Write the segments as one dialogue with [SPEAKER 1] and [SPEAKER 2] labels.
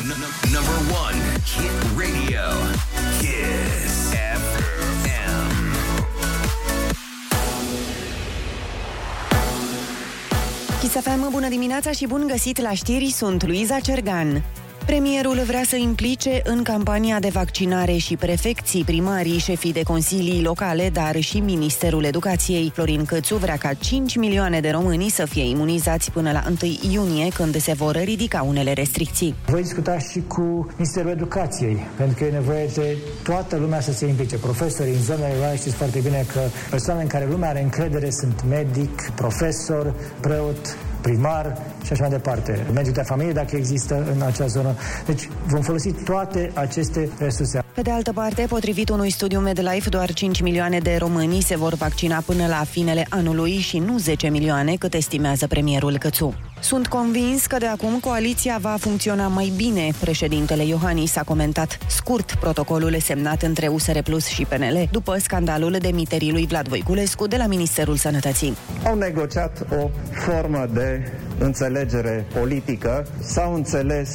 [SPEAKER 1] Number one hit radio. Kiss FM.
[SPEAKER 2] Chisafeamă, bună dimineața și bun găsit la știri, sunt Luiza Cergan. Premierul vrea să implice în campania de vaccinare și prefecții, primarii, șefii de consilii locale, dar și Ministerul Educației. Florin Cățu vrea ca 5 milioane de români să fie imunizați până la 1 iunie, când se vor ridica unele restricții.
[SPEAKER 3] Voi discuta și cu Ministerul Educației, pentru că e nevoie de toată lumea să se implice. Profesorii în zonele rurale știți foarte bine că persoane în care lumea are încredere sunt medic, profesor, preot, primar și așa mai departe. Mediul de familie, dacă există în acea zonă. Deci vom folosi toate aceste resurse.
[SPEAKER 2] Pe de altă parte, potrivit unui studiu MedLife, doar 5 milioane de români se vor vaccina până la finele anului și nu 10 milioane, cât estimează premierul Cățu. Sunt convins că de acum coaliția va funcționa mai bine, președintele Iohannis a comentat scurt protocolul semnat între USR Plus și PNL după scandalul demiterii lui Vlad Voiculescu de la Ministerul Sănătății.
[SPEAKER 4] au negociat o formă de înțelegere politică, s-au înțeles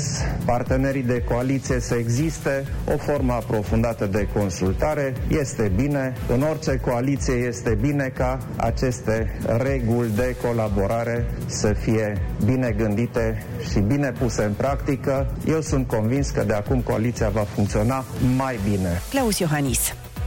[SPEAKER 4] partenerii de coaliție să existe o formă aprofundată de consultare. Este bine, în orice coaliție este bine ca aceste reguli de colaborare să fie bine gândite și bine puse în practică. Eu sunt convins că de acum coaliția va funcționa mai bine.
[SPEAKER 2] Claus Iohannis.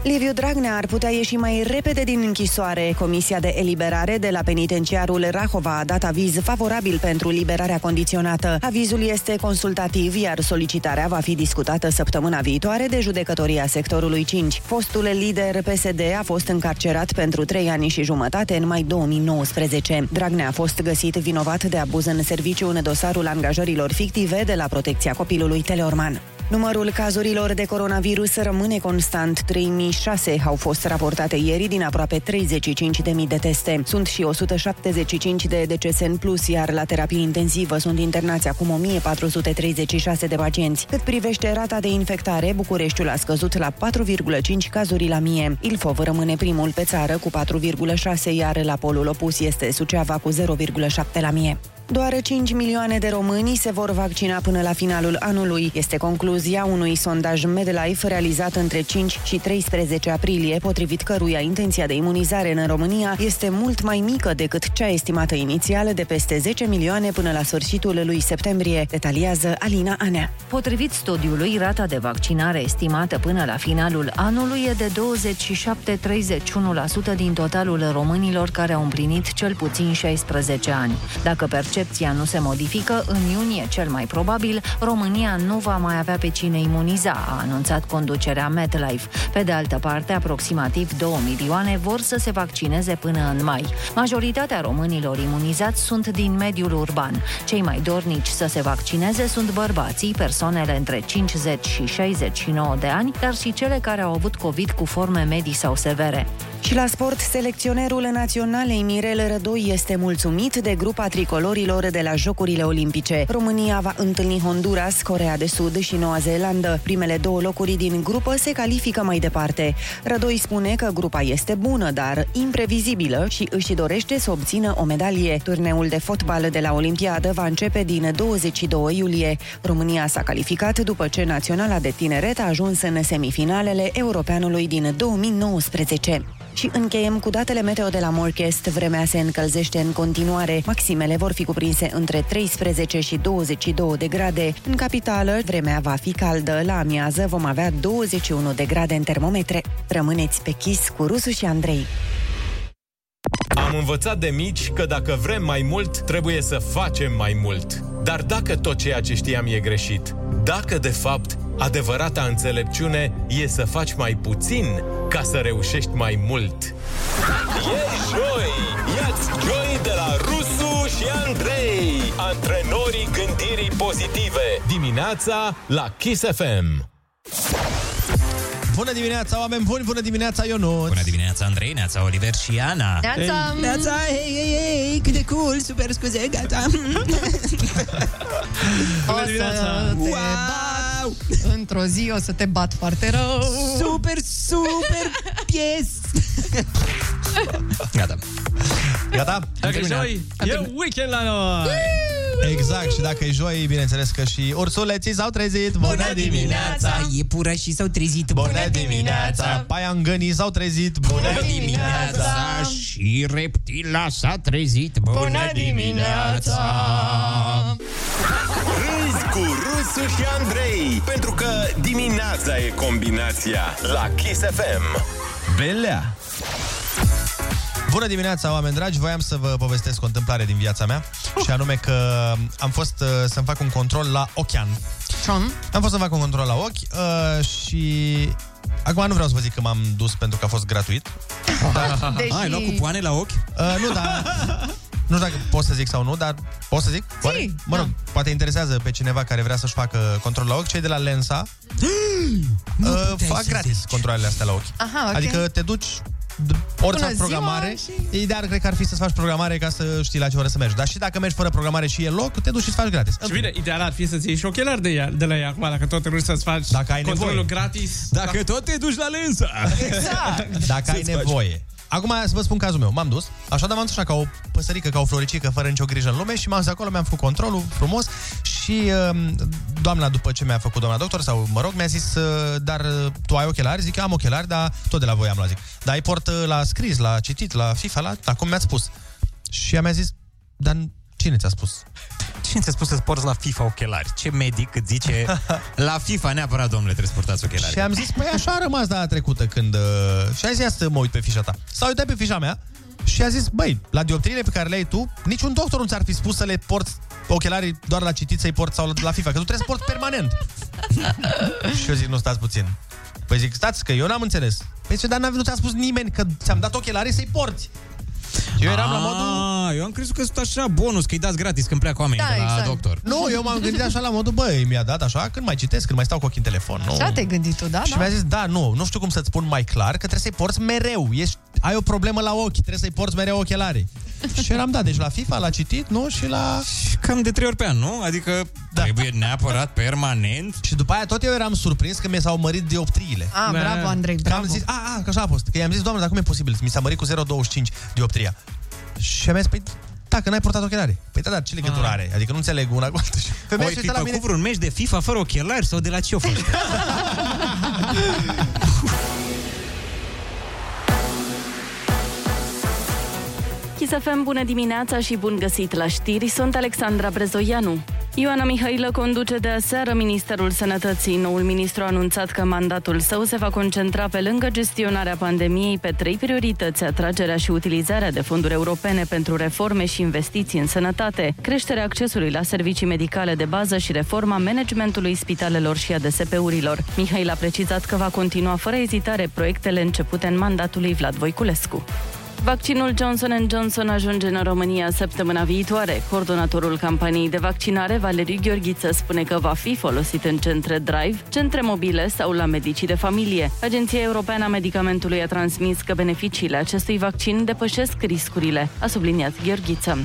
[SPEAKER 2] Liviu Dragnea ar putea ieși mai repede din închisoare. Comisia de eliberare de la penitenciarul Rahova a dat aviz favorabil pentru liberarea condiționată. Avizul este consultativ, iar solicitarea va fi discutată săptămâna viitoare de judecătoria sectorului 5. Fostul lider PSD a fost încarcerat pentru 3 ani și jumătate în mai 2019. Dragnea a fost găsit vinovat de abuz în serviciu în dosarul angajărilor fictive de la protecția copilului Teleorman. Numărul cazurilor de coronavirus rămâne constant. 3006 au fost raportate ieri din aproape 35.000 de teste. Sunt și 175 de decese în plus, iar la terapie intensivă sunt internați acum 1436 de pacienți. Cât privește rata de infectare, Bucureștiul a scăzut la 4,5 cazuri la mie. Ilfov rămâne primul pe țară cu 4,6, iar la polul opus este Suceava cu 0,7 la mie. Doar 5 milioane de români se vor vaccina până la finalul anului, este concluzia unui sondaj MedLife realizat între 5 și 13 aprilie, potrivit căruia intenția de imunizare în România este mult mai mică decât cea estimată inițială de peste 10 milioane până la sfârșitul lui septembrie, detaliază Alina Anea.
[SPEAKER 5] Potrivit studiului, rata de vaccinare estimată până la finalul anului e de 27-31% din totalul românilor care au împlinit cel puțin 16 ani. Dacă percepția nu se modifică, în iunie cel mai probabil, România nu va mai avea pe cine imuniza, a anunțat conducerea MetLife. Pe de altă parte, aproximativ 2 milioane vor să se vaccineze până în mai. Majoritatea românilor imunizați sunt din mediul urban. Cei mai dornici să se vaccineze sunt bărbații, persoanele între 50 și 69 de ani, dar și cele care au avut COVID cu forme medii sau severe.
[SPEAKER 2] Și la sport, selecționerul naționalei Mirel Rădoi este mulțumit de grupa tricolorilor de la Jocurile Olimpice. România va întâlni Honduras, Corea de Sud și Noua Zeelandă. Primele două locuri din grupă se califică mai departe. Rădoi spune că grupa este bună, dar imprevizibilă și își dorește să obțină o medalie. Turneul de fotbal de la Olimpiadă va începe din 22 iulie. România s-a calificat după ce Naționala de Tineret a ajuns în semifinalele europeanului din 2019. Și încheiem cu datele meteo de la Morchest. Vremea se încălzește în continuare. Maximele vor fi cuprinse între 13 și 22 de grade. În capitală, vremea va fi caldă. La amiază vom avea 21 de grade în termometre. Rămâneți pe chis cu Rusu și Andrei.
[SPEAKER 6] Am învățat de mici că dacă vrem mai mult, trebuie să facem mai mult. Dar dacă tot ceea ce știam e greșit, dacă de fapt adevărata înțelepciune e să faci mai puțin ca să reușești mai mult. E joi! Iați joi de la Rusu și Andrei, antrenorii gândirii pozitive. Dimineața la Kiss FM.
[SPEAKER 7] Bună dimineața, oameni buni! Bună dimineața, Ionut!
[SPEAKER 8] Bună dimineața, Andrei, Neața, Oliver și Ana.
[SPEAKER 9] Neața!
[SPEAKER 10] Neața, hei, hei, hei, cât de cool, super scuze, gata.
[SPEAKER 9] O să te
[SPEAKER 10] Wow!
[SPEAKER 9] bat Într-o zi o să te bat foarte rău
[SPEAKER 10] Super, super pies!
[SPEAKER 7] Gata. Gata? Am
[SPEAKER 8] Dacă
[SPEAKER 7] terminat.
[SPEAKER 8] joi, e weekend la noi!
[SPEAKER 7] Exact, și dacă e joi, bineînțeles că și ursuleții s-au trezit. Bună dimineața!
[SPEAKER 10] Iepurașii s-au trezit.
[SPEAKER 7] Bună dimineața! Paiangânii s-au trezit. Bună
[SPEAKER 8] dimineața! Și reptila s-a trezit.
[SPEAKER 7] Bună dimineața!
[SPEAKER 1] Râzi cu Rusu și Andrei Pentru că dimineața e combinația La Kiss FM
[SPEAKER 7] Belea! Bună dimineața, oameni dragi! Voiam să vă povestesc o întâmplare din viața mea și anume că am fost uh, să-mi fac un control la ochian. Am fost să fac un control la ochi uh, și... Acum nu vreau să vă zic că m-am dus pentru că a fost gratuit. Dar...
[SPEAKER 8] Deși- Ai luat cu
[SPEAKER 7] poane la ochi? Uh, nu, da. Nu știu dacă pot să zic sau nu, dar pot să zic? Poate, mă rog, poate interesează pe cineva care vrea să-și facă control la ochi. Cei de la Lensa
[SPEAKER 10] Nu
[SPEAKER 7] uh,
[SPEAKER 10] puteai
[SPEAKER 7] fac
[SPEAKER 10] să deci.
[SPEAKER 7] gratis controlele astea la ochi.
[SPEAKER 10] Aha, ok.
[SPEAKER 7] Adică te duci d- ori
[SPEAKER 10] Bună
[SPEAKER 7] să faci
[SPEAKER 10] ziua
[SPEAKER 7] programare, și... ideal cred că ar fi să-ți faci programare ca să știi la ce oră să mergi. Dar și dacă mergi fără programare și e loc, te duci și-ți faci gratis.
[SPEAKER 11] Și bine, ideal ar fi să-ți iei și ochelari de, ea, de la ea acum, dacă tot te duci să-ți faci dacă ai
[SPEAKER 7] nevoie.
[SPEAKER 11] controlul gratis. Da.
[SPEAKER 7] Dacă
[SPEAKER 11] tot te duci la lensa.
[SPEAKER 7] Exact. Dacă ai
[SPEAKER 11] Să-ți faci.
[SPEAKER 7] nevoie. Acum să vă spun cazul meu. M-am dus, așa, dar m-am dus așa ca o păsărică, ca o floricică, fără nicio grijă în lume și m-am dus acolo, mi-am făcut controlul frumos și um, doamna, după ce mi-a făcut doamna doctor, sau mă rog, mi-a zis, uh, dar uh, tu ai ochelari? Zic, am ochelari, dar tot de la voi am luat, zic. Dar îi port uh, la scris, la citit, la FIFA, la, la cum mi-ați spus. Și ea mi-a zis, dar cine ți-a spus?
[SPEAKER 8] Cine ți-a spus să-ți porți la FIFA ochelari? Ce medic îți zice? La FIFA neapărat, domnule, trebuie să portați ochelari.
[SPEAKER 7] Și am zis, păi așa a rămas data trecută când... Uh, și a zis, ia să mă uit pe fișa ta. S-a uitat pe fișa mea și a zis, băi, la dioptriile pe care le ai tu, niciun doctor nu ți-ar fi spus să le porți ochelarii doar la citit să-i porți sau la- la FIFA, că tu trebuie să porți permanent. și eu zic, nu, stați puțin. Păi zic, stați, că eu n-am înțeles. Păi zice, dar n-a- nu ți-a spus nimeni că ți-am dat ochelarii să-i porți. Și eu eram la modul...
[SPEAKER 8] Eu am Ah. crezut că sunt așa bonus, că-i dați gratis când pleacă oamenii
[SPEAKER 7] Da,
[SPEAKER 8] de la
[SPEAKER 7] exact.
[SPEAKER 8] doctor.
[SPEAKER 7] Nu, eu m-am gândit așa la modul, băi, mi-a dat așa, când mai citesc, când mai stau cu ochii în telefon. Nu.
[SPEAKER 9] Așa te-ai gândit tu, da?
[SPEAKER 7] Și
[SPEAKER 9] da?
[SPEAKER 7] mi-a zis, da, nu, nu știu cum să-ți spun mai clar, că trebuie să-i porți mereu. Ești, ai o problemă la ochi, trebuie să-i porți mereu ochelarii. și eram dat, deci la FIFA, la citit, nu, și la...
[SPEAKER 8] Cam de trei ori pe an, nu? Adică da. trebuie neapărat permanent.
[SPEAKER 7] Și după aia tot eu eram surprins că mi s-au mărit dioptriile.
[SPEAKER 9] Ah, Da. bravo, Andrei,
[SPEAKER 7] Că am
[SPEAKER 9] bravo.
[SPEAKER 7] zis, a, a, că așa a fost. Că i-am zis, doamne, dar cum e posibil? Mi s-a mărit cu 0,25 dioptria. Și am zis, păi, da, că n-ai portat ochelarii. Păi da, dar ce legătură
[SPEAKER 8] Ah.
[SPEAKER 7] are? Adică nu înțeleg una cu alta. Și Femeia
[SPEAKER 8] Oi
[SPEAKER 7] se
[SPEAKER 8] fi
[SPEAKER 7] uită la
[SPEAKER 8] făcut
[SPEAKER 7] mine.
[SPEAKER 8] vreun meci de FIFA fără ochelari sau de la ce o fost?
[SPEAKER 12] Chisafem, bună dimineața și bun găsit la știri, sunt Alexandra Brezoianu. Ioana Mihailă conduce de aseară Ministerul Sănătății. Noul ministru a anunțat că mandatul său se va concentra pe lângă gestionarea pandemiei pe trei priorități, atragerea și utilizarea de fonduri europene pentru reforme și investiții în sănătate, creșterea accesului la servicii medicale de bază și reforma managementului spitalelor și a DSP-urilor. Mihail a precizat că va continua fără ezitare proiectele începute în mandatul lui Vlad Voiculescu. Vaccinul Johnson Johnson ajunge în România săptămâna viitoare. Coordonatorul campaniei de vaccinare, Valeriu Gheorghiță, spune că va fi folosit în centre drive, centre mobile sau la medicii de familie. Agenția Europeană a Medicamentului a transmis că beneficiile acestui vaccin depășesc riscurile, a subliniat Gheorghiță.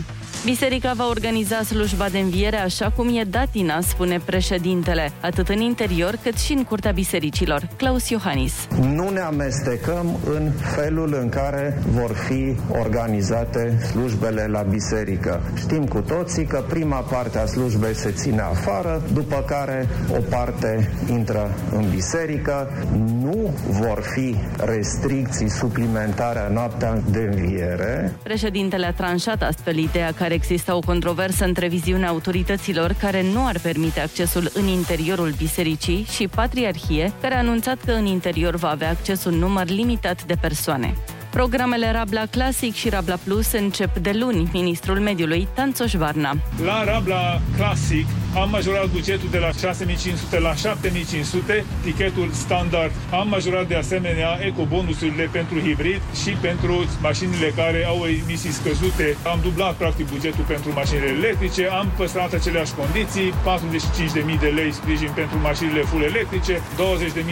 [SPEAKER 12] Biserica va organiza slujba de înviere așa cum e datina, spune președintele, atât în interior cât și în curtea bisericilor. Claus Iohannis.
[SPEAKER 4] Nu ne amestecăm în felul în care vor fi organizate slujbele la biserică. Știm cu toții că prima parte a slujbei se ține afară, după care o parte intră în biserică. Nu vor fi restricții suplimentare a noaptea de înviere.
[SPEAKER 12] Președintele a tranșat astfel ideea care exista o controversă între viziunea autorităților care nu ar permite accesul în interiorul bisericii și Patriarhie, care a anunțat că în interior va avea acces un număr limitat de persoane. Programele Rabla Classic și Rabla Plus încep de luni, ministrul mediului Tanțoș Varna.
[SPEAKER 13] La Rabla Classic am majorat bugetul de la 6500 la 7500, tichetul standard. Am majorat de asemenea ecobonusurile pentru hibrid și pentru mașinile care au emisii scăzute. Am dublat practic bugetul pentru mașinile electrice, am păstrat aceleași condiții, 45.000 de lei sprijin pentru mașinile full electrice, 20.000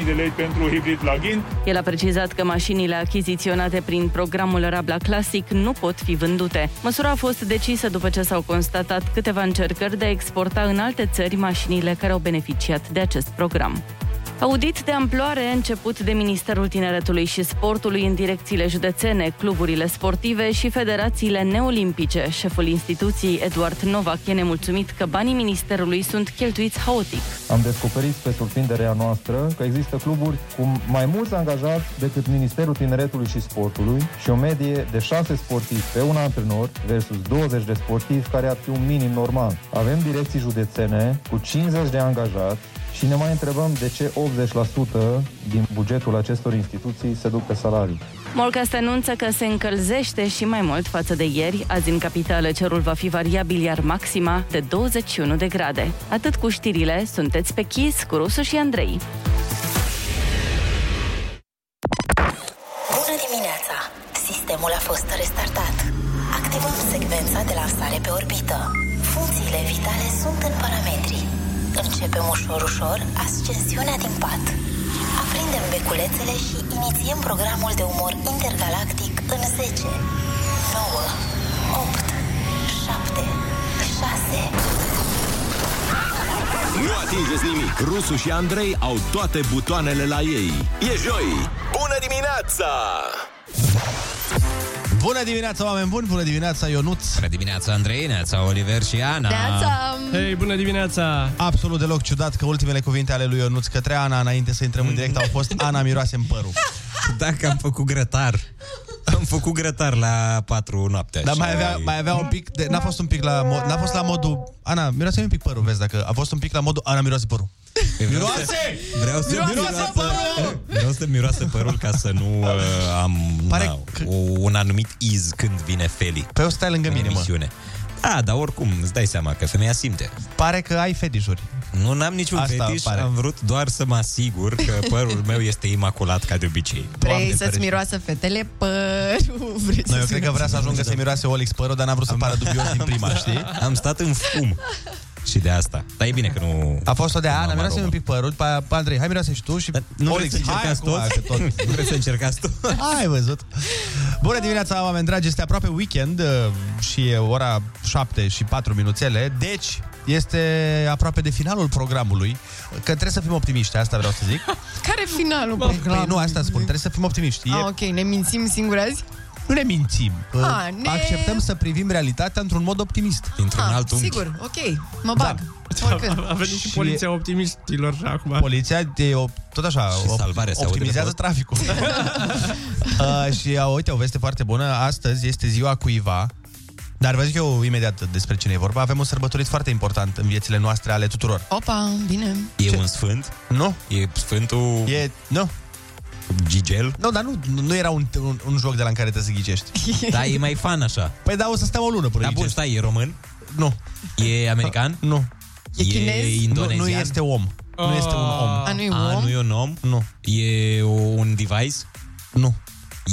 [SPEAKER 13] de lei pentru hibrid plug-in,
[SPEAKER 12] El a precizat că mașinile achiziționate prin programul Rabla Classic nu pot fi vândute. Măsura a fost decisă după ce s-au constatat câteva încercări de a exporta în alte țări mașinile care au beneficiat de acest program. Audit de amploare început de Ministerul Tineretului și Sportului în direcțiile județene, cluburile sportive și federațiile neolimpice. Șeful instituției, Eduard Novak, e nemulțumit că banii Ministerului sunt cheltuiți haotic.
[SPEAKER 14] Am descoperit pe surprinderea noastră că există cluburi cu mai mulți angajați decât Ministerul Tineretului și Sportului și o medie de 6 sportivi pe un antrenor versus 20 de sportivi care ar fi un minim normal. Avem direcții județene cu 50 de angajați și ne mai întrebăm de ce 80% din bugetul acestor instituții se duc pe salarii.
[SPEAKER 12] Morcast anunță că se încălzește și mai mult față de ieri. Azi în capitală cerul va fi variabil, iar maxima de 21 de grade. Atât cu știrile, sunteți pe Kiss cu Rusu și Andrei.
[SPEAKER 15] Bună dimineața! Sistemul a fost restartat. Activăm secvența de lansare pe orbită. Funcțiile vitale sunt în parametri. Începem ușor, ușor ascensiunea din pat. Aprindem beculețele și inițiem programul de umor intergalactic în 10, 9, 8, 7, 6,
[SPEAKER 1] Nu atingeți nimic. Rusu și Andrei au toate butoanele la ei. E joi. Bună dimineața!
[SPEAKER 7] Bună dimineața, oameni buni! Bună dimineața, Ionuț! Bună dimineața, Andrei, neața, Oliver și Ana!
[SPEAKER 9] Neața!
[SPEAKER 7] Hei, bună dimineața! Absolut deloc ciudat că ultimele cuvinte ale lui Ionuț către Ana, înainte să intrăm în direct, au fost Ana miroase în părul.
[SPEAKER 8] Dacă am făcut grătar. Am făcut grătar la 4 noaptea.
[SPEAKER 7] Dar
[SPEAKER 8] și-
[SPEAKER 7] mai avea, mai avea un pic de, N-a fost un pic la, mod, n-a fost la modul... Ana, miroase un pic părul, vezi, dacă a fost un pic la modul... Ana, miroase părul. Miroase!
[SPEAKER 8] Vreau să
[SPEAKER 7] Miroase
[SPEAKER 8] părul! Vreau să miroase părul ca să nu uh, am Pare na, că... un anumit iz când vine Feli.
[SPEAKER 7] Păi o stai lângă mine, mă.
[SPEAKER 8] emisiune. Da, dar oricum, îți dai seama că femeia simte.
[SPEAKER 7] Pare că ai fetișuri.
[SPEAKER 8] Nu, n-am niciun
[SPEAKER 7] Asta
[SPEAKER 8] Asta fetiș,
[SPEAKER 7] pare.
[SPEAKER 8] pare. am vrut doar să mă asigur că părul meu este imaculat ca de obicei.
[SPEAKER 9] Vrei să-ți
[SPEAKER 8] ferește.
[SPEAKER 9] miroasă fetele părul Vrei
[SPEAKER 7] Nu, eu
[SPEAKER 9] să-ți
[SPEAKER 7] cred că vrea să ajungă să miroase Olix părul, dar n-a vrut să pară dubios din prima, știi?
[SPEAKER 8] Am stat în fum și de asta. Dar e bine că nu...
[SPEAKER 7] A fost o de Ana, miroase un pic părul, după aia, Andrei, hai miroase și tu și...
[SPEAKER 8] Nu
[SPEAKER 7] Olix,
[SPEAKER 8] vreți să
[SPEAKER 7] hai
[SPEAKER 8] încercați
[SPEAKER 7] acum,
[SPEAKER 8] toți?
[SPEAKER 7] că tot.
[SPEAKER 8] Nu vreți să încercați toți?
[SPEAKER 7] Ai văzut. Bună dimineața, oameni dragi, este aproape weekend uh, și e ora 7 și 4 minuțele, deci este aproape de finalul programului, că trebuie să fim optimiști, asta vreau să zic.
[SPEAKER 9] Care finalul
[SPEAKER 7] Păi
[SPEAKER 9] programului?
[SPEAKER 7] nu, asta spun, trebuie să fim optimiști. E,
[SPEAKER 9] Ah, ok, ne mințim singuri azi?
[SPEAKER 7] Nu ne mințim. Uh,
[SPEAKER 9] Ah, ne-
[SPEAKER 7] Acceptăm să privim realitatea într-un Da. mod optimist.
[SPEAKER 8] Dintr-un
[SPEAKER 9] Ah, sigur, ok, mă bag. Oricând.
[SPEAKER 11] A venit și poliția optimistilor acum.
[SPEAKER 7] Poliția de op- tot așa, op-
[SPEAKER 8] salvarea se aude
[SPEAKER 7] optimizează
[SPEAKER 8] de
[SPEAKER 7] traficul. uh, și uh, uite, o veste foarte bună, astăzi este ziua cuiva, dar vă zic eu imediat despre cine e vorba. Avem un sărbătorit foarte important în viețile noastre ale tuturor.
[SPEAKER 9] Opa, bine.
[SPEAKER 8] E un sfânt?
[SPEAKER 7] Nu.
[SPEAKER 8] E sfântul...
[SPEAKER 7] E... Nu.
[SPEAKER 8] Gigel?
[SPEAKER 7] Nu, dar nu, nu era un, un, un joc de la în care te să ghicești.
[SPEAKER 8] Da, e mai fan așa.
[SPEAKER 7] Păi da, o să stăm o lună până
[SPEAKER 8] Dar bun,
[SPEAKER 7] ghicești.
[SPEAKER 8] stai, e român?
[SPEAKER 7] Nu.
[SPEAKER 8] E american?
[SPEAKER 7] Nu.
[SPEAKER 8] E,
[SPEAKER 7] chinez?
[SPEAKER 8] indonezian?
[SPEAKER 7] Nu- nu este om. Nu este un om.
[SPEAKER 9] A, nu e
[SPEAKER 8] A,
[SPEAKER 9] om?
[SPEAKER 8] nu e un om?
[SPEAKER 7] Ah. Nu.
[SPEAKER 8] E o- un device?
[SPEAKER 7] Nu.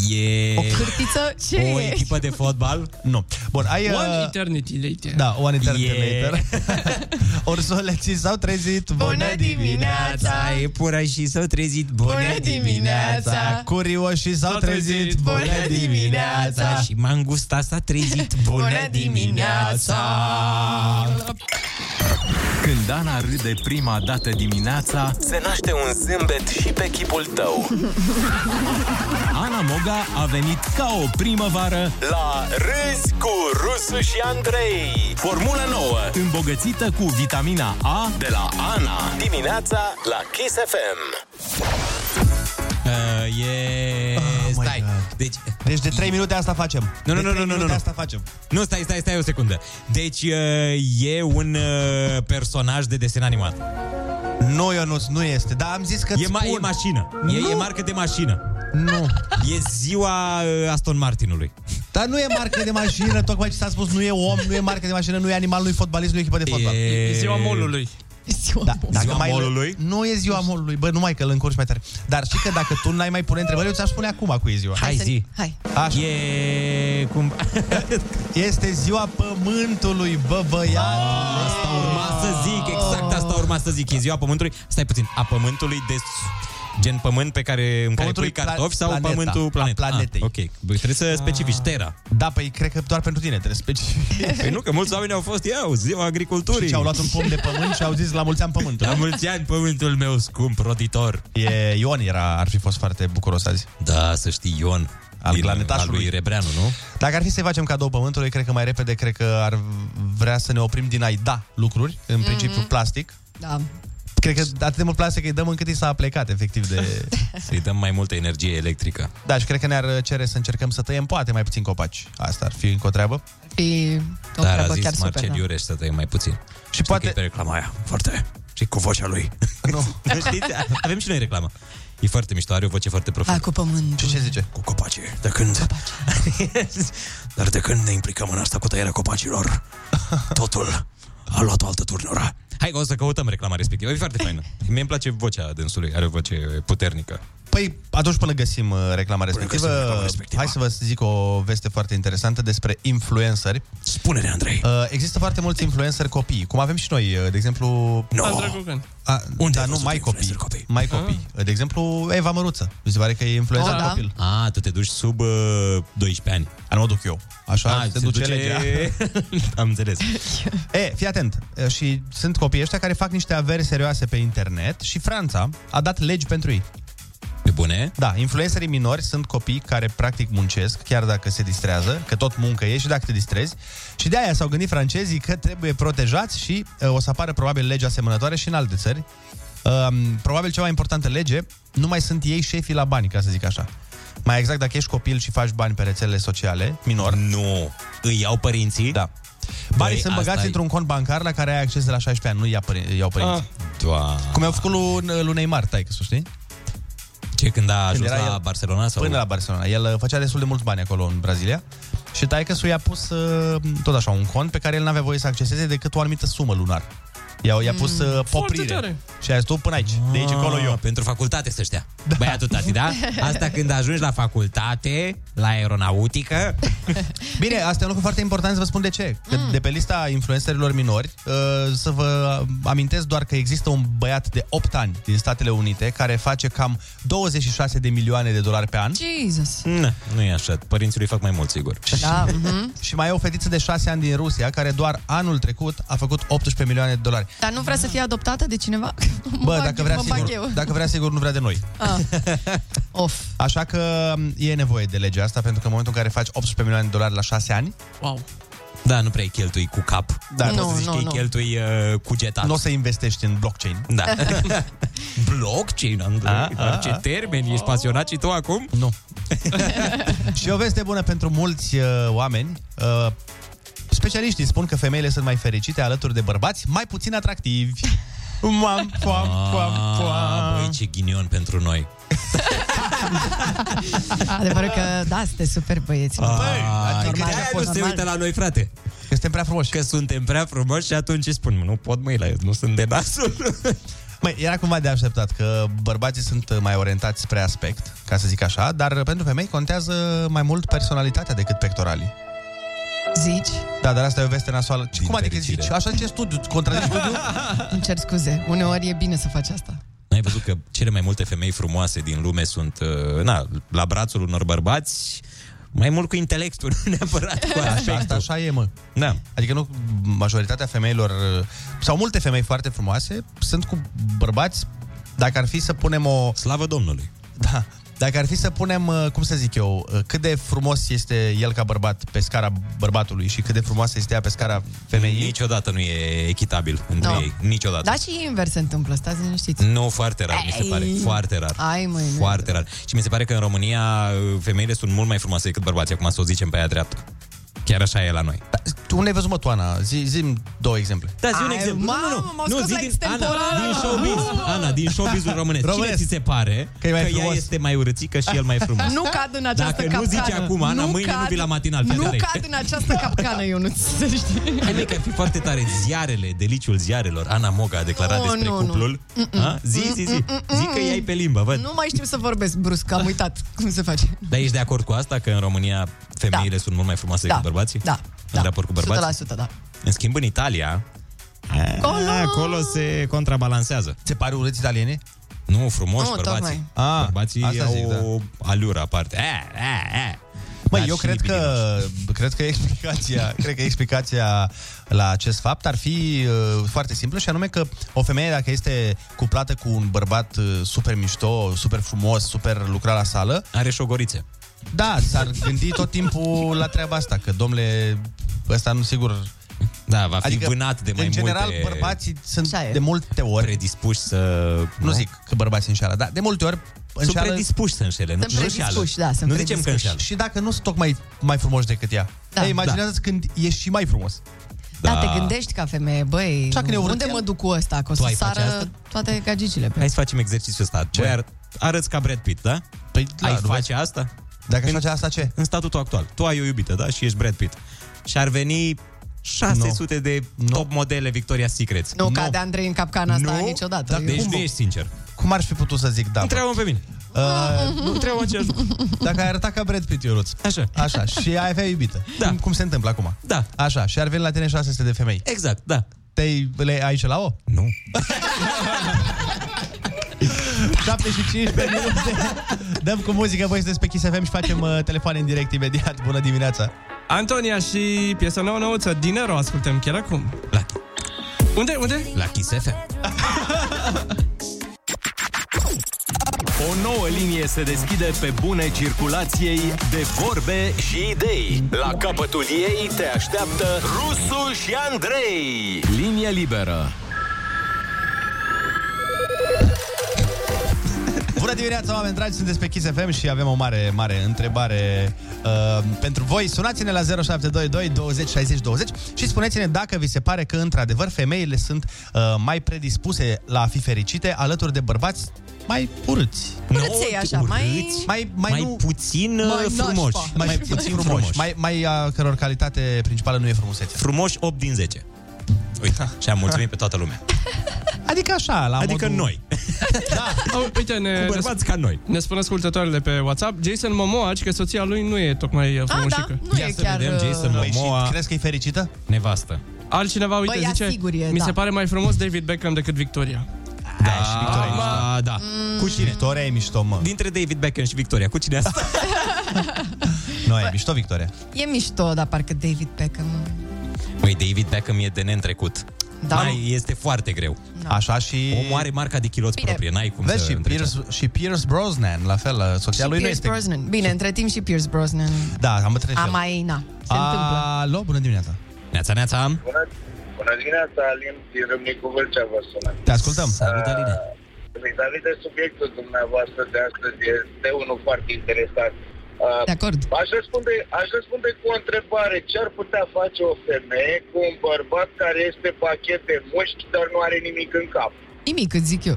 [SPEAKER 8] E...
[SPEAKER 9] O cârtiță? Ce
[SPEAKER 8] o
[SPEAKER 9] e?
[SPEAKER 8] echipă de fotbal?
[SPEAKER 7] Nu. Bun, ai... uh,
[SPEAKER 11] One eternity later.
[SPEAKER 7] Da, One Eternity
[SPEAKER 11] Yeah.
[SPEAKER 7] Later. Ursuleții s-au trezit, bună dimineața!
[SPEAKER 8] E pura și s-au trezit,
[SPEAKER 7] bună dimineața! Curioșii s-au trezit, bună dimineața!
[SPEAKER 8] Și mangusta s-a trezit, bună dimineața!
[SPEAKER 16] Când Ana râde prima dată dimineața,
[SPEAKER 1] Se naște un zâmbet și pe chipul tău.
[SPEAKER 16] Ana Moga a venit ca o primăvară
[SPEAKER 1] La Râzi cu Rusu și Andrei. Formula nouă
[SPEAKER 16] îmbogățită cu vitamina A
[SPEAKER 1] de la Ana. Dimineața la Kiss FM.
[SPEAKER 8] Uh, e... Stai. Deci,
[SPEAKER 7] Oh Deci de 3 minute asta facem.
[SPEAKER 8] Nu, nu,
[SPEAKER 7] De
[SPEAKER 8] nu,
[SPEAKER 7] trei
[SPEAKER 8] nu, nu, nu.
[SPEAKER 7] minute asta facem.
[SPEAKER 8] Nu, stai, stai, stai o secundă. Deci uh, e un uh, personaj de desen animat.
[SPEAKER 7] Nu, Ionuț, nu este, dar am zis că
[SPEAKER 8] E, ma- e mașină. E, e marcă de mașină.
[SPEAKER 7] Nu.
[SPEAKER 8] E ziua uh, Aston Martinului.
[SPEAKER 7] Dar nu e marcă de mașină, tocmai ce s-a spus, nu e om, nu e marcă de mașină, nu e animal, nu e fotbalist, nu e echipă de fotbal.
[SPEAKER 8] E- e ziua
[SPEAKER 11] molului.
[SPEAKER 9] Ziua
[SPEAKER 7] da, dacă
[SPEAKER 8] Ziua
[SPEAKER 7] mai
[SPEAKER 8] molului?
[SPEAKER 7] Nu e ziua molului, bă, numai că îl încurci mai tare. Dar și că dacă tu n-ai mai pune întrebări, eu ți-aș spune acum cu e ziua.
[SPEAKER 8] Hai, zi.
[SPEAKER 9] Hai.
[SPEAKER 7] Așa.
[SPEAKER 8] E... Cum...
[SPEAKER 7] Este ziua pământului, bă, băiat.
[SPEAKER 8] Oh! Asta urma să zic, exact asta urma să zic. E ziua pământului. Stai puțin, a pământului de... s- Gen pământ pe care, în care pui
[SPEAKER 7] Pământul e pla-
[SPEAKER 8] cartofi sau
[SPEAKER 7] planeta,
[SPEAKER 8] pământul
[SPEAKER 7] a
[SPEAKER 8] planet?
[SPEAKER 7] planetei.
[SPEAKER 8] Ah, ok, Bă, trebuie să specifici. Terra.
[SPEAKER 7] Da, păi cred că doar pentru tine trebuie să specifici.
[SPEAKER 8] Păi nu, că mulți oameni au fost, iau, ziua agriculturii.
[SPEAKER 7] Și au luat un pom de pământ și au zis la mulți ani pământ. da?
[SPEAKER 8] La mulți ani, pământul meu scump, roditor.
[SPEAKER 7] E, Ion era, ar fi fost foarte bucuros azi.
[SPEAKER 8] Da, să știi, Ion.
[SPEAKER 7] Al
[SPEAKER 8] din-
[SPEAKER 7] planetașului.
[SPEAKER 8] al lui Rebreanu, nu?
[SPEAKER 7] Dacă ar fi să-i facem cadou pământului, cred că mai repede, cred că ar vrea să ne oprim din a-i da lucruri, în
[SPEAKER 9] Mhm.
[SPEAKER 7] principiu plastic.
[SPEAKER 9] Da.
[SPEAKER 7] Cred că atât de mult plastic îi dăm încât i s-a plecat, efectiv, de...
[SPEAKER 8] Să-i dăm mai multă energie electrică.
[SPEAKER 7] Da, și cred că ne-ar cere să încercăm să tăiem poate mai puțin copaci. Asta ar fi încă o treabă.
[SPEAKER 9] Fi o
[SPEAKER 8] Dar Da, a
[SPEAKER 9] treabă
[SPEAKER 8] zis
[SPEAKER 9] chiar
[SPEAKER 8] Marcel
[SPEAKER 9] super. da.
[SPEAKER 8] Iureș să tăiem mai puțin. Și Știi poate... că e pe reclama aia, foarte. Și cu vocea lui.
[SPEAKER 7] Nu.
[SPEAKER 8] Știți? Avem și noi reclamă. E foarte mișto, are o voce foarte profundă.
[SPEAKER 9] Da, cu pământ.
[SPEAKER 7] Și ce zice?
[SPEAKER 8] Cu copaci. De când... Dar de când ne implicăm în asta cu tăierea copacilor, totul a luat o altă turnură. Hai că o să căutăm reclama respectivă. E foarte faină. Mie îmi place vocea dânsului, are o voce puternică.
[SPEAKER 7] Păi, atunci până găsim uh, reclama respectivă,
[SPEAKER 8] găsim reclama respectivă.
[SPEAKER 7] hai să vă zic o veste foarte interesantă despre influenceri.
[SPEAKER 8] Spune-ne, Andrei.
[SPEAKER 7] Uh, există foarte mulți influencer copii, cum avem și noi, uh, de exemplu...
[SPEAKER 8] No. Andrei Cucan.
[SPEAKER 7] A, Unde da, nu, mai copii. copii. Mai copii. Ah. De exemplu, Eva Măruță. Mi se pare că e influencer
[SPEAKER 8] Ah, da.
[SPEAKER 7] copil.
[SPEAKER 8] A, tu te duci sub uh, 12 ani.
[SPEAKER 7] A, nu mă duc eu. Așa
[SPEAKER 8] A,
[SPEAKER 7] se,
[SPEAKER 8] Ah, se
[SPEAKER 7] duce,
[SPEAKER 8] duce-
[SPEAKER 7] legea.
[SPEAKER 8] Am înțeles.
[SPEAKER 7] E, fii atent. E, Și sunt copiii ăștia care fac niște averi serioase pe internet și Franța a dat legi pentru ei.
[SPEAKER 8] Pe bune?
[SPEAKER 7] Da, influencerii minori sunt copii care practic muncesc, chiar dacă se distrează, că tot muncă e și dacă te distrezi. Și de aia s-au gândit francezii că trebuie protejați și e, o să apară probabil legi asemănătoare și în alte țări. Um, probabil cea mai importantă lege, nu mai sunt ei șefii la bani, ca să zic așa. Mai exact, dacă ești copil și faci bani pe rețelele sociale, minor.
[SPEAKER 8] Nu. Îi iau părinții?
[SPEAKER 7] Da. Banii
[SPEAKER 8] Băi,
[SPEAKER 7] sunt
[SPEAKER 8] asta
[SPEAKER 7] băgați
[SPEAKER 8] e-
[SPEAKER 7] într-un cont bancar la care ai acces de la 16 ani, nu ia părin- iau părinții.
[SPEAKER 8] Ah. Doamne.
[SPEAKER 7] Cum au făcut lui, uh, lui Neymar, tai, că să știi?
[SPEAKER 8] Ce, când a ajuns
[SPEAKER 7] era
[SPEAKER 8] la Barcelona sau-
[SPEAKER 7] Până la Barcelona. El uh, făcea destul de mulți bani acolo în Brazilia. Și taică su i-a pus uh, tot așa un cont pe care el n-avea voie să acceseze decât o anumită sumă lunar. I-a, i-a pus
[SPEAKER 8] Mm,
[SPEAKER 7] uh,
[SPEAKER 8] foarte
[SPEAKER 7] poprire.
[SPEAKER 8] tare.
[SPEAKER 7] Și a zis tu până aici, de aici încolo eu.
[SPEAKER 8] Ah, Pentru facultate să știa. Da. Băiatul tati, da? Asta când ajungi la facultate, la aeronautică,
[SPEAKER 7] Bine, asta e un lucru foarte important să vă spun de ce. Că mm. de pe lista influencerilor minori, uh, să vă amintesc doar că există un băiat de 8 ani din Statele Unite care face cam 26 de milioane de dolari pe an.
[SPEAKER 9] Jesus.
[SPEAKER 8] Na, nu e așa. Părinții lui fac mai mult, sigur.
[SPEAKER 9] Da,
[SPEAKER 7] Și mai e o fetiță de 6 ani din Rusia care doar anul trecut a făcut 18 milioane de dolari.
[SPEAKER 9] Dar nu vrea să fie adoptată de cineva? Da, Mă
[SPEAKER 7] Bă,
[SPEAKER 9] bag
[SPEAKER 7] dacă
[SPEAKER 9] eu,
[SPEAKER 7] vrea,
[SPEAKER 9] mă bag
[SPEAKER 7] sigur,
[SPEAKER 9] eu.
[SPEAKER 7] dacă vrea sigur nu vrea de noi.
[SPEAKER 9] Ah. Of.
[SPEAKER 7] Așa că um, e nevoie de legea asta pentru că în momentul în care faci 18 milioane de dolari la 6 ani,
[SPEAKER 9] Wow.
[SPEAKER 8] Da, nu prea îi cheltui cu cap.
[SPEAKER 7] Da.
[SPEAKER 8] Da,
[SPEAKER 7] Nu,
[SPEAKER 8] nu, să zici
[SPEAKER 7] nu,
[SPEAKER 8] că îi
[SPEAKER 7] nu.
[SPEAKER 8] cheltui uh, cugetat.
[SPEAKER 7] nu o să investești în blockchain.
[SPEAKER 8] Da. Blockchain,
[SPEAKER 7] A,
[SPEAKER 8] Andrei.
[SPEAKER 7] a,
[SPEAKER 8] Dar ce
[SPEAKER 7] a.
[SPEAKER 8] termen, ești pasionat și tu acum?
[SPEAKER 7] ah, Nu. Și o veste bună pentru mulți uh, oameni. Uh, specialiștii spun că femeile sunt mai fericite alături de bărbați mai puțin atractivi. Mam, poam, poam, poam.
[SPEAKER 8] Băi, Păi, ce ghinion pentru noi.
[SPEAKER 9] Adevărul că, da, sunteți super băieți.
[SPEAKER 8] Băi, că adică de-aia nu se
[SPEAKER 9] normal.
[SPEAKER 8] uită la noi, frate. Că
[SPEAKER 7] suntem prea frumoși.
[SPEAKER 8] Că suntem prea frumoși și atunci îi spun, nu pot mâi la eu, nu sunt de nasul.
[SPEAKER 7] Măi, era cumva de așteptat că bărbații sunt mai orientați spre aspect, ca să zic așa, dar pentru femei contează mai mult personalitatea decât pectoralii.
[SPEAKER 9] Zici?
[SPEAKER 7] Da, dar asta e o veste nasoală. Din Cum adică
[SPEAKER 8] fericire.
[SPEAKER 7] zici? Așa ce studiu, contrazici studiu?
[SPEAKER 9] Îmi cer scuze. Uneori e bine să faci asta.
[SPEAKER 8] N-ai văzut că cele mai multe femei frumoase din lume sunt uh, na, la brațul unor bărbați, mai mult cu intelectul, nu neapărat cu
[SPEAKER 7] Așa,
[SPEAKER 8] aspectul.
[SPEAKER 7] asta așa e, mă.
[SPEAKER 8] Da.
[SPEAKER 7] Adică nu majoritatea femeilor, sau multe femei foarte frumoase, sunt cu bărbați, dacă ar fi să punem o...
[SPEAKER 8] Slavă Domnului!
[SPEAKER 7] Da. Dacă ar fi să punem, uh, cum să zic eu, cât de frumos este el ca bărbat pe scara bărbatului și cât de frumoasă este ea pe scara femeii,
[SPEAKER 8] Niciodată nu e echitabil între
[SPEAKER 9] Nu.
[SPEAKER 8] ei. Niciodată.
[SPEAKER 9] Da, și invers se întâmplă, stați liniștiți.
[SPEAKER 8] Nu, foarte rar, mi se pare.
[SPEAKER 9] Ei.
[SPEAKER 8] Foarte rar.
[SPEAKER 9] Ai, măi, nu.
[SPEAKER 8] Foarte rar. Și mi se pare că în România uh, femeile sunt mult mai frumoase decât bărbații, acum să o zicem pe aia dreaptă. Chiar așa e la noi.
[SPEAKER 7] Tu unde ai văzut, mă, Toana? Zi, zi două exemple.
[SPEAKER 8] Da, zi un
[SPEAKER 9] Ai,
[SPEAKER 8] exemplu.
[SPEAKER 9] mamă,
[SPEAKER 8] nu, nu,
[SPEAKER 9] m-au
[SPEAKER 8] nu. nu
[SPEAKER 9] scos la
[SPEAKER 8] zi din, Ana,
[SPEAKER 9] extemporară.
[SPEAKER 8] din showbiz. Ana, din showbizul românesc.
[SPEAKER 7] Românesc.
[SPEAKER 8] Cine ți se pare
[SPEAKER 7] Că e mai
[SPEAKER 8] că ea
[SPEAKER 7] frumos?
[SPEAKER 8] este mai urâțică și el mai frumos?
[SPEAKER 9] Nu cad în această
[SPEAKER 8] Dacă nu
[SPEAKER 9] capcană.
[SPEAKER 8] zici acum, Ana, mâine nu vii la matinal, fii
[SPEAKER 9] Nu
[SPEAKER 8] atent.
[SPEAKER 9] cad în această capcană, eu nu să știi.
[SPEAKER 8] Hai măi, că ar fi foarte tare ziarele, deliciul ziarelor. Ana Moga a declarat
[SPEAKER 9] Nu,
[SPEAKER 8] despre
[SPEAKER 9] Oh, nu, nu.
[SPEAKER 8] cuplul. A? Zi, zi, zi. Zi că ai pe limbă, văd.
[SPEAKER 9] Nu mai știu să vorbesc brusc, am uitat cum se face.
[SPEAKER 8] Dar ești de acord cu asta că în România femeile sunt mult mai frumoase
[SPEAKER 9] Da.
[SPEAKER 8] decât bărbații?
[SPEAKER 9] Da.
[SPEAKER 8] În raport cu bărbații?
[SPEAKER 9] 100%, da.
[SPEAKER 8] În schimb, în Italia,
[SPEAKER 9] Acolo-
[SPEAKER 8] acolo se contrabalansează.
[SPEAKER 7] Se pare urâți italiene?
[SPEAKER 8] Nu, frumos,
[SPEAKER 9] Nu,
[SPEAKER 8] oh, bărbații.
[SPEAKER 7] Ah,
[SPEAKER 8] bărbații
[SPEAKER 7] asta
[SPEAKER 8] au
[SPEAKER 7] zic, da.
[SPEAKER 8] o alură aparte. Eh, A, a, a.
[SPEAKER 7] Măi, eu cred că, cred că explicația, cred că explicația la acest fapt ar fi uh, foarte simplă și anume că o femeie dacă este cuplată cu un bărbat uh, super mișto, super frumos, super lucrat la sală,
[SPEAKER 8] are șogorițe.
[SPEAKER 7] Da, s-ar gândi tot timpul la treaba asta, că domnule, ăsta nu sigur
[SPEAKER 8] Da, va fi vânat de mai
[SPEAKER 7] Adică, în general,
[SPEAKER 8] multe-
[SPEAKER 7] bărbații sunt de multe ori
[SPEAKER 8] predispuși să...
[SPEAKER 7] Nu, zic că bărbații înșeală, dar de multe ori
[SPEAKER 8] Sunt predispuși să înșele, nu- Sunt nu predispuși, înșeală. da, sunt Nu zicem că predispuși. înșeală.
[SPEAKER 7] Și dacă nu sunt tocmai mai frumoși decât ea.
[SPEAKER 9] Da.
[SPEAKER 7] Da, imaginează-ți când ești și mai frumos.
[SPEAKER 9] Da. te gândești ca femeie, băi,
[SPEAKER 7] Așa când e urât
[SPEAKER 9] unde
[SPEAKER 7] el?
[SPEAKER 9] mă duc cu ăsta? Că o
[SPEAKER 8] Tu
[SPEAKER 9] să
[SPEAKER 8] ai face
[SPEAKER 9] sară
[SPEAKER 8] asta?
[SPEAKER 9] toate gagicile.
[SPEAKER 8] Hai să facem exercițiul ăsta. Ce? Ar, arăți ca Brad Pitt, da? Păi,
[SPEAKER 7] clar,
[SPEAKER 8] ai
[SPEAKER 7] nu
[SPEAKER 8] face asta?
[SPEAKER 7] Dacă aș face asta, ce?
[SPEAKER 8] În statutul actual. Tu ai o iubită, da? Și ești Brad Pitt. Și ar veni 600 de top modele Victoria's Secret.
[SPEAKER 9] Nu, cade Andrei în capcana asta niciodată. Ah, Eu-
[SPEAKER 8] Deci nu ești sincer.
[SPEAKER 7] Cum ar fi putut să zic da?
[SPEAKER 8] Întreabă pe mine.
[SPEAKER 7] Uh,
[SPEAKER 8] nu întreabă acest lucru.
[SPEAKER 7] Dacă ai arătat ca Brad Pitt, Ioruț.
[SPEAKER 8] Așa.
[SPEAKER 7] Așa, și ai avea iubită. Da. Cum, cum se întâmplă acum.
[SPEAKER 8] Da.
[SPEAKER 7] Așa, și ar veni la tine 600 de femei.
[SPEAKER 8] Exact, da.
[SPEAKER 7] Te-ai, le ai și la o?
[SPEAKER 8] Nu.
[SPEAKER 7] 75 pe minute. Dăm cu muzică, voi sunteți pe Kiss FM și facem uh, telefoane în direct imediat. Bună dimineața!
[SPEAKER 11] Antonia și piesa nouă nouță, Dinero, ascultăm chiar acum. La Unde, unde?
[SPEAKER 8] La Kiss FM.
[SPEAKER 16] O nouă linie se deschide pe bune circulației de vorbe și idei.
[SPEAKER 1] La capătul ei te așteaptă Rusu și Andrei.
[SPEAKER 16] Linie liberă.
[SPEAKER 7] Bună dimineața, oameni dragi! Sunteți pe Kiss FM și avem o mare, mare întrebare uh, pentru voi. Sunați-ne la 0722 20 60 20 și spuneți-ne dacă vi se pare că, într-adevăr, femeile sunt uh, mai predispuse la a fi fericite alătături de bărbați mai urâți.
[SPEAKER 9] Urâței, așa, mai...
[SPEAKER 7] mai, mai, nu...
[SPEAKER 8] puțin
[SPEAKER 9] Mai uh, frumoși. nașpa.
[SPEAKER 7] Mai, puțin frumoși. Mai, mai a căror calitate principală nu e frumusețea.
[SPEAKER 8] Frumoși 8 din 10. Uite, și am mulțumit pe toată lumea.
[SPEAKER 7] Adică așa, la
[SPEAKER 8] Adică
[SPEAKER 7] modul...
[SPEAKER 8] noi.
[SPEAKER 11] da. Uite, ne,
[SPEAKER 8] Cu bărbați ca noi.
[SPEAKER 11] Ne spun ascultătoarele pe WhatsApp, Jason Momoa, că soția lui nu e tocmai uh, frumoșică.
[SPEAKER 9] da, nu Ia e să Ah, chiar, vedem, uh, Jason
[SPEAKER 7] Păi și crezi că e fericită?
[SPEAKER 8] Nevastă.
[SPEAKER 11] Altcineva, uite,
[SPEAKER 9] Băi, ea
[SPEAKER 11] zice,
[SPEAKER 9] sigur e,
[SPEAKER 11] mi
[SPEAKER 9] da.
[SPEAKER 11] se pare mai frumos David Beckham decât Victoria.
[SPEAKER 8] Da, și Victoria e mișto. Da.
[SPEAKER 7] Cu cine? Mm. Victoria e mișto, mă.
[SPEAKER 8] Dintre David Beckham și Victoria, cu cine asta?
[SPEAKER 7] nu, e mișto Victoria.
[SPEAKER 9] E mișto, dar parcă David Beckham...
[SPEAKER 8] Măi, David Beckham e de neîntrecut.
[SPEAKER 9] Da.
[SPEAKER 8] Mai este foarte greu.
[SPEAKER 7] Așa și...
[SPEAKER 8] Omul are marca de kilos
[SPEAKER 9] Bine.
[SPEAKER 8] proprie, n-ai cum
[SPEAKER 7] Vezi,
[SPEAKER 8] să
[SPEAKER 7] și Pierce, și Pierce Brosnan, la fel, soția
[SPEAKER 9] Și
[SPEAKER 7] lui nu
[SPEAKER 9] Pierce
[SPEAKER 7] este...
[SPEAKER 9] Brosnan. Bine, între timp și Pierce Brosnan.
[SPEAKER 7] Da, am înțeles.
[SPEAKER 9] A
[SPEAKER 7] el.
[SPEAKER 9] mai, na, se întâmplă.
[SPEAKER 7] Alo, bună dimineața.
[SPEAKER 8] Neața, neața.
[SPEAKER 17] Bună, bună dimineața, Alin din Râmnicu Vâlcea vă sună. Uh,
[SPEAKER 7] Te ascultăm.
[SPEAKER 8] Salut, Aline.
[SPEAKER 17] Vis-a-vis de subiectul dumneavoastră de astăzi, este unul foarte interesant. Uh,
[SPEAKER 9] De acord.
[SPEAKER 17] Aș răspunde, aș răspunde cu o întrebare. Ce ar putea face o femeie cu un bărbat care este pachet de mușchi, dar nu are nimic în cap?
[SPEAKER 9] Nimic, îți zic eu.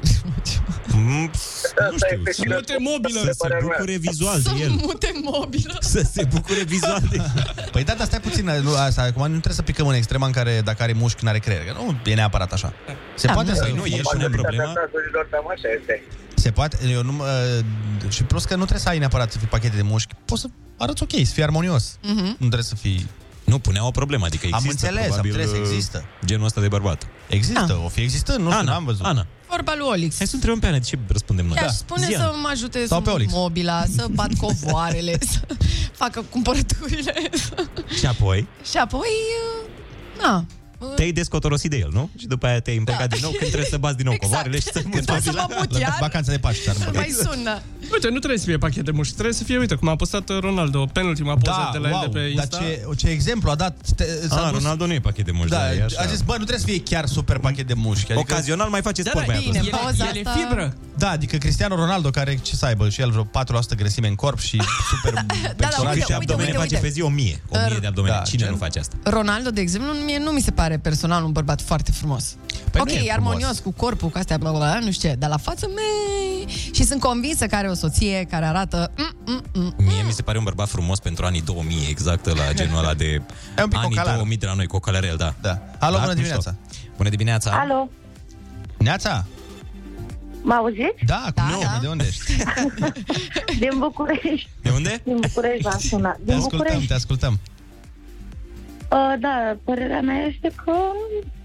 [SPEAKER 8] Nu știu,
[SPEAKER 17] este
[SPEAKER 8] să-
[SPEAKER 17] mute mobilă.
[SPEAKER 8] Să se bucure vizual de el.
[SPEAKER 9] mute mobilă.
[SPEAKER 8] Să se bucure vizual de
[SPEAKER 7] Păi da, dar stai puțin, nu, asta, acum nu trebuie să picăm în extrema în care dacă are mușchi, nu are creier, că nu e neapărat așa. Se
[SPEAKER 17] Da,
[SPEAKER 7] poate
[SPEAKER 17] nu.
[SPEAKER 7] să...
[SPEAKER 17] Păi nu, e și una problemă. Cam așa este.
[SPEAKER 7] Se poate, eu nu... mă- uh, și plus că nu trebuie să ai neapărat să fii pachete de mușchi, poți să arăți ok, să fii armonios.
[SPEAKER 9] Mhm.
[SPEAKER 7] Nu trebuie să fii...
[SPEAKER 8] Nu punea o problemă, adică
[SPEAKER 7] Am
[SPEAKER 8] există
[SPEAKER 7] înțeles, am
[SPEAKER 8] probabil, uh,
[SPEAKER 7] înțeles, există.
[SPEAKER 8] Genul ăsta de bărbat.
[SPEAKER 7] Există, o fi existând, nu știu, n-am văzut.
[SPEAKER 8] Ana,
[SPEAKER 9] Vorba lui Olix.
[SPEAKER 8] hai să întrebăm pe Ana, de ce răspundem noi?
[SPEAKER 9] Ea da. spune
[SPEAKER 8] Zi,
[SPEAKER 9] să
[SPEAKER 8] Ana.
[SPEAKER 9] mă ajute
[SPEAKER 8] Sau
[SPEAKER 9] să
[SPEAKER 8] pe Olix.
[SPEAKER 9] mobila, să bat covoarele, să facă cumpărăturile.
[SPEAKER 8] Și apoi,
[SPEAKER 9] și apoi, uh, na,
[SPEAKER 8] te-ai descotorosit de el, nu? Și după aia te-ai
[SPEAKER 9] Da.
[SPEAKER 8] împăcat din nou când trebuie să bați din nou
[SPEAKER 9] Exact.
[SPEAKER 8] covoarele și să muți mobila.
[SPEAKER 7] vacanța de Paște.
[SPEAKER 9] să mai sună.
[SPEAKER 11] Uite, nu trebuie să fie pachet de mușchi, trebuie să fie, uite, cum a postat uh, Ronaldo, penultima poză
[SPEAKER 7] Da,
[SPEAKER 11] de la
[SPEAKER 7] wow,
[SPEAKER 11] el de pe
[SPEAKER 7] dar
[SPEAKER 11] Insta.
[SPEAKER 7] ce, ce exemplu a dat te, s-a
[SPEAKER 8] Ah,
[SPEAKER 7] dus-
[SPEAKER 8] Ronaldo nu e pachet de mușchi,
[SPEAKER 7] Da,
[SPEAKER 8] dar e
[SPEAKER 7] a
[SPEAKER 8] așa.
[SPEAKER 7] zis, bă, nu trebuie să fie chiar super pachet de mușchi. Adică...
[SPEAKER 8] Ocazional mai face Da, sport, da, băiatul bine, ăsta. pauza
[SPEAKER 11] el e asta- fibră.
[SPEAKER 7] Da, adică Cristiano Ronaldo, care ce să aibă, și el vreo 4% grăsime în corp și super Da, pectoral.
[SPEAKER 9] uite,
[SPEAKER 7] și
[SPEAKER 9] uite,
[SPEAKER 7] abdomene
[SPEAKER 9] uite,
[SPEAKER 7] face
[SPEAKER 9] uite.
[SPEAKER 7] pe
[SPEAKER 8] zi 1000. 1000 de abdomene.
[SPEAKER 7] Da.
[SPEAKER 8] Cine nu face asta?
[SPEAKER 9] Ronaldo, de exemplu, mie nu mi se pare personal un bărbat foarte frumos.
[SPEAKER 8] Păi
[SPEAKER 9] ok,
[SPEAKER 8] nu e
[SPEAKER 9] e
[SPEAKER 8] frumos.
[SPEAKER 9] armonios cu corpul, cu astea, bla, bla, bla, nu știu ce, dar la față, mei, și sunt convinsă că are o soție care arată... Mm, mm, mm.
[SPEAKER 8] Mie mi se pare un bărbat frumos pentru anii 2000, exact la genul ăla de
[SPEAKER 7] un pic
[SPEAKER 8] anii
[SPEAKER 7] cocalar.
[SPEAKER 8] 2000 de la noi, cocalarel, da.
[SPEAKER 7] da. Alo, bună
[SPEAKER 8] mișto.
[SPEAKER 7] dimineața.
[SPEAKER 8] Bună dimineața.
[SPEAKER 18] Alo,
[SPEAKER 7] Neața?
[SPEAKER 18] mă auziți?
[SPEAKER 7] Da, cum da, nu, da. de unde ești?
[SPEAKER 18] Din București.
[SPEAKER 8] De unde?
[SPEAKER 18] Din București v-am sunat.
[SPEAKER 7] Te
[SPEAKER 18] Din
[SPEAKER 7] ascultăm,
[SPEAKER 18] București.
[SPEAKER 7] te ascultăm.
[SPEAKER 18] Uh, da, părerea mea este că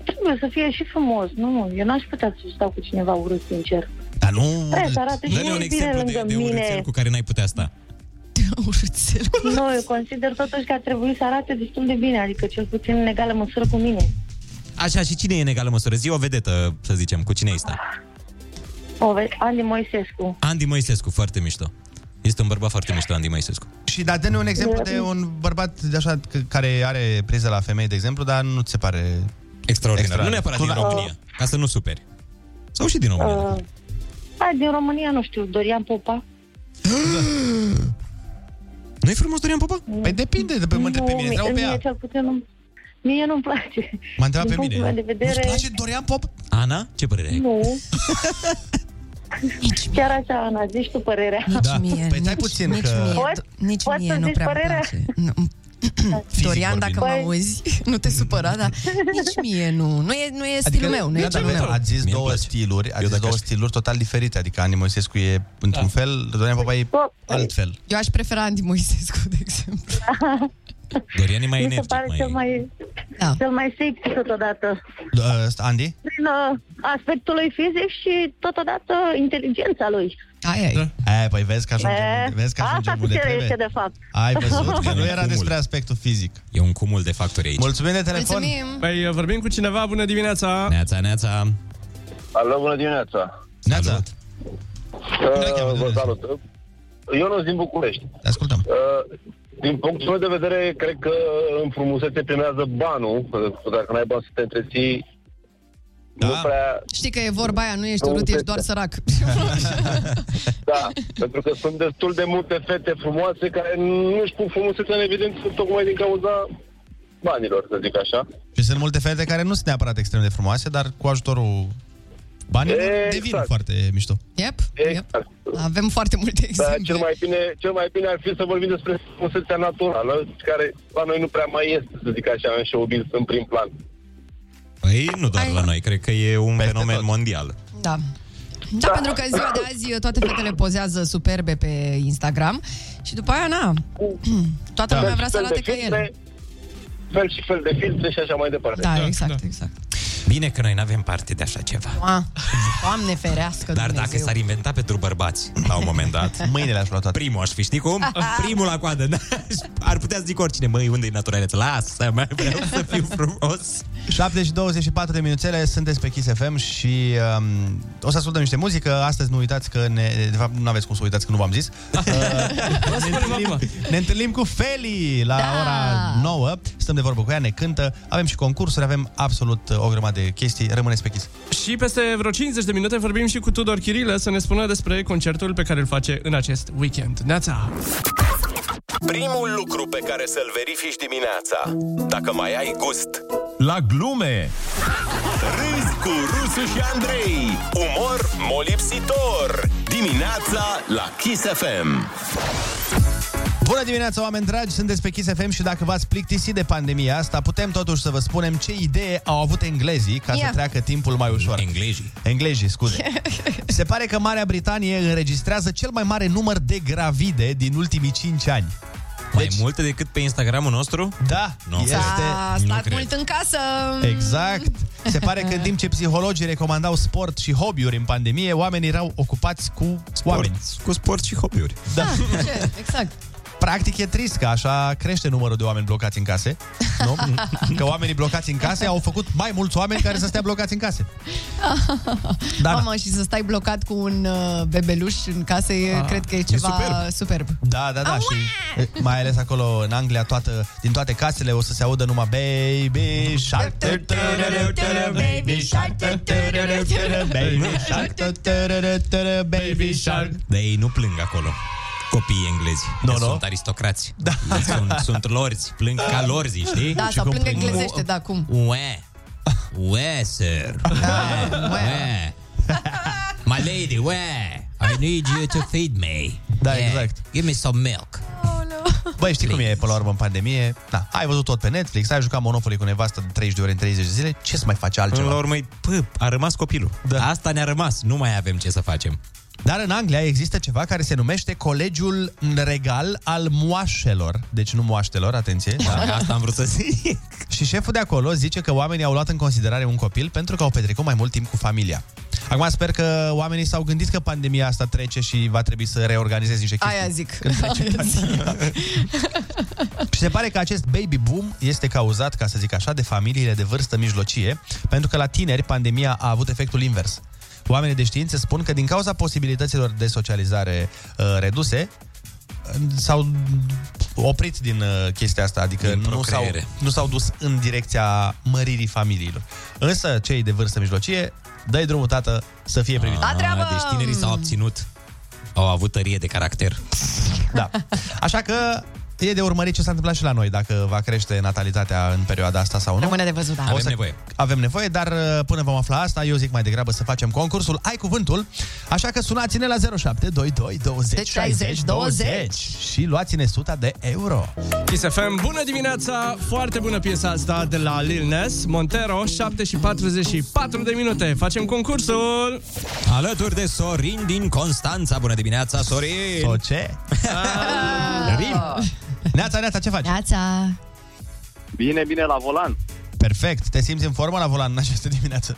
[SPEAKER 18] trebuie să fie și frumos, nu? Eu n-aș putea să stau cu cineva urât, sincer.
[SPEAKER 8] Dar nu...
[SPEAKER 18] Trebuie să arate și
[SPEAKER 8] Dă-ne un
[SPEAKER 18] bine
[SPEAKER 8] exemplu de,
[SPEAKER 18] lângă
[SPEAKER 8] de
[SPEAKER 18] mine.
[SPEAKER 8] urâțel cu care n-ai putea sta.
[SPEAKER 18] Nu, eu consider totuși că ar trebui să arate destul de bine, adică cel puțin în egală măsură cu mine.
[SPEAKER 8] Așa, și cine e în egală măsură? Zi o vedetă, să zicem, cu cine ai sta?
[SPEAKER 18] O, vezi, Andy Moisescu.
[SPEAKER 8] Andy Moisescu, foarte mișto. Este un bărbat foarte mișto, Andy Moisescu.
[SPEAKER 7] Și da, dă-ne un exemplu de un bărbat de așa c- care are priză la femei, de exemplu, dar nu ți se pare
[SPEAKER 8] Extraordinar. Nu neapărat din
[SPEAKER 7] Cu-
[SPEAKER 8] România, ca să nu superi. Sau și din România.
[SPEAKER 18] Uh, hai, din România, nu știu, Dorian Popa.
[SPEAKER 8] Nu-i frumos Dorian Popa?
[SPEAKER 7] Păi depinde, de pe, mă întreb pe mine,
[SPEAKER 18] mie,
[SPEAKER 7] întreabă pe
[SPEAKER 18] uh, mie
[SPEAKER 7] ea.
[SPEAKER 18] cel puțin nu, mie nu-mi place.
[SPEAKER 8] M-a întrebat
[SPEAKER 18] Din
[SPEAKER 8] pe mine.
[SPEAKER 18] punctul meu De vedere,
[SPEAKER 8] Nu-ți place
[SPEAKER 7] Dorian Pop?
[SPEAKER 8] Ana, ce părere ai?
[SPEAKER 18] Nu. Chiar așa, Ana, zici tu părerea.
[SPEAKER 9] Nici
[SPEAKER 8] Da,
[SPEAKER 9] mie,
[SPEAKER 18] păi
[SPEAKER 9] nici, nici mie,
[SPEAKER 18] Pot?
[SPEAKER 9] nici
[SPEAKER 18] Pot
[SPEAKER 9] mie
[SPEAKER 18] să
[SPEAKER 9] nu
[SPEAKER 18] zici
[SPEAKER 9] prea îmi
[SPEAKER 18] părerea?
[SPEAKER 9] place. Nu. Dorian, dacă mă auzi, nu te supăra, dar nici mie nu. Nu e, nu e
[SPEAKER 8] Adică
[SPEAKER 9] stilul meu, Adică nu e
[SPEAKER 7] da, dar
[SPEAKER 9] genul meu.
[SPEAKER 7] ați zis două stiluri, ați zis două stiluri total diferite, adică Ani Moisescu e într-un
[SPEAKER 9] Da.
[SPEAKER 7] fel, Dorian Popa e altfel.
[SPEAKER 9] Eu aș prefera Andy Moisescu, de exemplu.
[SPEAKER 8] Dorian e mai
[SPEAKER 18] Mi se
[SPEAKER 8] energ.
[SPEAKER 18] pare cel mai, da. cel mai sexy totodată.
[SPEAKER 7] Da, ăsta, Andy?
[SPEAKER 18] Prin uh, aspectul lui fizic și totodată inteligența lui.
[SPEAKER 9] Ai,
[SPEAKER 8] Da.
[SPEAKER 9] ai.
[SPEAKER 7] E, păi vezi că ajungem,
[SPEAKER 18] E,
[SPEAKER 7] vezi că
[SPEAKER 18] Eh, Asta
[SPEAKER 7] ajungem unde
[SPEAKER 18] se
[SPEAKER 7] trebuie.
[SPEAKER 18] este de fapt.
[SPEAKER 7] Ai văzut că nu
[SPEAKER 8] un
[SPEAKER 7] era
[SPEAKER 8] cumul.
[SPEAKER 7] despre aspectul fizic.
[SPEAKER 8] E un cumul de factori aici.
[SPEAKER 7] Mulțumim de
[SPEAKER 18] telefon. Mulțumim.
[SPEAKER 11] Păi vorbim cu cineva, bună dimineața!
[SPEAKER 8] Neața, neața!
[SPEAKER 19] Alo, bună dimineața!
[SPEAKER 7] Neața!
[SPEAKER 19] Uh, vă salut! Eu nu din București.
[SPEAKER 7] Ascultăm.
[SPEAKER 19] Uh, din punctul meu de vedere, cred că în frumusețe primează banul. că Dacă n-ai bani să te întreții, da. nu prea...
[SPEAKER 9] Știi că e vorba aia, nu ești urât, ești doar sărac.
[SPEAKER 19] Da, pentru că sunt destul de multe fete frumoase care nu-și pun frumusețea în evidență tocmai din cauza banilor, să zic așa.
[SPEAKER 7] Și sunt multe fete care nu sunt neapărat extrem de frumoase, dar cu ajutorul banilor
[SPEAKER 18] Exact.
[SPEAKER 7] devin foarte mișto.
[SPEAKER 9] Yep, yep. Avem foarte multe
[SPEAKER 19] Dar
[SPEAKER 9] exemple.
[SPEAKER 19] Exact. Da, cel mai, bine, cel mai bine ar fi să vorbim despre frumusețea naturală, care la noi nu prea mai este, să zic așa, în showbiz, în prim plan.
[SPEAKER 8] Păi nu doar la noi, cred că e un fenomen mondial.
[SPEAKER 9] Da. Da, pentru că ziua de azi toate fetele pozează superbe pe Instagram și după aia, na, toată
[SPEAKER 19] Da.
[SPEAKER 9] lumea vrea să
[SPEAKER 19] Fel de
[SPEAKER 9] arate ca
[SPEAKER 19] filtre,
[SPEAKER 9] el.
[SPEAKER 19] Fel și fel de filtre și așa mai departe.
[SPEAKER 9] Da, Da, exact, da. exact.
[SPEAKER 8] Bine că noi n-avem parte de așa ceva.
[SPEAKER 9] Ma, Doamne ferească
[SPEAKER 8] Dar dacă
[SPEAKER 9] Dumnezeu.
[SPEAKER 8] s-ar inventa pentru bărbați la un moment dat,
[SPEAKER 7] mâinile aș lua toate.
[SPEAKER 8] Primul aș fi, știi cum? Primul la coadă. Da, Ar putea să zic oricine, măi, unde e naturaleț? Lasă, mai vreau să fiu frumos.
[SPEAKER 7] 7 și 24 de minuțele, sunteți pe Kiss FM și um, o să ascultăm niște muzică. Astăzi nu uitați că ne... De fapt, nu aveți cum să uitați că nu v-am zis. Uh, ne, întâlnim, ne întâlnim cu Feli la da. ora 9. Stăm de vorbă cu ea, ne cântă. Avem și concursuri, avem absolut uh, o grămadă de chestii. Rămâneți pe Kiss.
[SPEAKER 11] Și peste vreo 50 de minute vorbim și cu Tudor Chirilă să ne spună despre concertul pe care îl face în acest weekend. Neața!
[SPEAKER 1] Primul lucru pe care să-l verifici dimineața, dacă mai ai gust. La glume! Râzi cu Rusu și Andrei. Umor molipsitor. Dimineața la Kiss FM.
[SPEAKER 7] Bună dimineața, oameni dragi! Sunteți pe Kiss FM și dacă v-ați plictisit de pandemia asta, putem totuși să vă spunem ce idee au avut englezii ca
[SPEAKER 9] Ia.
[SPEAKER 7] să treacă timpul mai ușor.
[SPEAKER 8] Englezii.
[SPEAKER 7] Englezii, scuze. Se pare că Marea Britanie înregistrează cel mai mare număr de gravide din ultimii 5 ani. Deci-
[SPEAKER 8] Mai multe decât pe Instagramul nostru?
[SPEAKER 7] Da.
[SPEAKER 8] Nu,
[SPEAKER 7] Este-
[SPEAKER 9] S-a stat mult în casă.
[SPEAKER 7] Exact. Se pare că în timp ce psihologii recomandau sport și hobby-uri în pandemie, oamenii erau ocupați cu sport. oameni.
[SPEAKER 8] Cu sport și hobby-uri.
[SPEAKER 7] Da.
[SPEAKER 9] Ah, Ce? Exact.
[SPEAKER 7] Practic e trist că așa crește numărul de oameni blocați în case, nu? Că oamenii blocați în case au făcut mai mulți oameni care să stea blocați în case.
[SPEAKER 9] Da.
[SPEAKER 7] Da.
[SPEAKER 9] Mamă, și să stai blocat cu un uh, bebeluș în casă, e,
[SPEAKER 7] Ah,
[SPEAKER 9] cred că e
[SPEAKER 7] e
[SPEAKER 9] ceva
[SPEAKER 7] superb.
[SPEAKER 9] superb.
[SPEAKER 7] Da, da, da, și e, mai ales acolo în Anglia, toată, din toate casele o să se audă numai baby shark, tărără, tărără, baby shark, tărără, tărără, baby shark, tărără, tărără, baby shark.
[SPEAKER 8] Dar ei nu plâng acolo. Copiii englezi. No, no. Sunt aristocrați. Da. Sunt, sunt lorzi. Plâng ca lorzi, știi?
[SPEAKER 9] Da, sau plângă englezește, da, cum?
[SPEAKER 8] Ue. Ue, sir. Ue. Ue. My lady, ue. I need you to feed me.
[SPEAKER 7] Da, exact.
[SPEAKER 8] Give me some milk.
[SPEAKER 7] Băi, știi cum e până la urmă în pandemie? Da, ai văzut tot pe Netflix, ai jucat Monopoly cu nevastă de 30 de ore în 30 de zile, ce să mai faci altceva?
[SPEAKER 8] Până la urmă, pă, a rămas copilul. Da. Asta ne-a rămas. Nu mai avem ce să facem.
[SPEAKER 7] Dar în Anglia există ceva care se numește Colegiul Regal al Moașelor. Deci nu moaștelor, atenție. Da? Asta am vrut să zic. Și șeful de acolo zice că oamenii au luat în considerare un copil pentru că au petrecut mai mult timp cu familia. Acum sper că oamenii s-au gândit că pandemia asta trece și va trebui să reorganizezi niște chestii.
[SPEAKER 9] Aia zic.
[SPEAKER 7] Când trece
[SPEAKER 9] Aia zic.
[SPEAKER 7] Și se pare că acest baby boom este cauzat, ca să zic așa, de familiile de vârstă mijlocie, pentru că la tineri pandemia a avut efectul invers. Oamenii de știință spun că din cauza posibilităților de socializare uh, reduse, uh, s-au oprit din uh, chestia asta, adică
[SPEAKER 8] Din
[SPEAKER 7] nu s-au,
[SPEAKER 8] procreere.
[SPEAKER 7] nu s-au dus în direcția măririi familiilor. Însă cei de vârstă mijlocie, dai drumul tată să fie privit.
[SPEAKER 9] La treabă!
[SPEAKER 8] Deci tinerii s-au abținut. Au avut tărie de caracter.
[SPEAKER 7] Da. Așa că e de urmărit ce s-a întâmplat și la noi, dacă va crește natalitatea în perioada asta sau nu.
[SPEAKER 9] Rămâne de văzut, da.
[SPEAKER 7] O să- Avem nevoie, dar uh, până vom afla asta, eu zic mai degrabă să facem concursul Ai Cuvântul, așa că sunați-ne la 0722 20
[SPEAKER 9] Deci
[SPEAKER 7] 60 20 și luați-ne 100 de euro.
[SPEAKER 11] Kiss FM, bună dimineața! Foarte bună piesa asta de la Lil Nas, Montero, 7 și 44 de minute. Facem concursul!
[SPEAKER 8] Alături de Sorin din Constanța. Bună dimineața, Sorin! So
[SPEAKER 7] ce?
[SPEAKER 8] Rin.
[SPEAKER 7] Neața, Neața, ce faci?
[SPEAKER 9] Neața.
[SPEAKER 20] Bine, bine la volan.
[SPEAKER 7] Perfect, te simți în formă la volan în această dimineață.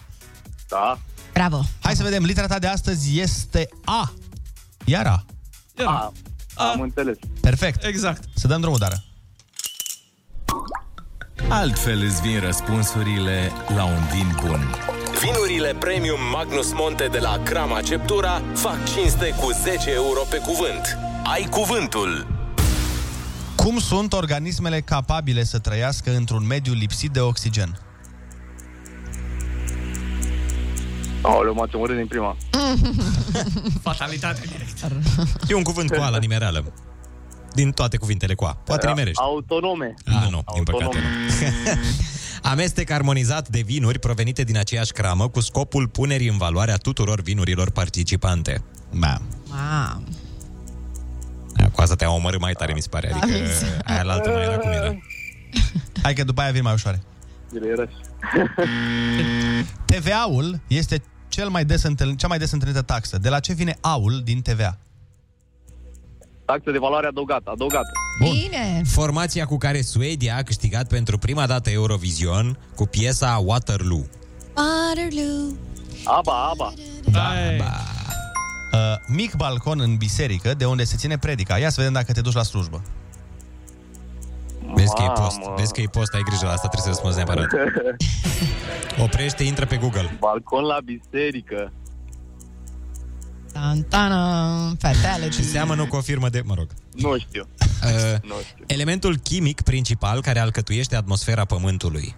[SPEAKER 20] Da.
[SPEAKER 9] Bravo.
[SPEAKER 7] Hai să vedem, litera ta de astăzi este A. Iar A.
[SPEAKER 20] A, am înțeles.
[SPEAKER 7] Perfect.
[SPEAKER 11] Exact.
[SPEAKER 7] Să dăm drumul, Dara.
[SPEAKER 16] Altfel îți vin răspunsurile la un vin bun.
[SPEAKER 1] Vinurile premium Magnus Monte de la Crama Ceptura fac cinste cu 10 euro pe cuvânt. Ai cuvântul!
[SPEAKER 7] Cum sunt organismele capabile să trăiască într-un mediu lipsit de oxigen?
[SPEAKER 20] Aoleu, m-ați omorât din prima.
[SPEAKER 11] Fatalitate direct.
[SPEAKER 8] E un cuvânt cu A la nimereală. Din toate cuvintele cu A. Poate nimerești.
[SPEAKER 20] Autonome.
[SPEAKER 8] Ah, nu, din păcate nu. Amestec armonizat de vinuri provenite din aceeași cramă cu scopul punerii în valoare a tuturor vinurilor participante.
[SPEAKER 7] Da.
[SPEAKER 9] Wow.
[SPEAKER 8] Cu asta te-a omorât mai tare, mi se pare. Adică aia la altă nu era cum era.
[SPEAKER 7] Hai că după aia vin mai ușoare. TVA-ul este cel mai des întâln- cea mai des întâlnită taxă. De la ce vine aul din TVA?
[SPEAKER 20] Taxă de valoare adăugată, adăugată.
[SPEAKER 9] Bine!
[SPEAKER 8] Formația cu care Suedia a câștigat pentru prima dată Eurovision cu piesa Waterloo.
[SPEAKER 9] Waterloo.
[SPEAKER 20] Aba, aba.
[SPEAKER 7] Da, ba. Uh, mic balcon în biserică de unde se ține predica. Ia să vedem dacă te duci la slujbă.
[SPEAKER 8] Vezi că e post, vezi că e post, ai grijă la asta, trebuie să răspunzi neapărat. Oprește, intră pe Google.
[SPEAKER 20] Balcon la biserică.
[SPEAKER 9] Tantana, fetele.
[SPEAKER 8] Și seamănă cu o firmă de... Mă rog.
[SPEAKER 20] Nu știu.
[SPEAKER 8] Uh, elementul chimic principal care alcătuiește atmosfera Pământului.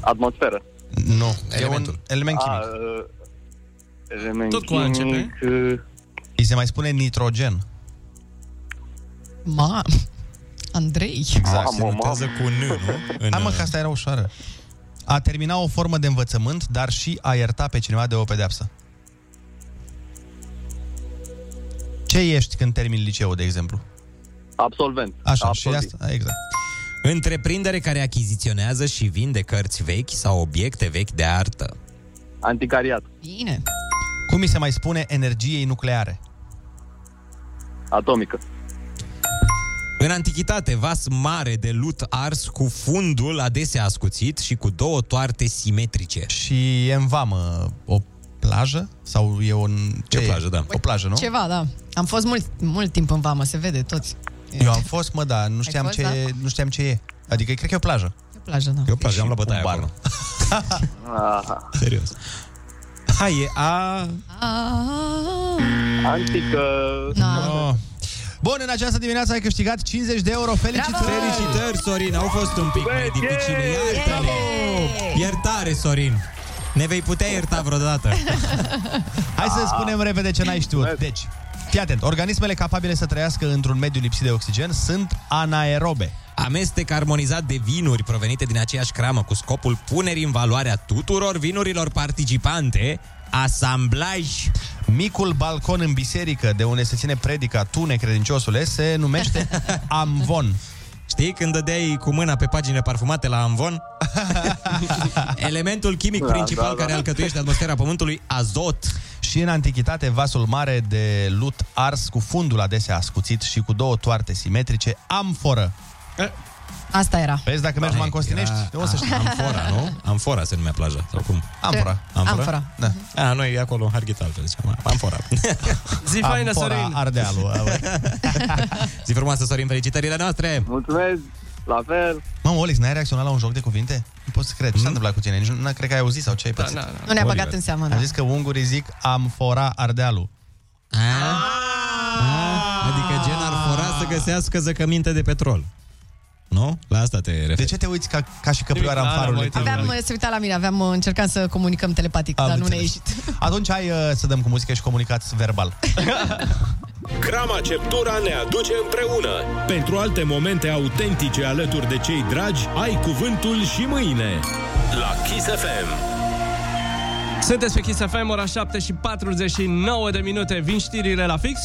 [SPEAKER 20] Atmosferă.
[SPEAKER 7] Nu, elementul. Un element chimic.
[SPEAKER 20] A, uh, element
[SPEAKER 7] Tot cu A
[SPEAKER 20] chimic. uh,
[SPEAKER 7] începe. Îi se mai spune nitrogen.
[SPEAKER 9] Ma. Andrei.
[SPEAKER 7] Exact, se notează
[SPEAKER 8] cu N, nu?
[SPEAKER 7] În, Hai mă, că asta era ușoară. A termina o formă de învățământ, dar și a ierta pe cineva de o pedeapsă. Ce ești când termini liceul, de exemplu?
[SPEAKER 20] Absolvent.
[SPEAKER 7] Așa,
[SPEAKER 20] Absolvit.
[SPEAKER 7] și asta, exact.
[SPEAKER 8] Întreprindere care achiziționează și vinde cărți vechi sau obiecte vechi de artă.
[SPEAKER 20] Anticariat.
[SPEAKER 9] Bine.
[SPEAKER 7] Cum îi se mai spune energiei nucleare?
[SPEAKER 20] Atomică.
[SPEAKER 8] În antichitate, vas mare de lut ars cu fundul adesea ascuțit și cu două toarte simetrice.
[SPEAKER 7] Și e în vamă o plajă? Sau e un... Ce,
[SPEAKER 8] E o plajă, da.
[SPEAKER 7] O plajă, nu?
[SPEAKER 9] Ceva, da. Am fost mult, mult timp în vamă, se vede toți.
[SPEAKER 7] Eu am fost, mă, da, nu știam,
[SPEAKER 9] fost,
[SPEAKER 7] ce,
[SPEAKER 9] da?
[SPEAKER 7] nu știam ce e. Adică cred că e o plajă.
[SPEAKER 9] E plajă, da.
[SPEAKER 8] Eu plajă, am la bătaie
[SPEAKER 7] acolo.
[SPEAKER 8] Serios. Hai, e a...
[SPEAKER 20] Antică.
[SPEAKER 9] Da.
[SPEAKER 7] No. Bun, în această dimineață ai câștigat 50 de euro. Felicitări!
[SPEAKER 8] Felicitări, Sorin! Au fost un pic mai dificile. Iartă-ne! Iertare, Sorin! Ne vei putea ierta vreodată.
[SPEAKER 7] Hai
[SPEAKER 8] Ah.
[SPEAKER 7] să spunem repede ce n-ai știut. Deci, fii atent. Organismele capabile să trăiască într-un mediu lipsit de oxigen sunt anaerobe.
[SPEAKER 8] Amestec armonizat de vinuri provenite din aceeași cramă cu scopul punerii în valoare a tuturor vinurilor participante, asamblaj.
[SPEAKER 7] Micul balcon în biserică de unde se ține predica tu, necredinciosule, se numește amvon.
[SPEAKER 8] Știi când dădeai cu mâna pe pagine parfumate la Amvon? Elementul chimic
[SPEAKER 7] Da,
[SPEAKER 8] principal
[SPEAKER 7] da, da.
[SPEAKER 8] care alcătuiește atmosfera Pământului, azot.
[SPEAKER 7] Și în antichitate, vasul mare de lut ars cu fundul adesea ascuțit și cu două toarte simetrice, amforă.
[SPEAKER 9] Asta era.
[SPEAKER 7] Vezi, dacă mergi
[SPEAKER 8] Doamne,
[SPEAKER 7] Mancostinești,
[SPEAKER 8] era-
[SPEAKER 7] o să știi.
[SPEAKER 8] Amfora, nu?
[SPEAKER 7] da.
[SPEAKER 8] Amfora se numea plaja, sau cum?
[SPEAKER 7] Amfora.
[SPEAKER 8] Amfora?
[SPEAKER 7] Amfora.
[SPEAKER 8] Da. A, noi acolo în Harghita altfel ziceam. Amfora.
[SPEAKER 11] Zi faină, Sorin.
[SPEAKER 7] Ardealul.
[SPEAKER 8] Zi frumoasă, Sorin, felicitările noastre!
[SPEAKER 20] Mulțumesc, la fel.
[SPEAKER 7] Mamă, Olix, n-ai reacționat la un joc de cuvinte? Nu pot să cred. Ce s-a întâmplat cu tine? Nici nu cred că ai auzit sau ce ai pățit. Hmm? Da, da,
[SPEAKER 9] Nu ne-a băgat în seamă, da.
[SPEAKER 7] Am zis că ungurii zic amfora ardealul.
[SPEAKER 8] Adică gen ar fora să găsească zăcăminte de petrol. Nu? La asta te referi. De
[SPEAKER 7] ce te uiți ca, ca și căprioara în farul lui?
[SPEAKER 9] Aveam, uh, se uita la mine, aveam, uh, încercam să comunicăm telepatic, dar nu ne-a ieșit.
[SPEAKER 7] Atunci hai uh, să dăm cu muzică și comunicați verbal.
[SPEAKER 16] Crama Ceptura ne aduce împreună. Pentru alte momente autentice alături de cei dragi, ai cuvântul și mâine. La Kiss FM.
[SPEAKER 11] Sunteți pe Kiss FM, ora 7 și 49 de minute. Vin știrile la fix.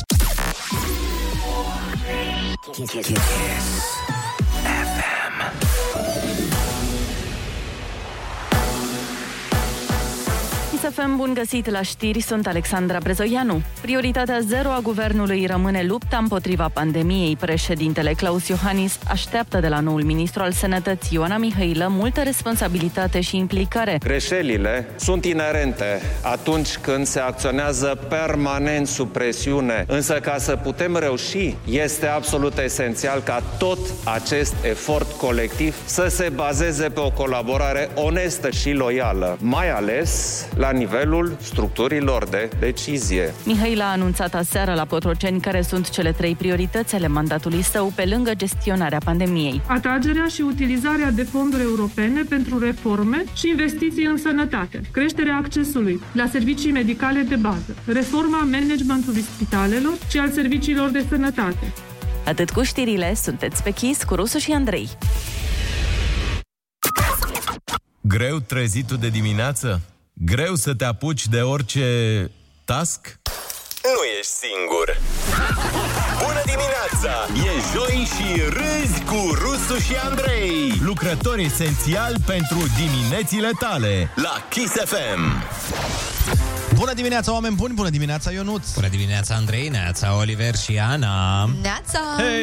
[SPEAKER 12] ISFM, bun găsit la știri, sunt Alexandra Brezoianu. Prioritatea zero a guvernului rămâne lupta împotriva pandemiei. Președintele Claus Iohannis așteaptă de la noul ministru al sănătății Ioana Mihailă multă responsabilitate și implicare.
[SPEAKER 4] Greșelile sunt inerente atunci când se acționează permanent sub presiune, însă ca să putem reuși, este absolut esențial ca tot acest efort colectiv să se bazeze pe o colaborare onestă și loială, mai ales la nivelul structurilor de decizie.
[SPEAKER 12] Mihaila a anunțat aseară la Potroceni care sunt cele trei priorități ale mandatului său pe lângă gestionarea pandemiei.
[SPEAKER 21] atragerea și utilizarea de fonduri europene pentru reforme și investiții în sănătate, creșterea accesului la servicii medicale de bază, reforma managementului spitalelor și al serviciilor de sănătate.
[SPEAKER 12] Atât cu știrile, sunteți pe Kiss cu Rusu și Andrei.
[SPEAKER 6] Greu trezitul de dimineață? Greu să te apuci de orice task?
[SPEAKER 1] Nu ești singur. Bună dimineața!
[SPEAKER 6] E joi și râzi cu Rusu și Andrei Lucrători esențiali pentru diminețile tale La Kiss FM
[SPEAKER 7] Mm. Bună dimineața, oameni buni! Bună dimineața, Ionuț!
[SPEAKER 8] Bună dimineața, Andrei, neața, Oliver și Ana.
[SPEAKER 9] Neața!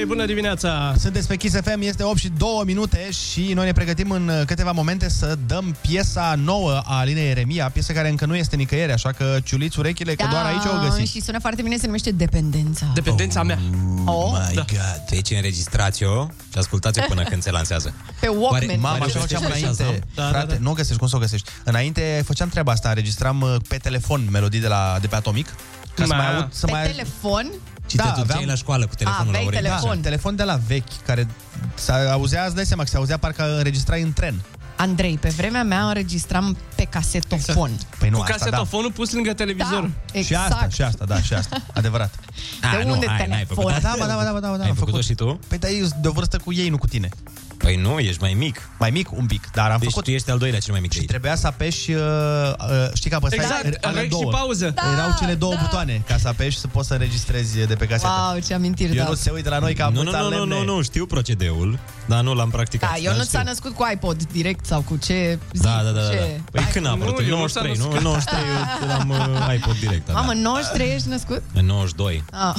[SPEAKER 11] bună dimineața!
[SPEAKER 7] Sunteți pe Kiss FM, este 8 și 2 minute și noi ne pregătim în uh, câteva momente să dăm piesa nouă a Alinei Eremia, piesă care încă nu este nicăieri, așa că ciuliți urechile, că doar aici o găsiți.
[SPEAKER 9] Și sună foarte bine, se numește Dependența.
[SPEAKER 11] Dependența mea.
[SPEAKER 9] Oh,
[SPEAKER 8] My da. God. Deci înregistrați-o și ascultați-o până când se lansează.
[SPEAKER 9] pe Walkman. Păi,
[SPEAKER 8] Oare-
[SPEAKER 7] Mama, așa făceam înainte, da, frate, da, da. nu o găsești, cum să o găsești? Înainte făceam treaba asta, înregistram uh, pe telefon melodii de, la, de pe Atomic, ca să
[SPEAKER 8] Ma.
[SPEAKER 7] mai aud, să
[SPEAKER 9] Pe
[SPEAKER 7] mai...
[SPEAKER 9] telefon?
[SPEAKER 7] Și da, te duceai aveam...
[SPEAKER 8] la școală cu telefonul
[SPEAKER 9] A, la vechi ureche. telefon.
[SPEAKER 7] Da, telefon de la vechi, care se auzea, îți dai seama că se auzea parcă înregistrai în tren.
[SPEAKER 9] Andrei, pe vremea mea înregistram pe casetofon. Exact.
[SPEAKER 7] Păi nu,
[SPEAKER 11] Cu
[SPEAKER 7] asta, da.
[SPEAKER 11] casetofonul da. pus lângă televizor.
[SPEAKER 9] Da,
[SPEAKER 7] Și asta, și asta, da, și asta. Adevărat.
[SPEAKER 8] A, nu,
[SPEAKER 9] unde
[SPEAKER 8] ai, n-ai
[SPEAKER 9] telefon?
[SPEAKER 8] făcut.
[SPEAKER 7] Ba da, ba da, ba da, ba da, ba da,
[SPEAKER 8] Ai
[SPEAKER 7] am
[SPEAKER 8] făcut-o
[SPEAKER 7] făcut.
[SPEAKER 8] și tu?
[SPEAKER 7] Păi da, eu sunt de o vârstă cu ei, nu cu tine.
[SPEAKER 8] Păi nu, ești mai mic.
[SPEAKER 7] Mai mic un pic, dar am
[SPEAKER 8] deci
[SPEAKER 7] făcut.
[SPEAKER 8] tu ești al doilea cel mai mic de ei.
[SPEAKER 7] Trebuia să apeși, uh, uh, știi că apăsai
[SPEAKER 11] Exact,
[SPEAKER 7] ale
[SPEAKER 11] rec și
[SPEAKER 7] două.
[SPEAKER 11] pauză. Da,
[SPEAKER 7] Erau cele două butoane ca să apeși să poți să înregistrezi de pe casetă.
[SPEAKER 9] Wow, ce amintiri,
[SPEAKER 7] eu
[SPEAKER 9] da.
[SPEAKER 7] nu se uită la noi ca am
[SPEAKER 8] nu, nu, nu, nu, nu, nu, știu procedeul, dar nu l-am practicat.
[SPEAKER 9] Da, eu nu s-a
[SPEAKER 8] Exact, știu.
[SPEAKER 9] născut cu iPod direct sau cu ce zi,
[SPEAKER 8] Da, da, da, da. da.
[SPEAKER 9] ce...
[SPEAKER 8] Păi când a apărut? În
[SPEAKER 11] eu nu s-a
[SPEAKER 8] 93, nu? În
[SPEAKER 11] născut.
[SPEAKER 8] 93 eu l-am uh, iPod direct.
[SPEAKER 9] Mamă,
[SPEAKER 8] aveam.
[SPEAKER 9] în 93 ești născut?
[SPEAKER 8] În 92.
[SPEAKER 9] Ah,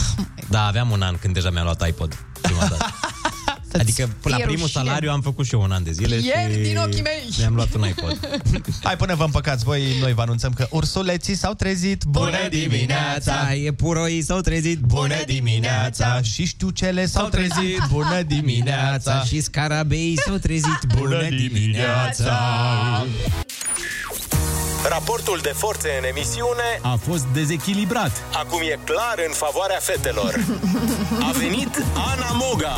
[SPEAKER 8] Da, aveam un an când deja mi-am luat iPod. prima dată. adică la
[SPEAKER 9] fie
[SPEAKER 8] primul
[SPEAKER 9] rușine.
[SPEAKER 8] salariu am făcut și eu un an de zile
[SPEAKER 9] Pierd
[SPEAKER 8] și
[SPEAKER 9] din ochii mei.
[SPEAKER 8] mi-am luat un iPod.
[SPEAKER 7] Hai până vă împăcați voi, noi vă anunțăm că ursuleții s-au trezit.
[SPEAKER 8] Bună dimineața! E puroii s-au trezit! Bună dimineața!
[SPEAKER 7] Și știu cele s-au trezit. Bună
[SPEAKER 8] dimineața! Și scarabeii s-au trezit! Bună dimineața!
[SPEAKER 1] Raportul de forțe în emisiune
[SPEAKER 6] A fost dezechilibrat
[SPEAKER 1] acum e clar în favoarea fetelor. A venit Ana Moga.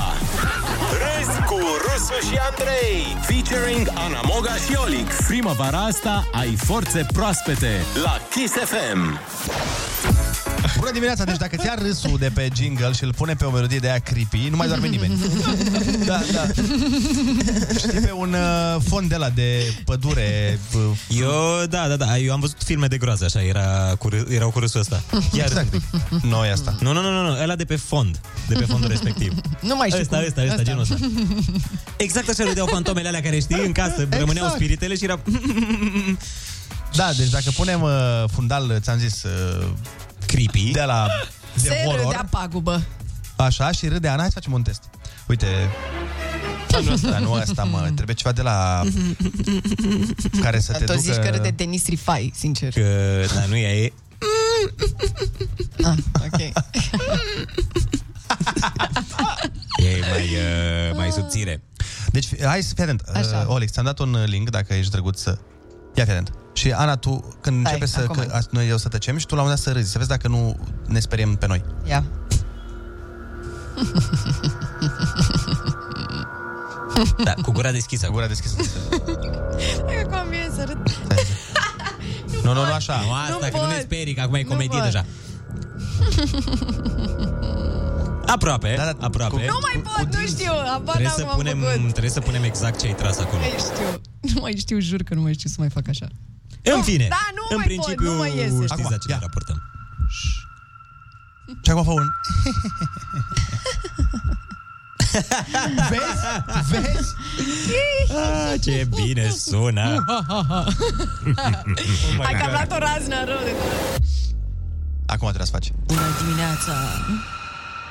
[SPEAKER 1] Râzi cu Rusu și Andrei. Featuring Ana Moga și Olix.
[SPEAKER 16] Primăvara asta ai forțe proaspete La Kiss FM
[SPEAKER 7] Bună dimineața! Deci dacă ți-ar râsul de pe jingle și îl pune pe o melodie de aia creepy, nu mai doarme nimeni. Da, da. Știi, pe un uh, fond de la de pădure... Uh,
[SPEAKER 8] Eu, da, da, da, eu am văzut filme de groază, așa, era cu, râ- erau cu râsul ăsta. Iar, exact.
[SPEAKER 7] Noi asta.
[SPEAKER 8] Nu, nu, nu, nu, nu, ăla de pe fond, de pe fondul respectiv.
[SPEAKER 9] Nu mai știu
[SPEAKER 8] Ăsta,
[SPEAKER 9] cum.
[SPEAKER 8] ăsta, ăsta, genul ăsta.
[SPEAKER 7] Exact.
[SPEAKER 8] Exact așa râdeau fantomele alea care știi în casă, exact. rămâneau spiritele și era...
[SPEAKER 7] Da, deci dacă punem uh, fundal, ți-am zis... Uh, Creepy. De la... De
[SPEAKER 9] Se
[SPEAKER 7] horror.
[SPEAKER 9] râdea pagubă.
[SPEAKER 7] Așa, și râde Ana, hai să facem un test. Uite, anul ăsta, nu asta, mă, trebuie ceva de la
[SPEAKER 9] Mhm.
[SPEAKER 7] care să
[SPEAKER 9] Dar
[SPEAKER 7] te
[SPEAKER 9] tot
[SPEAKER 7] ducă...
[SPEAKER 9] zici că râde Denis Rifai, sincer.
[SPEAKER 7] Că, da, nu e...
[SPEAKER 9] Ah, ok.
[SPEAKER 8] E mai, uh, mai subțire.
[SPEAKER 7] Deci, hai să fii atent. Uh, Olex, ți-am dat un uh, link dacă ești drăguț să... Ia fii atent. Și Ana, tu, când
[SPEAKER 9] Stai,
[SPEAKER 7] începe să...
[SPEAKER 9] acum.
[SPEAKER 7] Că, a- noi eu să tăcem și tu la un moment dat să râzi, să vezi dacă nu ne speriem pe noi.
[SPEAKER 9] Ia.
[SPEAKER 8] Da, cu gura deschisă. Cu
[SPEAKER 7] gura deschisă.
[SPEAKER 9] Dacă cum vine să râd.
[SPEAKER 7] nu, nu, nu așa.
[SPEAKER 8] Nu asta, că nu ne
[SPEAKER 9] pot.
[SPEAKER 8] sperii, că acum e
[SPEAKER 9] Nu
[SPEAKER 8] comedie
[SPEAKER 9] pot.
[SPEAKER 8] deja. Aproape, da, da, aproape.
[SPEAKER 9] Nu mai pot, nu știu. Abar
[SPEAKER 8] Trebuie
[SPEAKER 9] n-am
[SPEAKER 8] să,
[SPEAKER 9] cum
[SPEAKER 8] punem,
[SPEAKER 9] am făcut.
[SPEAKER 8] trebuie să punem exact ce ai tras acolo.
[SPEAKER 9] Nu mai știu. Nu mai știu, jur că nu mai știu să mai fac așa.
[SPEAKER 8] În fine,
[SPEAKER 9] Da, nu
[SPEAKER 8] în
[SPEAKER 9] mai
[SPEAKER 8] principiu
[SPEAKER 9] pot, nu mai iese.
[SPEAKER 8] știți la ce ne raportăm.
[SPEAKER 7] Și acum fă un...
[SPEAKER 9] Vezi?
[SPEAKER 7] Vezi?
[SPEAKER 8] Ah, ce bine
[SPEAKER 9] Oh
[SPEAKER 8] sună!
[SPEAKER 9] Hai că am luat o raznă rău de tot.
[SPEAKER 7] Oh Acum trebuie să faci.
[SPEAKER 9] Bună dimineața!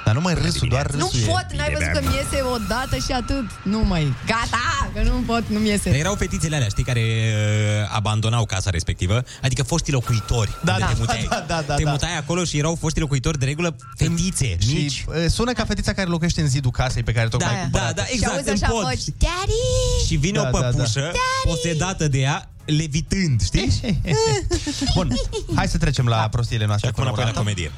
[SPEAKER 7] Dar nu mai râsul, doar
[SPEAKER 9] Nu
[SPEAKER 7] râsul e.
[SPEAKER 9] pot, n-ai văzut că mi iese o dată și atât. Nu mai. Gata, că nu pot, nu mi iese.
[SPEAKER 8] Dar erau fetițele alea, știi, care uh, abandonau casa respectivă, adică foștii locuitori. Da,
[SPEAKER 7] da,
[SPEAKER 8] te mutai,
[SPEAKER 7] da, da, da,
[SPEAKER 8] Te
[SPEAKER 7] da.
[SPEAKER 8] mutai acolo și erau foștii locuitori de regulă fetițe, mici.
[SPEAKER 7] Și uh, sună ca fetița care locuiește în zidul casei pe care tocmai
[SPEAKER 8] Da,
[SPEAKER 7] ai
[SPEAKER 8] da,
[SPEAKER 7] cumpărat-o.
[SPEAKER 8] da, exact,
[SPEAKER 9] și
[SPEAKER 8] în
[SPEAKER 9] auzi așa
[SPEAKER 8] pod.
[SPEAKER 9] voci, Daddy!
[SPEAKER 8] Și vine
[SPEAKER 7] Da,
[SPEAKER 8] o
[SPEAKER 7] da, da.
[SPEAKER 8] păpușă posedată de ea, levitând, știi? Da.
[SPEAKER 7] Bun, hai să trecem la prostiile noastre. Acum
[SPEAKER 8] înapoi la comedie.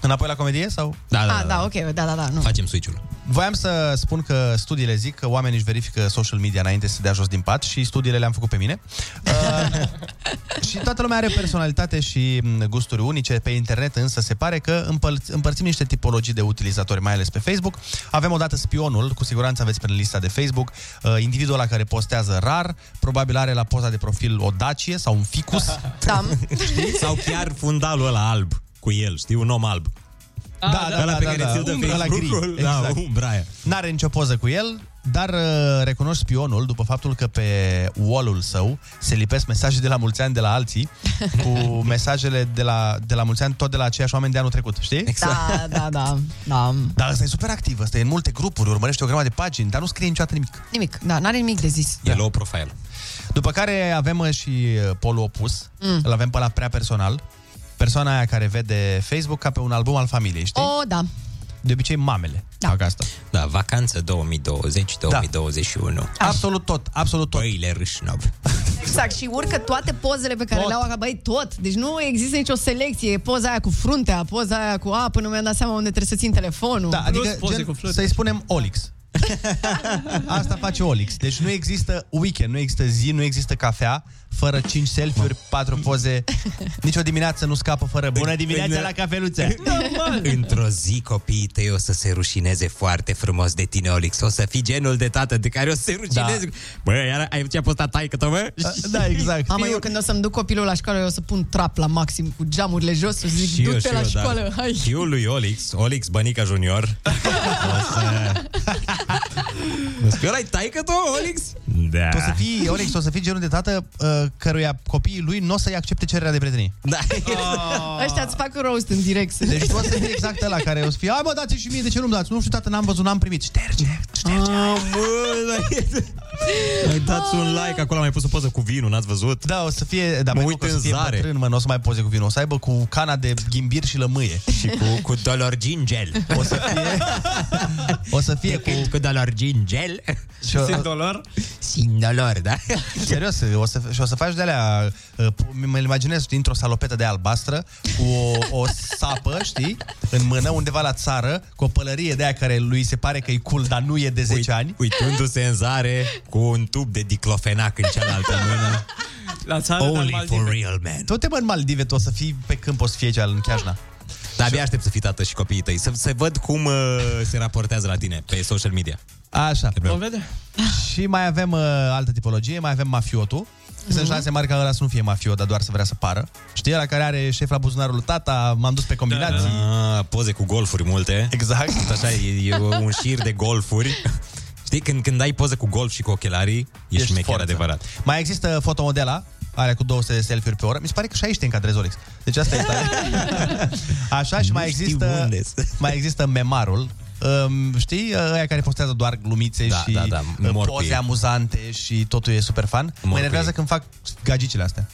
[SPEAKER 7] Înapoi la comedie sau?
[SPEAKER 9] Ah, da, ok, da, da, da, nu.
[SPEAKER 8] Facem switch-ul.
[SPEAKER 7] Voiam să spun că studiile zic că oamenii își verifică social media înainte să dea jos din pat și studiile le-am făcut pe mine. Uh, și toată lumea are personalitate și m, gusturi unice. Pe internet însă se pare că împăl- împărțim niște tipologii de utilizatori, mai ales pe Facebook. Avem odată spionul, cu siguranță aveți pe lista de Facebook, uh, individul ăla care postează rar, probabil are la poza de profil o dacie sau un ficus.
[SPEAKER 9] Da.
[SPEAKER 8] Sau chiar fundalul ăla alb cu el, știi? Un om alb.
[SPEAKER 7] Da, da, da,
[SPEAKER 8] ăla pe
[SPEAKER 7] da,
[SPEAKER 8] care
[SPEAKER 7] da.
[SPEAKER 8] ți-l dă
[SPEAKER 7] Umbra la gri,
[SPEAKER 8] Facebook-ul. Da,
[SPEAKER 7] exact.
[SPEAKER 8] umbra aia.
[SPEAKER 7] N-are nicio poză cu el, dar uh, recunoști spionul după faptul că pe wall-ul său se lipesc mesaje de la mulți ani de la alții cu mesajele de la, de la mulți ani tot de la aceiași oameni de anul trecut, știi?
[SPEAKER 9] Da, da, da, da.
[SPEAKER 7] Dar ăsta e super activ, ăsta e în multe grupuri, urmărește o grămadă de pagini, dar nu scrie niciodată nimic.
[SPEAKER 9] Nimic, da, n-are nimic de zis.
[SPEAKER 8] E low profile.
[SPEAKER 7] După care avem uh, și uh, polul opus,
[SPEAKER 9] Mm.
[SPEAKER 7] mm. îl avem pe la prea personal, persoana aia care vede Facebook ca pe un album al familiei, știi?
[SPEAKER 9] O, da.
[SPEAKER 7] De obicei mamele da. fac asta.
[SPEAKER 8] Da, vacanță 2020-2021. Da.
[SPEAKER 7] Absolut tot, absolut
[SPEAKER 8] tot. Păi Băile râșnov.
[SPEAKER 9] Exact, și urcă toate pozele pe care
[SPEAKER 8] Tot.
[SPEAKER 9] le-au acolo, băi, tot. Deci nu există nicio selecție. E poza aia cu fruntea, poza aia cu apă, nu mi-am dat seama unde trebuie să țin telefonul.
[SPEAKER 7] Da, adică gen, să-i spunem Olix. Asta face Olix. Deci nu există weekend, nu există zi, nu există cafea fără 5 selfie-uri, 4 poze. Nici o dimineață nu scapă fără bună dimineața
[SPEAKER 8] în-
[SPEAKER 7] la cafeluță.
[SPEAKER 8] Păi, Într-o zi copiii tăi o să se rușineze foarte frumos de tine, Olix. O să fii genul de tată de care o să se rușineze. Da. Bă, iar ai ce a postat taică tău, mă?
[SPEAKER 7] Da, exact.
[SPEAKER 9] Mamă, eu când o să-mi duc copilul la școală, eu o să pun trap la maxim cu geamurile jos, să zic,
[SPEAKER 8] Și eu,
[SPEAKER 9] du-te
[SPEAKER 8] și
[SPEAKER 9] la
[SPEAKER 8] eu,
[SPEAKER 9] școală,
[SPEAKER 8] da.
[SPEAKER 9] hai.
[SPEAKER 8] Fiul lui Olix, Olix Bănica Junior. o să... Eu l-ai taică tu, Olix? Da.
[SPEAKER 7] Tu o să fii, Olix, tu o să fii genul de tată uh, căruia copiii lui nu o să-i accepte cererea de prietenie.
[SPEAKER 8] Da.
[SPEAKER 9] Ăștia îți fac un roast în direct.
[SPEAKER 7] Deci tu o să fii exact ăla care o să fie, hai mă, dați și mie, de ce nu-mi dați? Nu știu, tată, n-am văzut, n-am primit. Șterge, șterge.
[SPEAKER 8] Ai dat un like, acolo am mai pus o poză cu vinul, n-ați văzut?
[SPEAKER 7] Da, o să fie, da,
[SPEAKER 8] mă
[SPEAKER 7] mai
[SPEAKER 8] uit
[SPEAKER 7] mult, o
[SPEAKER 8] în
[SPEAKER 7] să fie
[SPEAKER 8] zare.
[SPEAKER 7] bătrân, mă, nu o să mai poze cu vinul, o să aibă cu cana de ghimbir și lămâie.
[SPEAKER 8] Și cu, cu dolorgin gel.
[SPEAKER 7] O să fie... O să fie cu...
[SPEAKER 8] Cu dolorgin gel.
[SPEAKER 7] Și o-
[SPEAKER 8] dolor? Sin dolor, da?
[SPEAKER 7] Serios, o să, și o să faci de alea, uh, mă imaginez, știi, într-o salopetă de albastră, cu o, o sapă, știi, în mână, undeva la țară, cu o pălărie de aia care lui se pare că e cool, dar nu e de 10 ani.
[SPEAKER 8] Uitându-se în zare cu un tub de diclofenac în cealaltă mână.
[SPEAKER 11] La țară,
[SPEAKER 7] dar
[SPEAKER 8] Only
[SPEAKER 7] Maldive.
[SPEAKER 8] for real, man.
[SPEAKER 7] Tot te mă în Maldive, tu o să fii pe câmp, o să fie aici în Chiajna.
[SPEAKER 8] Dar abia aștept să fii tată și copiii tăi. Să, să văd cum uh, se raportează la tine pe social media.
[SPEAKER 7] Așa.
[SPEAKER 8] Vom
[SPEAKER 11] vede.
[SPEAKER 7] Și mai avem uh, altă tipologie, mai avem mafiotul. Sunt șanse mari ca ăla să nu fie mafiot, dar doar să vrea să pară. Știi, ăla care are șef la buzunarul lui tata, m-am dus pe combinații.
[SPEAKER 8] Ah, poze cu golfuri multe.
[SPEAKER 7] Exact.
[SPEAKER 8] Așa, e, e un șir de golfuri. Știi, când, când ai poză cu golf și cu ochelarii, ești, ești mecher
[SPEAKER 7] forță.
[SPEAKER 8] adevărat.
[SPEAKER 7] Mai există fotomodela alea cu 200 de selfie-uri pe oră. Mi se pare că și aici te încadrezi, Olix. Deci asta e tare. Așa și mai există, mai există memarul, Um, știi, ăia care postează doar glumițe
[SPEAKER 8] Da,
[SPEAKER 7] și
[SPEAKER 8] da, da,
[SPEAKER 7] uh,
[SPEAKER 8] morbi.
[SPEAKER 7] poze amuzante și totul e super fan. Mă
[SPEAKER 8] Morbi.
[SPEAKER 7] enervează când fac gagicile astea.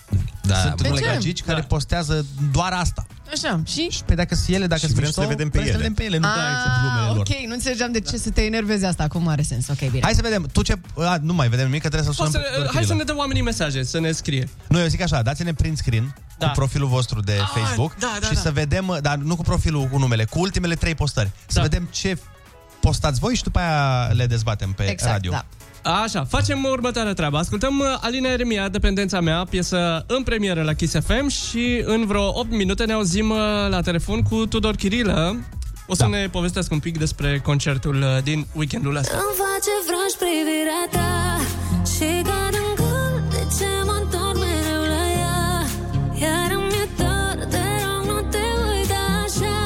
[SPEAKER 7] Da, Sunt
[SPEAKER 9] De
[SPEAKER 7] unele
[SPEAKER 9] ce?
[SPEAKER 7] gagici
[SPEAKER 8] Da.
[SPEAKER 7] care postează doar asta.
[SPEAKER 9] Așa, și? Ah,
[SPEAKER 7] Și pe dacă sunt ele, dacă sunt
[SPEAKER 8] vrem să le
[SPEAKER 7] mișto,
[SPEAKER 8] vedem pe
[SPEAKER 7] vrem să
[SPEAKER 8] ele.
[SPEAKER 7] le vedem pe ele, nu pe aia, exact glumele lor.
[SPEAKER 9] ok, nu înțelegeam de ce să te enervezi asta, acum are sens. Ok, bine.
[SPEAKER 7] Hai să vedem. Tu ce... A, nu mai vedem nimic, că trebuie să
[SPEAKER 11] Poți
[SPEAKER 7] sunăm
[SPEAKER 11] să-
[SPEAKER 7] pe
[SPEAKER 11] hai
[SPEAKER 7] Tudor
[SPEAKER 11] să
[SPEAKER 7] Chirilă.
[SPEAKER 11] ne dăm oamenii mesaje, să ne scrie.
[SPEAKER 7] Nu, eu zic așa, dați-ne print screen da. cu profilul vostru de
[SPEAKER 11] Ah,
[SPEAKER 7] Facebook
[SPEAKER 11] da, da,
[SPEAKER 7] și
[SPEAKER 11] da.
[SPEAKER 7] să vedem, dar nu cu profilul cu numele, cu ultimele trei postări. Să
[SPEAKER 11] Da.
[SPEAKER 7] vedem ce postați voi și după aia le dezbatem pe
[SPEAKER 11] Exact,
[SPEAKER 7] radio.
[SPEAKER 11] da. Așa, facem următoarea treabă. Ascultăm uh, Alina Eremia, Dependența mea, piesă în premieră la Kiss FM și în vreo 8 minute ne auzim uh, la telefon cu Tudor Chirilă. O să da. ne povestească un pic despre concertul uh, din weekendul ăsta.
[SPEAKER 3] Îmi face vraj privirea ta Și doar în gând De ce mă întorc mereu la ea Iar îmi e dor Te rog, nu te uita așa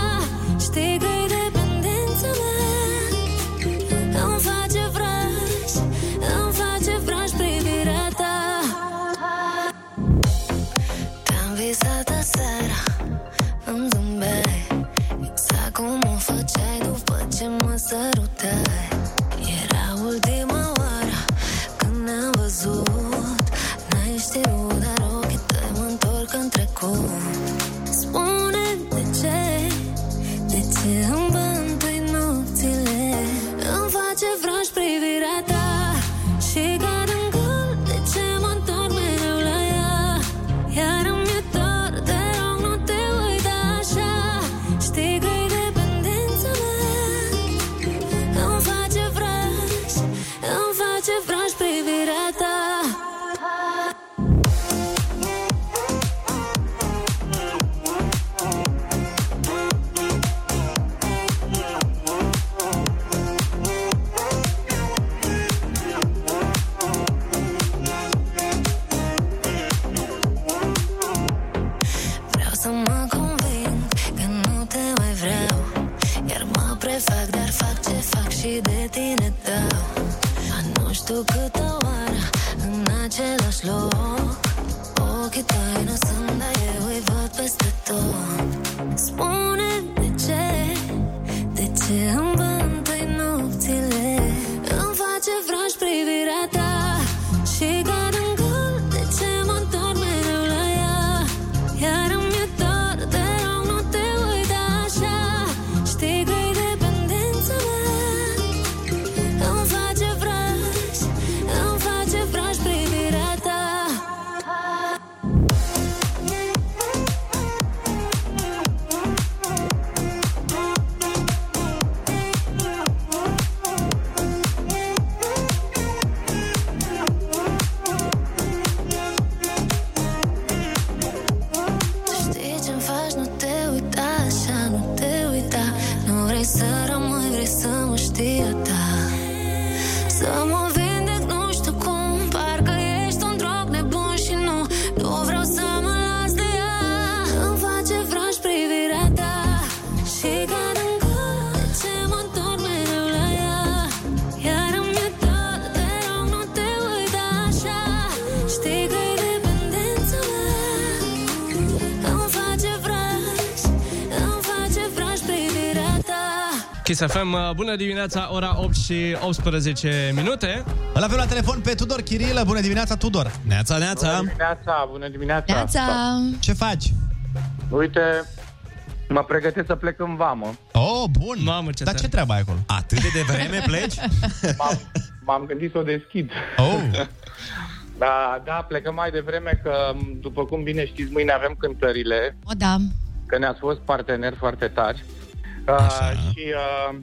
[SPEAKER 3] Știi că-i dependența mea Îmi face vraj Îmi face vraj privirea ta Te-am visat aseară Îmi zâmbeai Exact cum o făceai După ce mă sărutai era ultima oară când ne-am văzut N-ai știut, dar ochii tăi mă întorc în trecut spune de ce, de ce îmi bântui nopțile Îmi face vraj privirea ta și doar în gând De ce mă întorc mereu la ea Iar îmi e dor, te rog, nu te uita așa Știi că-i dependența mea îmi face vraj, îmi face vraj privirea ta Vreau să mă conving că nu te mai vreau iar mă prefac, dar fac ce fac și de tine dau A nu știu câtă oară în același loc Ochii tăi nu sunt, dar eu îi văd peste tot Spune de ce, de ce îmi bântui nopțile Îmi face vraj privirea ta Și doar în gând de ce mă întorc mereu la ea iar îmi e dor, te rog, nu te uita așa Știi că-i dependența mea Îmi face vraj, îmi face vraj privirea ta Știi ce-mi faci, nu te uita așa, nu te uita Nu vrei să rămâi, vrei să mă știi a ta Să mă vindec, nu știu cum Parcă ești un drog nebun și nu Nu vreau să mă las de ea Îmi face vraj privirea ta Și cad în gând de ce mă întorc mereu la ea Iar îmi e dor, te rog, nu te uita așa Știi că-i dependența mea îmi face vraj, îmi face vraj privirea ta
[SPEAKER 11] Kiss FM, uh, bună dimineața, ora 8 și 18 minute.
[SPEAKER 7] Îl avem la telefon pe Tudor Chirilă. Bună dimineața, Tudor! Neața, neața!
[SPEAKER 22] Neața, bună dimineața.
[SPEAKER 7] Ce faci?
[SPEAKER 22] Uite, mă pregătesc să plec în vamă.
[SPEAKER 7] Oh, bun! Mamă, ce Dar ce treabă ai acolo? Atât de
[SPEAKER 22] devreme pleci? M-am, m-am gândit să o deschid.
[SPEAKER 7] Oh.
[SPEAKER 22] Da, da, plecăm mai devreme că, după cum bine știți, mâine avem cântările,
[SPEAKER 9] O, da.
[SPEAKER 22] că ne-ați fost parteneri foarte tari. Uh, și uh,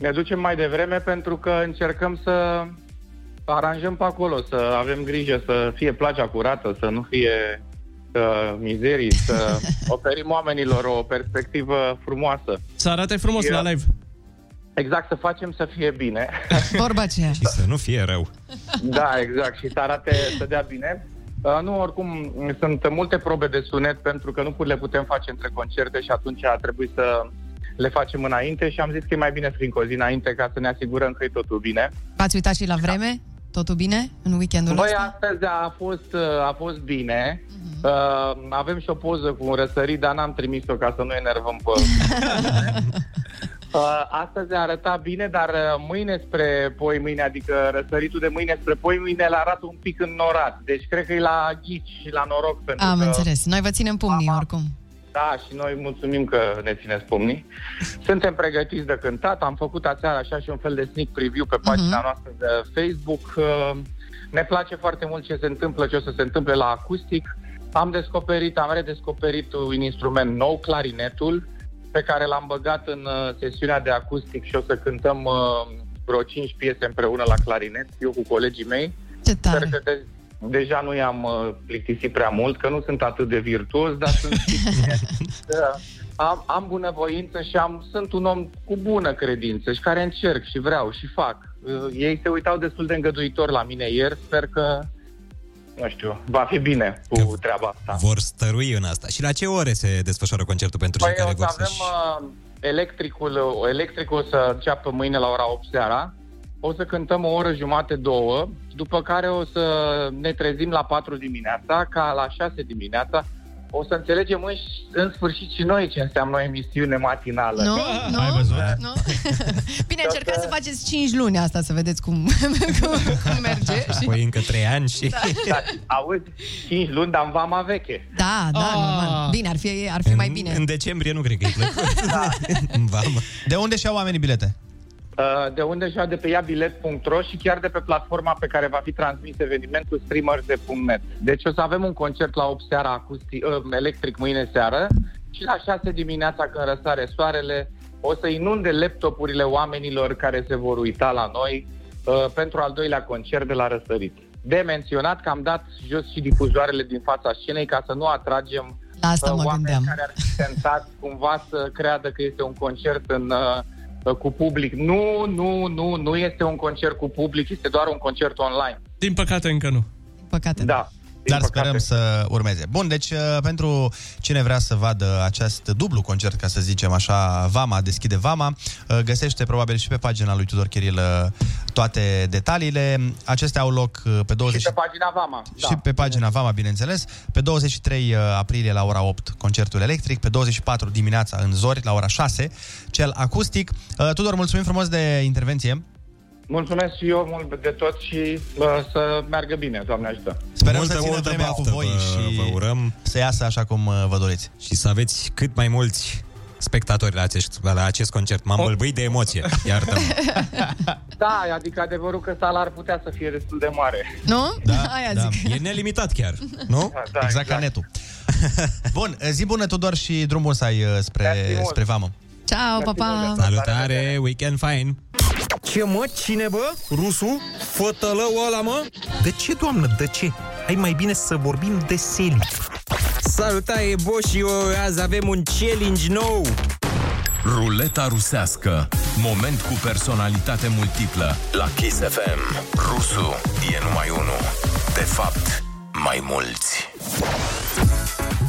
[SPEAKER 22] ne ducem mai devreme pentru că încercăm să aranjăm pe acolo, să avem grijă să fie plaja curată, să nu fie uh, mizerii, să oferim oamenilor o perspectivă frumoasă.
[SPEAKER 11] Să arate frumos
[SPEAKER 22] Eu-
[SPEAKER 11] la live.
[SPEAKER 22] Exact, să facem să fie bine.
[SPEAKER 9] Vorba aceea.
[SPEAKER 22] Și să nu fie rău. Da, exact. Și să arate, să dea bine. Uh, Nu, oricum, sunt multe probe de sunet pentru că nu le putem face între concerte și atunci a trebuit să le facem înainte și am zis că e mai bine să fim cu o zi înainte ca să ne asigurăm că e totul bine.
[SPEAKER 9] V-ați uitat și la vreme? Totul bine în weekendul
[SPEAKER 22] Băi,
[SPEAKER 9] ăsta? Mhm.
[SPEAKER 22] astăzi a fost, a fost bine. Uh, avem și o poză cu un răsărit, dar n-am trimis-o ca să nu enervăm pe... Uh, astăzi a arătat bine, dar uh, mâine spre poi mâine, adică răsăritul de mâine spre poi mâine, el arată un pic înnorat. Deci cred că e la ghici și la noroc. Pentru
[SPEAKER 9] Am
[SPEAKER 22] că...
[SPEAKER 9] înțeles. Noi vă ținem pumnii oricum.
[SPEAKER 22] Da, și noi mulțumim că ne țineți pumnii. Suntem pregătiți de cântat, am făcut aseară așa și un fel de sneak preview pe
[SPEAKER 9] Mhm.
[SPEAKER 22] pagina noastră de Facebook. Uh, Ne place foarte mult ce se întâmplă, ce o să se întâmple la acustic. Am descoperit, am redescoperit un instrument nou, clarinetul, pe care l-am băgat în uh, sesiunea de acustic și o să cântăm uh, vreo 5 piese împreună la clarinet, eu cu colegii mei.
[SPEAKER 9] Ce tare.
[SPEAKER 22] Sper că de- deja nu i-am uh, plictisit prea mult, că nu sunt atât de virtuos, dar sunt Da. am, am bunăvoință și am, sunt un om cu bună credință și care încerc și vreau și fac. Uh, Ei se uitau destul de îngăduitor la mine ieri, sper că, nu știu, va fi bine cu treaba asta.
[SPEAKER 8] Vor stărui în asta. Și la ce ore se desfășoară concertul pentru cei
[SPEAKER 22] Păi
[SPEAKER 8] care
[SPEAKER 22] o să
[SPEAKER 8] vor
[SPEAKER 22] avem
[SPEAKER 8] să
[SPEAKER 22] uh, electricul, uh, electricul o să înceapă mâine la ora 8 seara. O să cântăm o oră jumate, două, după care o să ne trezim la 4 dimineața, ca la 6 dimineața. O să înțelegem în, în sfârșit și noi ce înseamnă o emisiune matinală.
[SPEAKER 9] Nu,
[SPEAKER 8] Ah,
[SPEAKER 9] nu,
[SPEAKER 22] Ai văzut?
[SPEAKER 9] nu. Bine, încercați să faceți 5 luni asta să vedeți cum, cum, cum merge. Și...
[SPEAKER 8] Păi încă trei ani și...
[SPEAKER 22] Da, auzi, 5 luni, dar în vama veche.
[SPEAKER 9] Da, da,
[SPEAKER 22] Ah.
[SPEAKER 9] normal. Bine, ar fi, ar fi mai bine. Da.
[SPEAKER 8] În decembrie nu cred că e plăcut.
[SPEAKER 7] De unde și-au oamenii bilete?
[SPEAKER 22] Uh, De unde și de pe iabilet.ro și chiar de pe platforma pe care va fi transmis evenimentul streamers.net. Deci o să avem un concert la 8 seara acustic, uh, electric mâine seară și la 6 dimineața când răsare soarele o să inunde laptopurile oamenilor care se vor uita la noi uh, pentru al doilea concert de la răsărit. De menționat că am dat jos și difuzoarele din fața scenei ca să nu atragem
[SPEAKER 9] La asta
[SPEAKER 22] uh,
[SPEAKER 9] mă
[SPEAKER 22] oameni
[SPEAKER 9] gândeam.
[SPEAKER 22] care ar fi tentat cumva să creadă că este un concert în, uh, cu public. Nu, nu, nu, nu este un concert cu public, este doar un concert online.
[SPEAKER 11] Din păcate încă nu.
[SPEAKER 9] Păcate.
[SPEAKER 22] Da.
[SPEAKER 7] Dar sperăm să urmeze. Bun, deci uh, pentru cine vrea să vadă acest dublu concert, ca să zicem așa, Vama, deschide Vama, uh, găsește probabil și pe pagina lui Tudor Chiril uh, toate detaliile. Acestea au loc uh, pe 20
[SPEAKER 22] Și pe da, pagina Vama.
[SPEAKER 7] și pe pagina Vama, bineînțeles. Pe 23 uh, aprilie la ora 8, concertul electric. Pe 24 dimineața în Zori, la ora 6, cel acustic. Uh, Tudor, mulțumim frumos de intervenție.
[SPEAKER 22] Mulțumesc și eu mult de tot și uh, să meargă bine, Doamne ajută.
[SPEAKER 7] Sperăm să țină vremea cu voi
[SPEAKER 8] și vă urăm
[SPEAKER 7] să iasă așa cum uh, vă doriți.
[SPEAKER 8] Și să aveți cât mai mulți spectatori la acest, la acest concert. M-am bălbâit de emoție. Iartă.
[SPEAKER 22] Da, adică adevărul că sala ar putea să fie destul de mare.
[SPEAKER 9] Nu? Da, Aia
[SPEAKER 8] da.
[SPEAKER 9] zic.
[SPEAKER 8] E nelimitat chiar, nu?
[SPEAKER 22] Da,
[SPEAKER 7] exact, exact ca netul. Bun, zi bună Tudor și drum bun să ai uh, spre, spre vamă.
[SPEAKER 9] Ciao, pa, pa.
[SPEAKER 8] Salutare, weekend fine.
[SPEAKER 2] Ce mă? Cine bă? Rusu? Fătălău ăla mă? De ce, doamnă, de ce? Hai mai bine să vorbim de seli.
[SPEAKER 5] Salutare, Bo și eu, azi avem un challenge nou.
[SPEAKER 16] Ruleta rusească. Moment cu personalitate multiplă. La Kiss FM. Rusu e numai unul. De fapt, mai mulți.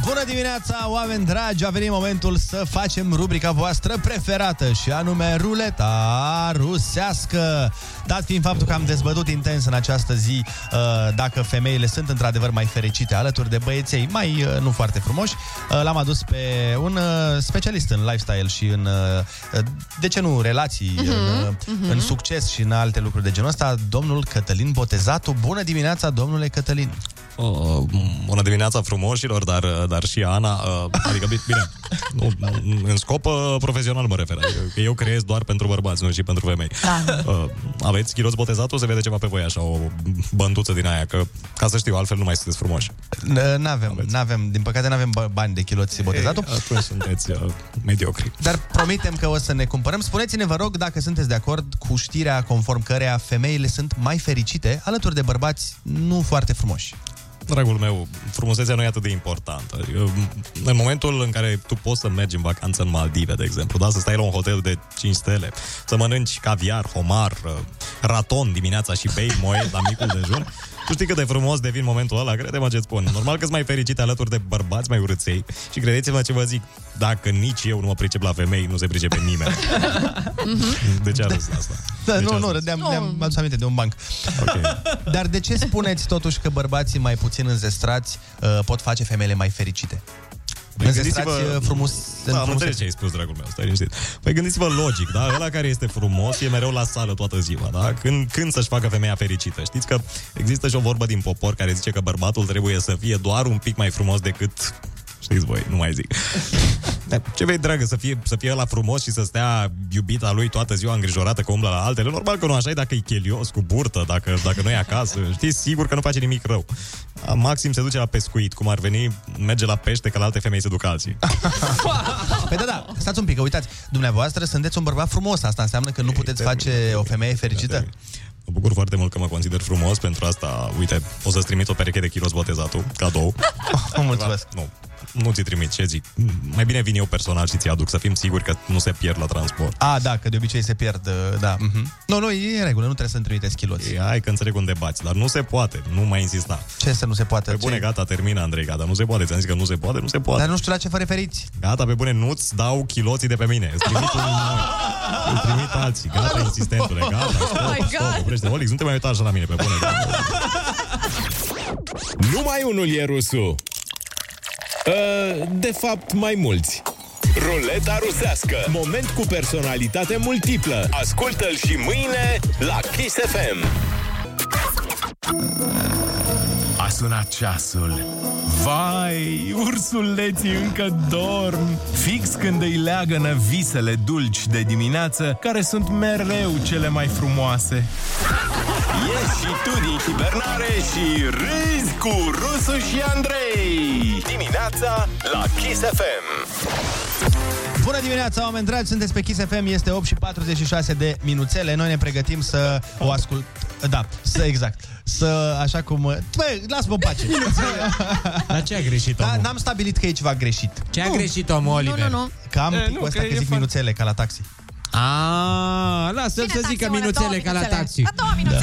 [SPEAKER 7] Bună dimineața, oameni dragi! A venit momentul să facem rubrica voastră preferată și anume ruleta rusească. Dat fiind faptul că am dezbătut intens în această zi uh, dacă femeile sunt într-adevăr mai fericite alături de băieței mai uh, nu foarte frumoși, uh, l-am adus pe un uh, specialist în lifestyle și în, uh, de ce nu, relații,
[SPEAKER 23] Mhm,
[SPEAKER 7] în, uh,
[SPEAKER 23] mhm.
[SPEAKER 7] în succes și în alte lucruri de genul ăsta, domnul Cătălin Botezatu. Bună dimineața, domnule Cătălin!
[SPEAKER 8] Uh, bună dimineața frumoșilor, dar, dar și Ana, uh, adică bi- bine, nu, în scop uh, profesional mă refer, adică că eu creez doar pentru bărbați, nu și pentru femei.
[SPEAKER 9] Da.
[SPEAKER 8] Uh, aveți ghiroz botezat, o se vede ceva pe voi așa, o bănduță din aia, că ca să știu, altfel nu mai sunteți frumoși.
[SPEAKER 7] N- N-avem, n-avem, din păcate n-avem bă- bani de chiloți botezatul.
[SPEAKER 8] Ei, atunci sunteți uh, mediocri.
[SPEAKER 7] Dar promitem că o să ne cumpărăm. Spuneți-ne, vă rog, dacă sunteți de acord cu știrea conform căreia femeile sunt mai fericite alături de bărbați nu foarte frumoși.
[SPEAKER 8] Dragul meu, frumusețea nu e atât de importantă. Adică, În momentul în care tu poți să mergi în vacanță în Maldive, de exemplu, da? să stai la un hotel de 5 stele, să mănânci caviar, homar,
[SPEAKER 16] uh, raton dimineața și bei moe la micul dejun, tu știi cât de frumos devin momentul ăla, crede-mă ce spun. Normal că mai fericit alături de bărbați mai urâței și credeți-mă ce vă zic, dacă nici eu nu mă pricep la femei, nu se pricepe nimeni. De ce a râs la asta?
[SPEAKER 7] Da, nu, nu, râdeam, no. ne-am adus aminte de un banc. Dar de ce spuneți totuși că bărbații mai puțin înzestrați uh, pot face femeile mai fericite?
[SPEAKER 16] Păi
[SPEAKER 7] Înzestrați
[SPEAKER 16] gândiți-vă-
[SPEAKER 7] uh, frumos... în
[SPEAKER 16] Da, am
[SPEAKER 7] frumusețe.
[SPEAKER 16] înțeles ce ai spus, dragul meu, stai liniștit. Păi gândiți-vă logic, da? Ăla care este frumos e mereu la sală toată ziua, da? Când, când să-și facă femeia fericită? Știți că există și o vorbă din popor care zice că bărbatul trebuie să fie doar un pic mai frumos decât Știți voi, nu mai zic. Dar Ce vei, dragă, să fie, să fie la frumos și să stea iubita lui toată ziua îngrijorată că umblă la altele? Normal că nu așa e dacă e chelios, cu burtă, dacă, dacă nu e acasă. Știi, sigur că nu face nimic rău. Maxim se duce la pescuit, cum ar veni, merge la pește, că la alte femei se duc alții.
[SPEAKER 7] Păi da, da, stați un pic, că uitați, dumneavoastră sunteți un bărbat frumos, asta înseamnă că nu puteți face o femeie fericită?
[SPEAKER 16] Mă bucur foarte mult că mă consider frumos pentru asta. Uite, o să-ți trimit o pereche de kilos botezatul, cadou.
[SPEAKER 7] Ah, mulțumesc.
[SPEAKER 16] Nu, nu ți trimit, ce zic. Mai bine vin eu personal și ți-aduc, să fim siguri că nu se pierd la transport.
[SPEAKER 7] A, da, că de obicei se pierd, uh, da. Mm-hmm. Nu, nu, e în regulă, nu trebuie să-mi trimiteți kiloți.
[SPEAKER 16] Mhm. Hai că înțeleg un debat, dar nu se poate, nu mai insista.
[SPEAKER 7] Ce să nu se poate?
[SPEAKER 16] Pe bune,
[SPEAKER 7] Ce-
[SPEAKER 16] gata, termină, Andrei, gata, nu se poate, ți-am zis că nu se poate, nu se poate.
[SPEAKER 7] Dar nu știu la ce vă referiți.
[SPEAKER 16] Gata, pe bune, nu-ți dau chiloții de pe mine, îți trimit unii noi. Îți trimit alții, gata, insistentule, gata,
[SPEAKER 3] Oh my
[SPEAKER 16] stop,
[SPEAKER 3] God.
[SPEAKER 16] stop, oprește. Olix, nu te mai uita așa la mine, pe bune, gata.
[SPEAKER 1] Numai unul e rusul. Uh, De fapt, mai mulți.
[SPEAKER 3] Ruleta rusească.
[SPEAKER 1] Moment cu personalitate multiplă.
[SPEAKER 3] Ascultă-l și mâine la Kiss FM.
[SPEAKER 1] A sunat ceasul. Vai, ursuleții încă dorm. Fix când îi leagănă visele dulci de dimineață, care sunt mereu cele mai frumoase.
[SPEAKER 3] Ieși și tu din hibernare și râzi cu Rusu și Andrei. Dimineața la Kiss FM.
[SPEAKER 7] Bună dimineața, oameni dragi, sunteți pe Kiss FM, este 8 și 46 de minuțele. Noi ne pregătim să o ascult... Da, să exact. Să, așa cum... Bă, lasă-mă în pace.
[SPEAKER 16] Dar ce a greșit
[SPEAKER 7] Da, n-am stabilit că e ceva greșit.
[SPEAKER 8] Ce a greșit omul, Oliver? Nu, nu, nu.
[SPEAKER 7] Că am
[SPEAKER 8] E,
[SPEAKER 7] picul
[SPEAKER 8] nu,
[SPEAKER 7] ăsta
[SPEAKER 8] că
[SPEAKER 7] că,
[SPEAKER 8] e
[SPEAKER 7] zic
[SPEAKER 8] fac-
[SPEAKER 7] minuțele, ca la taxi.
[SPEAKER 8] A, lasă-l să zică minuțele ca la taxi.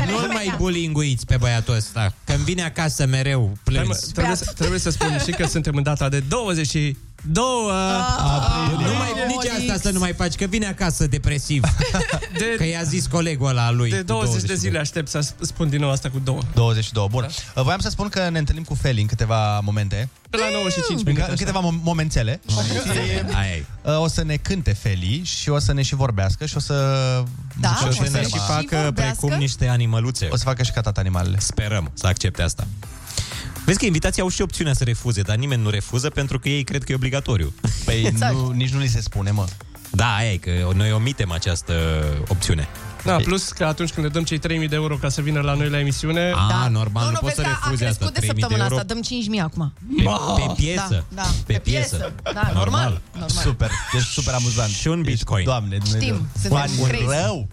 [SPEAKER 8] Nu îl mai bulinguiți pe băiatul ăsta. Când vine acasă mereu plâns.
[SPEAKER 11] Trebuie, să- trebuie să spun și că suntem în data de 22
[SPEAKER 9] Ah,
[SPEAKER 8] Nu mai, nici asta să nu mai faci, că vine acasă depresiv. De, că i-a zis colegul ăla al lui.
[SPEAKER 11] de 20 de zile aștept să spun din nou asta cu două. Da.
[SPEAKER 7] 22, bun. Uh, Voiam să spun că ne întâlnim cu Feli în câteva momente.
[SPEAKER 11] Pe la 95
[SPEAKER 7] În,
[SPEAKER 11] minute.
[SPEAKER 7] ca- în
[SPEAKER 11] așa.
[SPEAKER 7] câteva mom- momentele.
[SPEAKER 16] Ai.
[SPEAKER 7] Uh, O să ne cânte Feli și o să ne și vorbească și o să...
[SPEAKER 9] Da,
[SPEAKER 7] zică
[SPEAKER 9] o
[SPEAKER 7] ce
[SPEAKER 9] să
[SPEAKER 7] ne-
[SPEAKER 9] și Și facă vorbească. precum
[SPEAKER 16] niște animăluțe.
[SPEAKER 7] O să facă și catat animalele.
[SPEAKER 16] Sperăm să accepte asta. Vezi că invitații au și opțiunea să refuze, dar nimeni nu refuză pentru că ei cred că e obligatoriu.
[SPEAKER 7] Păi
[SPEAKER 9] Exact.
[SPEAKER 7] nu, nici nu li se spune, mă.
[SPEAKER 16] Da, aia e, că noi omitem această opțiune.
[SPEAKER 11] Da, plus că atunci când le dăm cei 3000 de euro ca să vină la noi la emisiune...
[SPEAKER 16] A, Da. normal,
[SPEAKER 9] Nu, nu, vezi că a crescut de săptămâna asta, dăm 5.000 acum.
[SPEAKER 16] Pe, pe piesă.
[SPEAKER 9] Da, da. Pe piesă. Da, normal. normal.
[SPEAKER 7] Super, deci super amuzant. Și
[SPEAKER 16] un bitcoin.
[SPEAKER 7] Doamne, Dumnezeu.
[SPEAKER 9] Știm, suntem
[SPEAKER 7] Bani
[SPEAKER 9] crazy.
[SPEAKER 7] rău.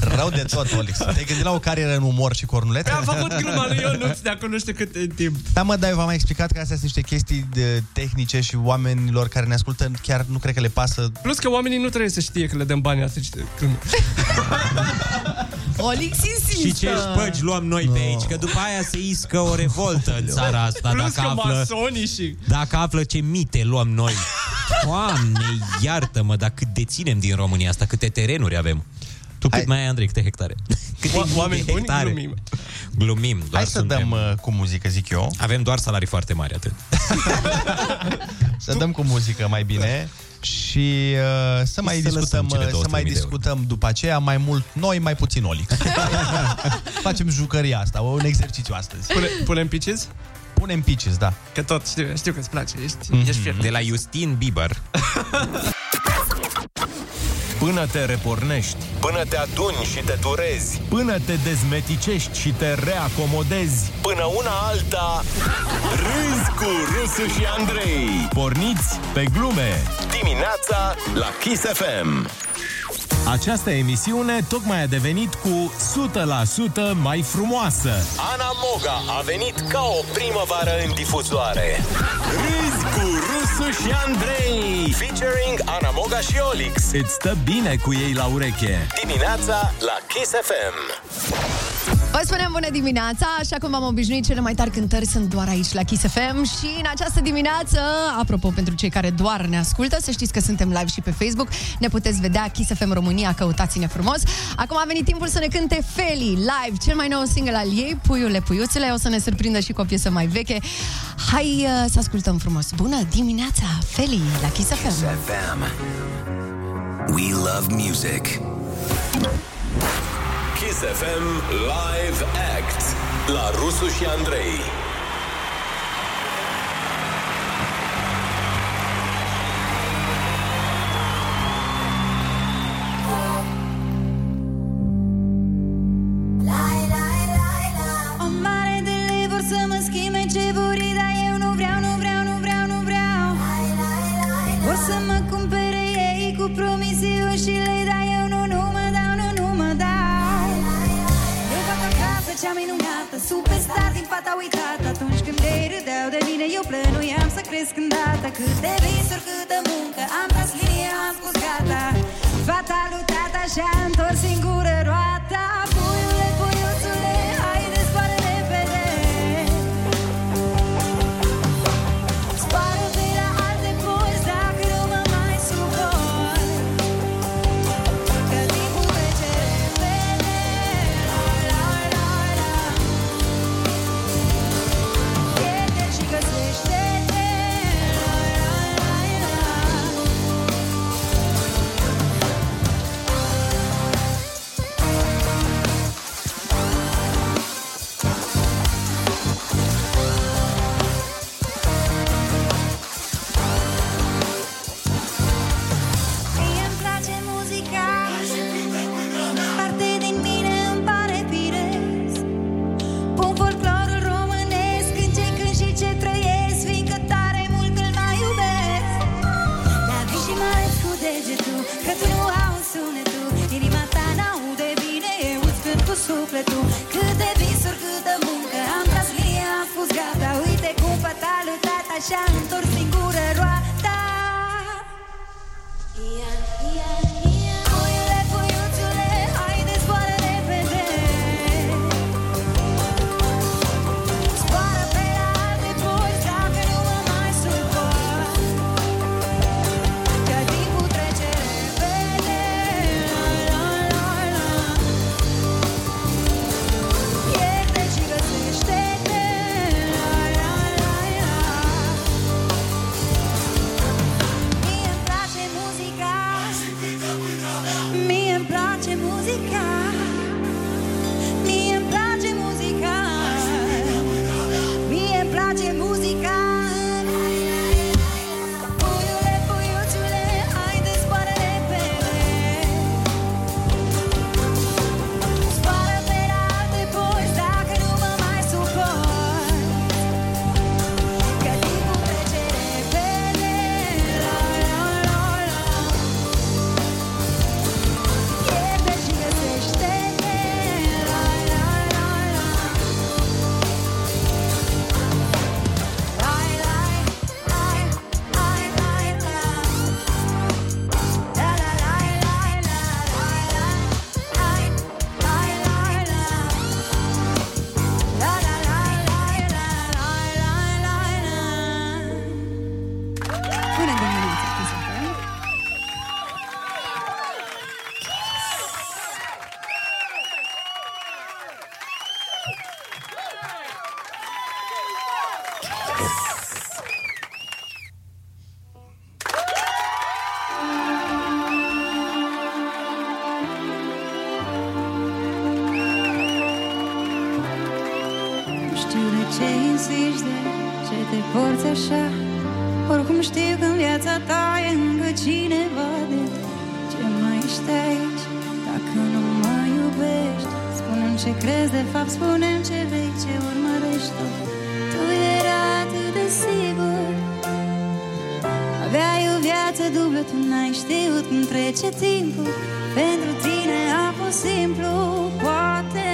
[SPEAKER 7] Rău de tot, Olix. Te-ai gândit la o carieră în umor și cornulete?
[SPEAKER 11] Păi, Am făcut gluma lui Ionuț de acolo nu știu cât e timp.
[SPEAKER 7] Da, mă, dar eu v-am mai explicat că astea sunt niște chestii de tehnice și oamenilor care ne ascultă chiar nu cred că le pasă.
[SPEAKER 11] Plus că oamenii nu trebuie să știe că le dăm bani atunci când...
[SPEAKER 9] Olix insistă.
[SPEAKER 16] Și ce
[SPEAKER 8] păi?
[SPEAKER 16] șpăgi luăm noi pe aici, că după aia se iscă o revoltă în țara
[SPEAKER 8] da,
[SPEAKER 16] asta.
[SPEAKER 11] Plus
[SPEAKER 16] dacă
[SPEAKER 11] că
[SPEAKER 16] află,
[SPEAKER 11] masonii și...
[SPEAKER 16] dacă află ce mite luăm noi. Doamne, iartă-mă, dar cât deținem din România asta, câte terenuri avem. Tu cât mai ai, Andrei, câte hectare? Câte mii de
[SPEAKER 11] oameni buni,
[SPEAKER 16] hectare?
[SPEAKER 11] glumim.
[SPEAKER 16] Glumim, doar
[SPEAKER 7] Hai să dăm, uh, cu muzică, zic eu.
[SPEAKER 16] Avem doar salarii foarte mari, atât.
[SPEAKER 7] Să dăm cu muzică mai bine și uh, să mai
[SPEAKER 16] Să lăsăm
[SPEAKER 7] discutăm,
[SPEAKER 16] cele
[SPEAKER 7] uh, să mai
[SPEAKER 16] 200.000 de euro.
[SPEAKER 7] discutăm după aceea mai mult noi, mai puțin Olix. Facem jucăria asta, un exercițiu astăzi.
[SPEAKER 11] Pune, punem piciți?
[SPEAKER 7] Punem piciți, da.
[SPEAKER 11] Că tot știu, știu că îți place, ești,
[SPEAKER 16] Mhm.
[SPEAKER 11] ești fier.
[SPEAKER 16] De la Justin Bieber.
[SPEAKER 1] Până te repornești,
[SPEAKER 3] Până te aduni și te turezi.
[SPEAKER 1] până te dezmeticești și te reacomodezi,
[SPEAKER 3] Până una alta, râzi cu Rusu și Andrei.
[SPEAKER 1] porniți pe glume.
[SPEAKER 3] Dimineața la Kiss FM.
[SPEAKER 1] Această emisiune tocmai a devenit cu 100% mai frumoasă.
[SPEAKER 3] Ana Moga a venit ca o primăvară în difuzoare. Râzi cu
[SPEAKER 1] Rusu și Andrei Featuring Ana Moga și Olix
[SPEAKER 6] Îți stă bine cu ei la ureche.
[SPEAKER 1] Dimineața la Kiss FM
[SPEAKER 9] Vă spunem bună dimineața, așa cum am obișnuit, cele mai tari cântări sunt doar aici la Kiss FM și în această dimineață, apropo pentru cei care doar ne ascultă, să știți că suntem live și pe Facebook, ne puteți vedea Kiss FM România, căutați-ne frumos. Acum a venit timpul să ne cânte Feli, live, cel mai nou single al ei, Puiule, Puiuțele, o să ne surprindă și cu o piesă mai veche. Hai uh, să ascultăm frumos. Bună dimineața, Feli, la Kiss FM.
[SPEAKER 1] We love music Kiss FM Live Act La Rusu și Andrei
[SPEAKER 10] O mare de lei vor să mă schimbe ce buri, dar eu nu vreau, nu vreau, nu vreau, nu vreau Vor să mă cumpere ei cu promisiuni și lei, dar eu nu, nu mă dau, nu, nu mă dau Eu fac acasă cea minunată, superstar din fata uitată Atunci când ei râdeau de mine, eu plănuiam să cresc în data Cât de visuri, câtă muncă, am tras linia, am spus gata Fata lui tata și-a întors singură roata Puiule, puiuțule, haide, zboară repede Spară-te la alte poți dacă nu mă mai supor Că timpul trece repede La, la, la Pierde și găsește-te La, la, la, la Mie îmi place muzica Parte din mine îmi pare firesc Pun folclorul românesc În ce cânt și ce trăiesc Fiindcă tare mult îl mai iubesc La vii și mai cu degetul Că tu nu auzi sunetul Inima ta n-aude bine Eu îți cânt cu sufletul Câte visuri, câtă muncă Am tras linia, am spus gata Uite cum fatalul tata Și-a întors singură roata Puiule, puiuțule, haide, zboară repede Zboară pe la alte poți dacă nu mă mai suport Că timpul trece repede La, la, la, la Pierde și găsește-te La, la, la, la Mie îmi place muzica Mie îmi place muzica Mie îmi place muzica Mie îmi place muzica Puiule, puiuțule, haide zboară repede Zboară pe la alte poți dacă nu mă mai suport Că timpul trece repede La, la, la, la Pierde și găsește-te La, la, la, la Lai, lai, lai, lai, lai, la La, la, lai, lai, la, la, la Lai, lai, lai, la La, la, lai, lai, la, la, la, la, la
[SPEAKER 9] Bună dimineața, Kiss FM.
[SPEAKER 10] Nu știu de ce insisti, de ce te porți așa Oricum știu că în viața ta e încă cineva de ce mai ești aici Dacă nu mă iubești, spune ce crezi de fapt spune ce vei, ce urmărești tu Tu erai atât de sigur Aveai o viață dublă, tu n-ai știut cum trece timpul Pentru tine a fost simplu, poate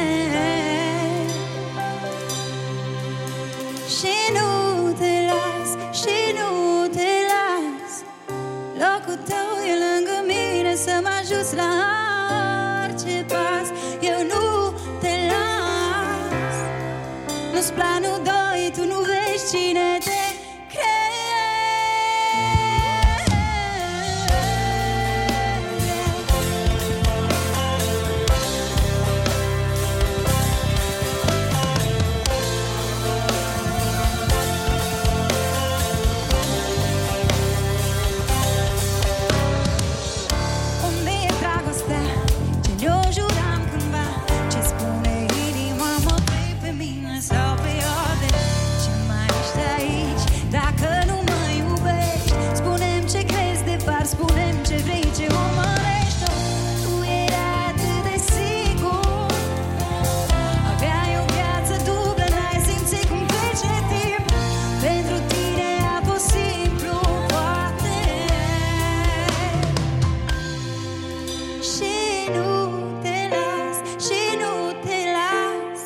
[SPEAKER 10] și nu te las, și nu Dragul tău e lângă mine Să mă ajut la orice pas Eu nu te las Nu-ți planul doi Tu nu vezi cine te Unde e dragostea? Ce ne-o juram cândva? Ce spune inima? Mă vei pe mine sau pe ode? Ce mai ești aici? Dacă nu mă iubești Spune-mi ce crezi de far Spune-mi ce vrei, ce urmărești Tu erai atât de sigur Aveai o viață dublă N-ai simțit cum trece timp Pentru tine a fost simplu Poate și nu te las, și nu te las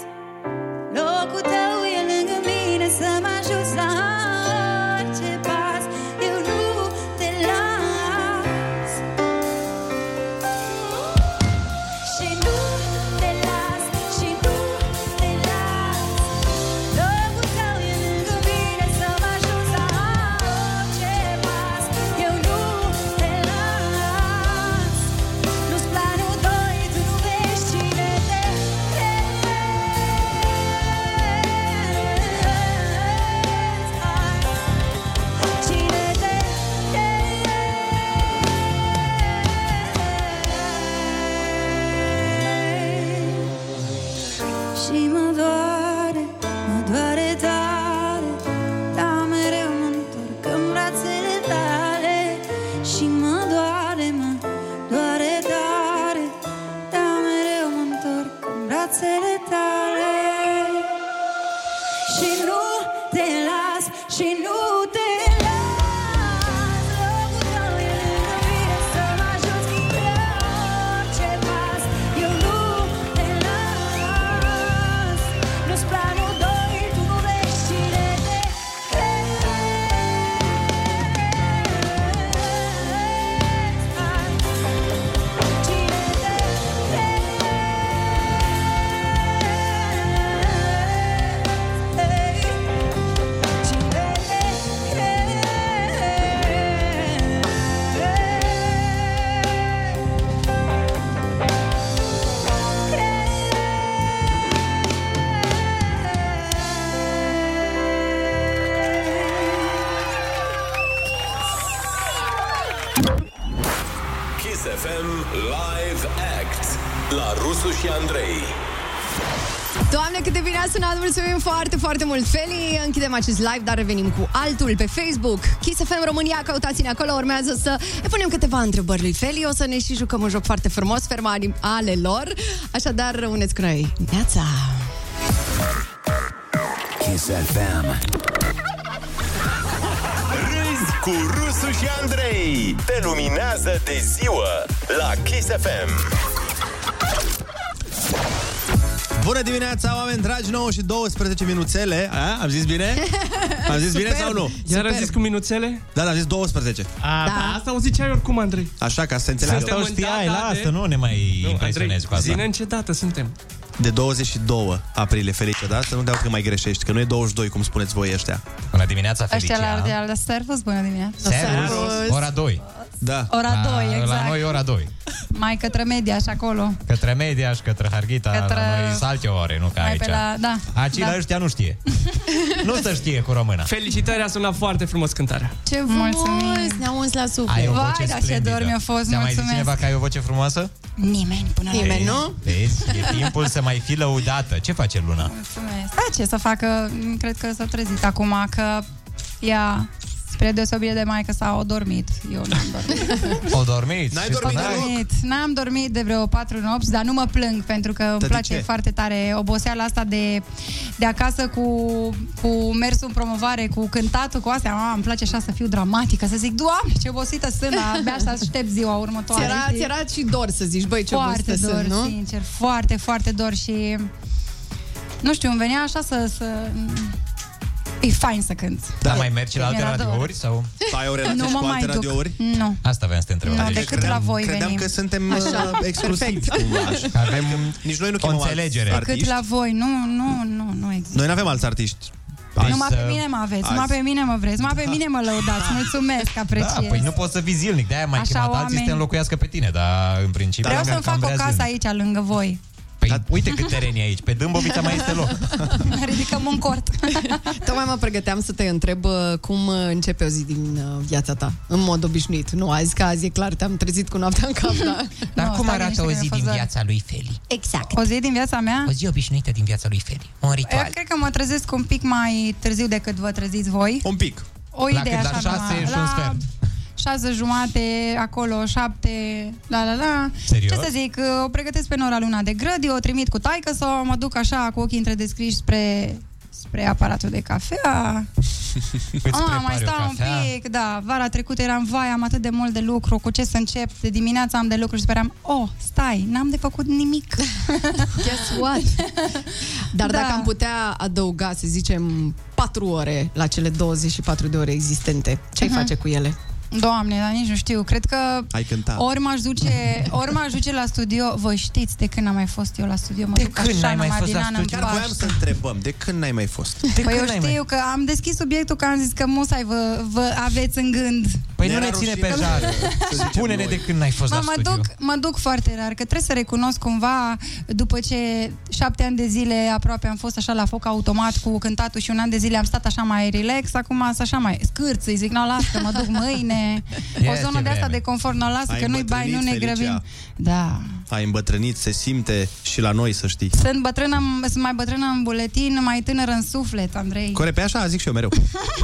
[SPEAKER 10] Locul tău e lângă mine Să mă ajuți la orice pas Eu nu te las Și nu te las, și nu te las Locul tău e lângă mine Să mă ajuți la orice pas Eu nu
[SPEAKER 3] é
[SPEAKER 10] te las nu-ți planul doi, tu nu vezi cine te crezi Ai, Cine te crezi Și mă doare, mă doare tare Dar mereu mă întorc în brațele tale Și mă doare, mă doare tare Dar mereu mă întorc în brațele tale Și nu te las, și nu te las Locul tău e lângă mine Să mă ajuți cu orice pas Eu nu te las Nu-ți planul doi, tu nu vezi cine te
[SPEAKER 1] Kiss FM Live Act la Rusu și Andrei.
[SPEAKER 9] Doamne, cât de bine a sunat, mulțumim foarte, foarte mult Feli, închidem acest live, dar revenim cu altul pe Facebook Kiss FM România, căutați-ne acolo, urmează să ne punem câteva întrebări lui Feli O să ne și jucăm un joc foarte frumos, ferma ale lor Așadar, rămâneți cu noi Neața!
[SPEAKER 1] Kiss FM. Râzi cu Rusu și Andrei. Te luminează de ziua la Kiss FM.
[SPEAKER 7] Bună dimineața, oameni dragi, 9 și 12 minuțele. A, am zis bine? Am zis bine
[SPEAKER 11] Superb,
[SPEAKER 7] sau nu?
[SPEAKER 11] Iar a zis cu
[SPEAKER 7] minuțele? Da, da, am zis 12.
[SPEAKER 11] A, da. Asta o ziceai oricum, Andrei.
[SPEAKER 7] Așa, ca să înțeleagă.
[SPEAKER 11] Suntem în data de- Nu, Andrei, Zine în ce dată suntem.
[SPEAKER 7] De 22 aprilie, felice, da? Să nu dau că mai greșești, că nu e 22, cum spuneți voi ăștia.
[SPEAKER 8] Bună dimineața,
[SPEAKER 13] Ăștia la, de la Servus, bună dimineața.
[SPEAKER 8] Ora 2.
[SPEAKER 7] Da.
[SPEAKER 13] Ora doi, exact.
[SPEAKER 8] La noi ora 2.
[SPEAKER 13] Mai către media și acolo.
[SPEAKER 8] Către media și către Harghita, către...
[SPEAKER 13] Către-
[SPEAKER 8] la noi sunt alte ore, nu ca
[SPEAKER 13] Mai
[SPEAKER 8] aici.
[SPEAKER 13] pe la... Da.
[SPEAKER 8] Aci
[SPEAKER 13] da.
[SPEAKER 8] la ăștia nu știe. nu se știe cu româna.
[SPEAKER 11] Felicitări, a sunat foarte frumos cântarea.
[SPEAKER 9] Ce frumos, ne-a uns la suflet
[SPEAKER 8] Ai o
[SPEAKER 13] Vai,
[SPEAKER 8] voce
[SPEAKER 13] dar ce
[SPEAKER 8] splendidă.
[SPEAKER 13] dormi a fost,
[SPEAKER 8] Ți-a mai zis
[SPEAKER 13] mulțumesc.
[SPEAKER 8] cineva că ai o voce frumoasă?
[SPEAKER 13] Nimeni până la
[SPEAKER 8] Vezi, Vezi, e timpul să mai fi lăudată. Ce face Luna?
[SPEAKER 13] Mulțumesc. Da, ce să facă, cred că s-a trezit acum, că ea, spre deosebire de maică, s-a odormit. Eu n-am dormit.
[SPEAKER 8] O dormiți?
[SPEAKER 13] N-ai
[SPEAKER 8] Și
[SPEAKER 13] dormit
[SPEAKER 8] stai-
[SPEAKER 13] dormit. N-am dormit de vreo patru nopți, dar nu mă plâng pentru că îmi
[SPEAKER 8] de
[SPEAKER 13] place
[SPEAKER 8] ce?
[SPEAKER 13] foarte tare oboseala asta de, de acasă cu, cu mersul în promovare, cu cântatul, cu astea. A, îmi place așa să fiu dramatică, să zic, Doamne, ce obosită sunt, abia așa aștept ziua următoare.
[SPEAKER 9] Ți-era-
[SPEAKER 13] știi?
[SPEAKER 9] ți-era și dor să zici, "Băi, Păi, ce
[SPEAKER 13] foarte
[SPEAKER 9] obosită
[SPEAKER 13] dor,
[SPEAKER 9] sunt", nu?
[SPEAKER 13] sincer, foarte, foarte dor și nu știu, îmi venea așa să, să e fain să cânti.
[SPEAKER 8] Da, mai mergi la alte
[SPEAKER 13] Era două.
[SPEAKER 8] radiouri sau?
[SPEAKER 7] Ai o
[SPEAKER 13] nu
[SPEAKER 7] relație
[SPEAKER 13] mă
[SPEAKER 7] și cu
[SPEAKER 13] mai
[SPEAKER 7] alte
[SPEAKER 13] duc.
[SPEAKER 7] radiouri?
[SPEAKER 13] Nu.
[SPEAKER 8] Asta vreau să te întreb.
[SPEAKER 13] Nu,
[SPEAKER 7] Adică
[SPEAKER 13] decât
[SPEAKER 7] credeam-
[SPEAKER 13] la voi
[SPEAKER 7] Credeam
[SPEAKER 13] venim.
[SPEAKER 7] că suntem
[SPEAKER 13] Așa,
[SPEAKER 7] uh, exclusivi
[SPEAKER 13] perfect.
[SPEAKER 7] cumva. Avem, nici noi nu chemăm înțelegere.
[SPEAKER 13] Cât la voi, nu, nu, nu, nu există.
[SPEAKER 7] Noi nu avem alți artiști. Păi
[SPEAKER 13] Numai pe mine mă aveți, numai pe mine mă vreți, numai pe mine mă lăudați. Mulțumesc,
[SPEAKER 8] Da,
[SPEAKER 13] apreciez.
[SPEAKER 8] păi nu poți să vii zilnic, de-aia mai
[SPEAKER 13] Așa,
[SPEAKER 8] chemat alții să
[SPEAKER 13] oameni-
[SPEAKER 8] te înlocuiască pe tine, dar în principiu...
[SPEAKER 13] Vreau
[SPEAKER 8] cam-
[SPEAKER 13] să-mi
[SPEAKER 8] cam
[SPEAKER 13] fac o
[SPEAKER 8] vrea
[SPEAKER 13] casă
[SPEAKER 8] zilnic.
[SPEAKER 13] aici, lângă voi.
[SPEAKER 8] Păi uite cât teren e aici, pe Dâmbovița mai este loc.
[SPEAKER 13] Ridicăm un cort.
[SPEAKER 9] Tocmai mă pregăteam să te întreb uh, cum uh, începe o zi din uh, viața ta, în mod obișnuit. Nu azi, că azi e clar, te-am trezit cu noaptea în cap, da?
[SPEAKER 3] Dar
[SPEAKER 13] Nu,
[SPEAKER 3] cum
[SPEAKER 13] stai
[SPEAKER 3] arată
[SPEAKER 13] liniște
[SPEAKER 3] o
[SPEAKER 13] că
[SPEAKER 3] zi
[SPEAKER 13] mi-e
[SPEAKER 3] din
[SPEAKER 13] fazon.
[SPEAKER 3] viața lui Feli?
[SPEAKER 13] Exact. O zi din viața mea?
[SPEAKER 3] O zi obișnuită din viața lui Feli. Un
[SPEAKER 13] Eu
[SPEAKER 3] ritual.
[SPEAKER 13] cred că mă trezesc un pic mai târziu decât vă treziți voi.
[SPEAKER 7] Un pic.
[SPEAKER 13] O
[SPEAKER 3] La
[SPEAKER 13] idee
[SPEAKER 3] cât? La
[SPEAKER 13] așa.
[SPEAKER 3] șase
[SPEAKER 13] numai.
[SPEAKER 3] și un sfert.
[SPEAKER 13] Șase jumate, acolo șapte, la la la.
[SPEAKER 3] Serios?
[SPEAKER 13] Ce să zic, o pregătesc pe Nora Luna de grădi, o trimit cu taică sau mă duc așa cu ochii întredescriși spre spre aparatul de cafea. Ah, mai stau un pic, da. Vara trecută eram, vai, am atât de mult de lucru, cu ce să încep? De dimineața am de lucru și speram, oh, stai, n-am de făcut nimic.
[SPEAKER 9] Guess what? Dar
[SPEAKER 13] Da.
[SPEAKER 9] dacă am putea adăuga, să zicem, 4 ore la cele 24 de ore existente, ce-ai
[SPEAKER 13] Mhm.
[SPEAKER 9] face cu ele?
[SPEAKER 13] Doamne, dar nici nu știu. Cred că
[SPEAKER 7] Ai cântat.
[SPEAKER 13] Ori m-aș duce, ori m-aș duce la studio, voi știți de când am mai fost eu la studio, mă
[SPEAKER 7] De
[SPEAKER 13] duc
[SPEAKER 7] când
[SPEAKER 13] așa
[SPEAKER 7] n-ai mai
[SPEAKER 13] numai
[SPEAKER 7] fost
[SPEAKER 13] din
[SPEAKER 7] la
[SPEAKER 13] an în
[SPEAKER 7] studio? Chiar voiam
[SPEAKER 13] paș.
[SPEAKER 7] să întrebăm, de când n-ai mai fost? De
[SPEAKER 13] Păi eu știu că am deschis subiectul că am zis că musai vă, vă aveți în gând.
[SPEAKER 8] Păi nu ne ține pe jară. Spune-ne de când n-ai fost la
[SPEAKER 13] Mă, mă,
[SPEAKER 8] studio.
[SPEAKER 13] duc, mă duc foarte rar, că trebuie să recunosc cumva, după ce șapte ani de zile aproape am fost așa la foc automat cu cântatul și un an de zile am stat așa mai relax, acum sunt așa mai scârț, îi zic, nu, las că mă duc mâine.
[SPEAKER 7] Ia
[SPEAKER 13] o zonă
[SPEAKER 7] ce
[SPEAKER 13] de asta
[SPEAKER 7] vreme.
[SPEAKER 13] de confort, nu, las că nu-i bai, nu ne grăbim. Da.
[SPEAKER 7] Ai îmbătrânit, se simte și la noi, să știi.
[SPEAKER 13] Sunt bătrână, sunt mai bătrână în buletin, mai tânără în suflet, Andrei.
[SPEAKER 7] Corect, pe așa zic și eu mereu.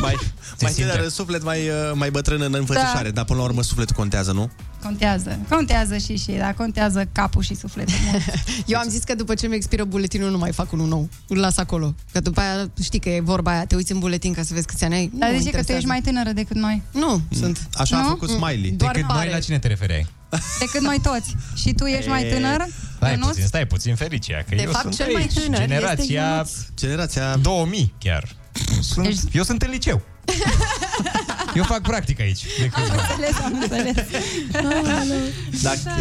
[SPEAKER 7] Mai, mai tânăr în suflet, mai, uh, mai bătrân în înfățișare,
[SPEAKER 13] Da.
[SPEAKER 7] dar până la urmă sufletul contează, nu?
[SPEAKER 13] Contează. Contează și și, da, contează capul și sufletul. mult.
[SPEAKER 9] Eu am zis că după ce mi expiră buletinul nu mai fac unul nou. Îl las acolo. Că după aia știi că e vorba aia, te uiți în buletin ca să vezi câți ani ai. Nu
[SPEAKER 13] Dar
[SPEAKER 9] mă
[SPEAKER 13] zice că tu
[SPEAKER 9] interesează.
[SPEAKER 13] ești mai tânără decât noi.
[SPEAKER 9] Nu, sunt.
[SPEAKER 7] Așa a
[SPEAKER 13] Nu?
[SPEAKER 7] făcut Smiley.
[SPEAKER 13] Doar Decât noi, pare. la
[SPEAKER 8] cine te refereai?
[SPEAKER 13] Decât noi toți. Și tu ești mai
[SPEAKER 8] E,
[SPEAKER 7] Eh,
[SPEAKER 13] tânăr?
[SPEAKER 8] Stai
[SPEAKER 13] Ionuț?
[SPEAKER 8] puțin, stai puțin, Felicia, că
[SPEAKER 13] De
[SPEAKER 8] eu
[SPEAKER 13] fapt,
[SPEAKER 8] sunt
[SPEAKER 13] cel mai
[SPEAKER 8] aici,
[SPEAKER 13] tânăr este
[SPEAKER 8] generația...
[SPEAKER 7] Generația...
[SPEAKER 8] 2000 chiar. Sunt, eu sunt în liceu. Eu fac practică aici. De câțiva.
[SPEAKER 13] Înțeles, am înțeles.
[SPEAKER 7] Dar
[SPEAKER 13] Da.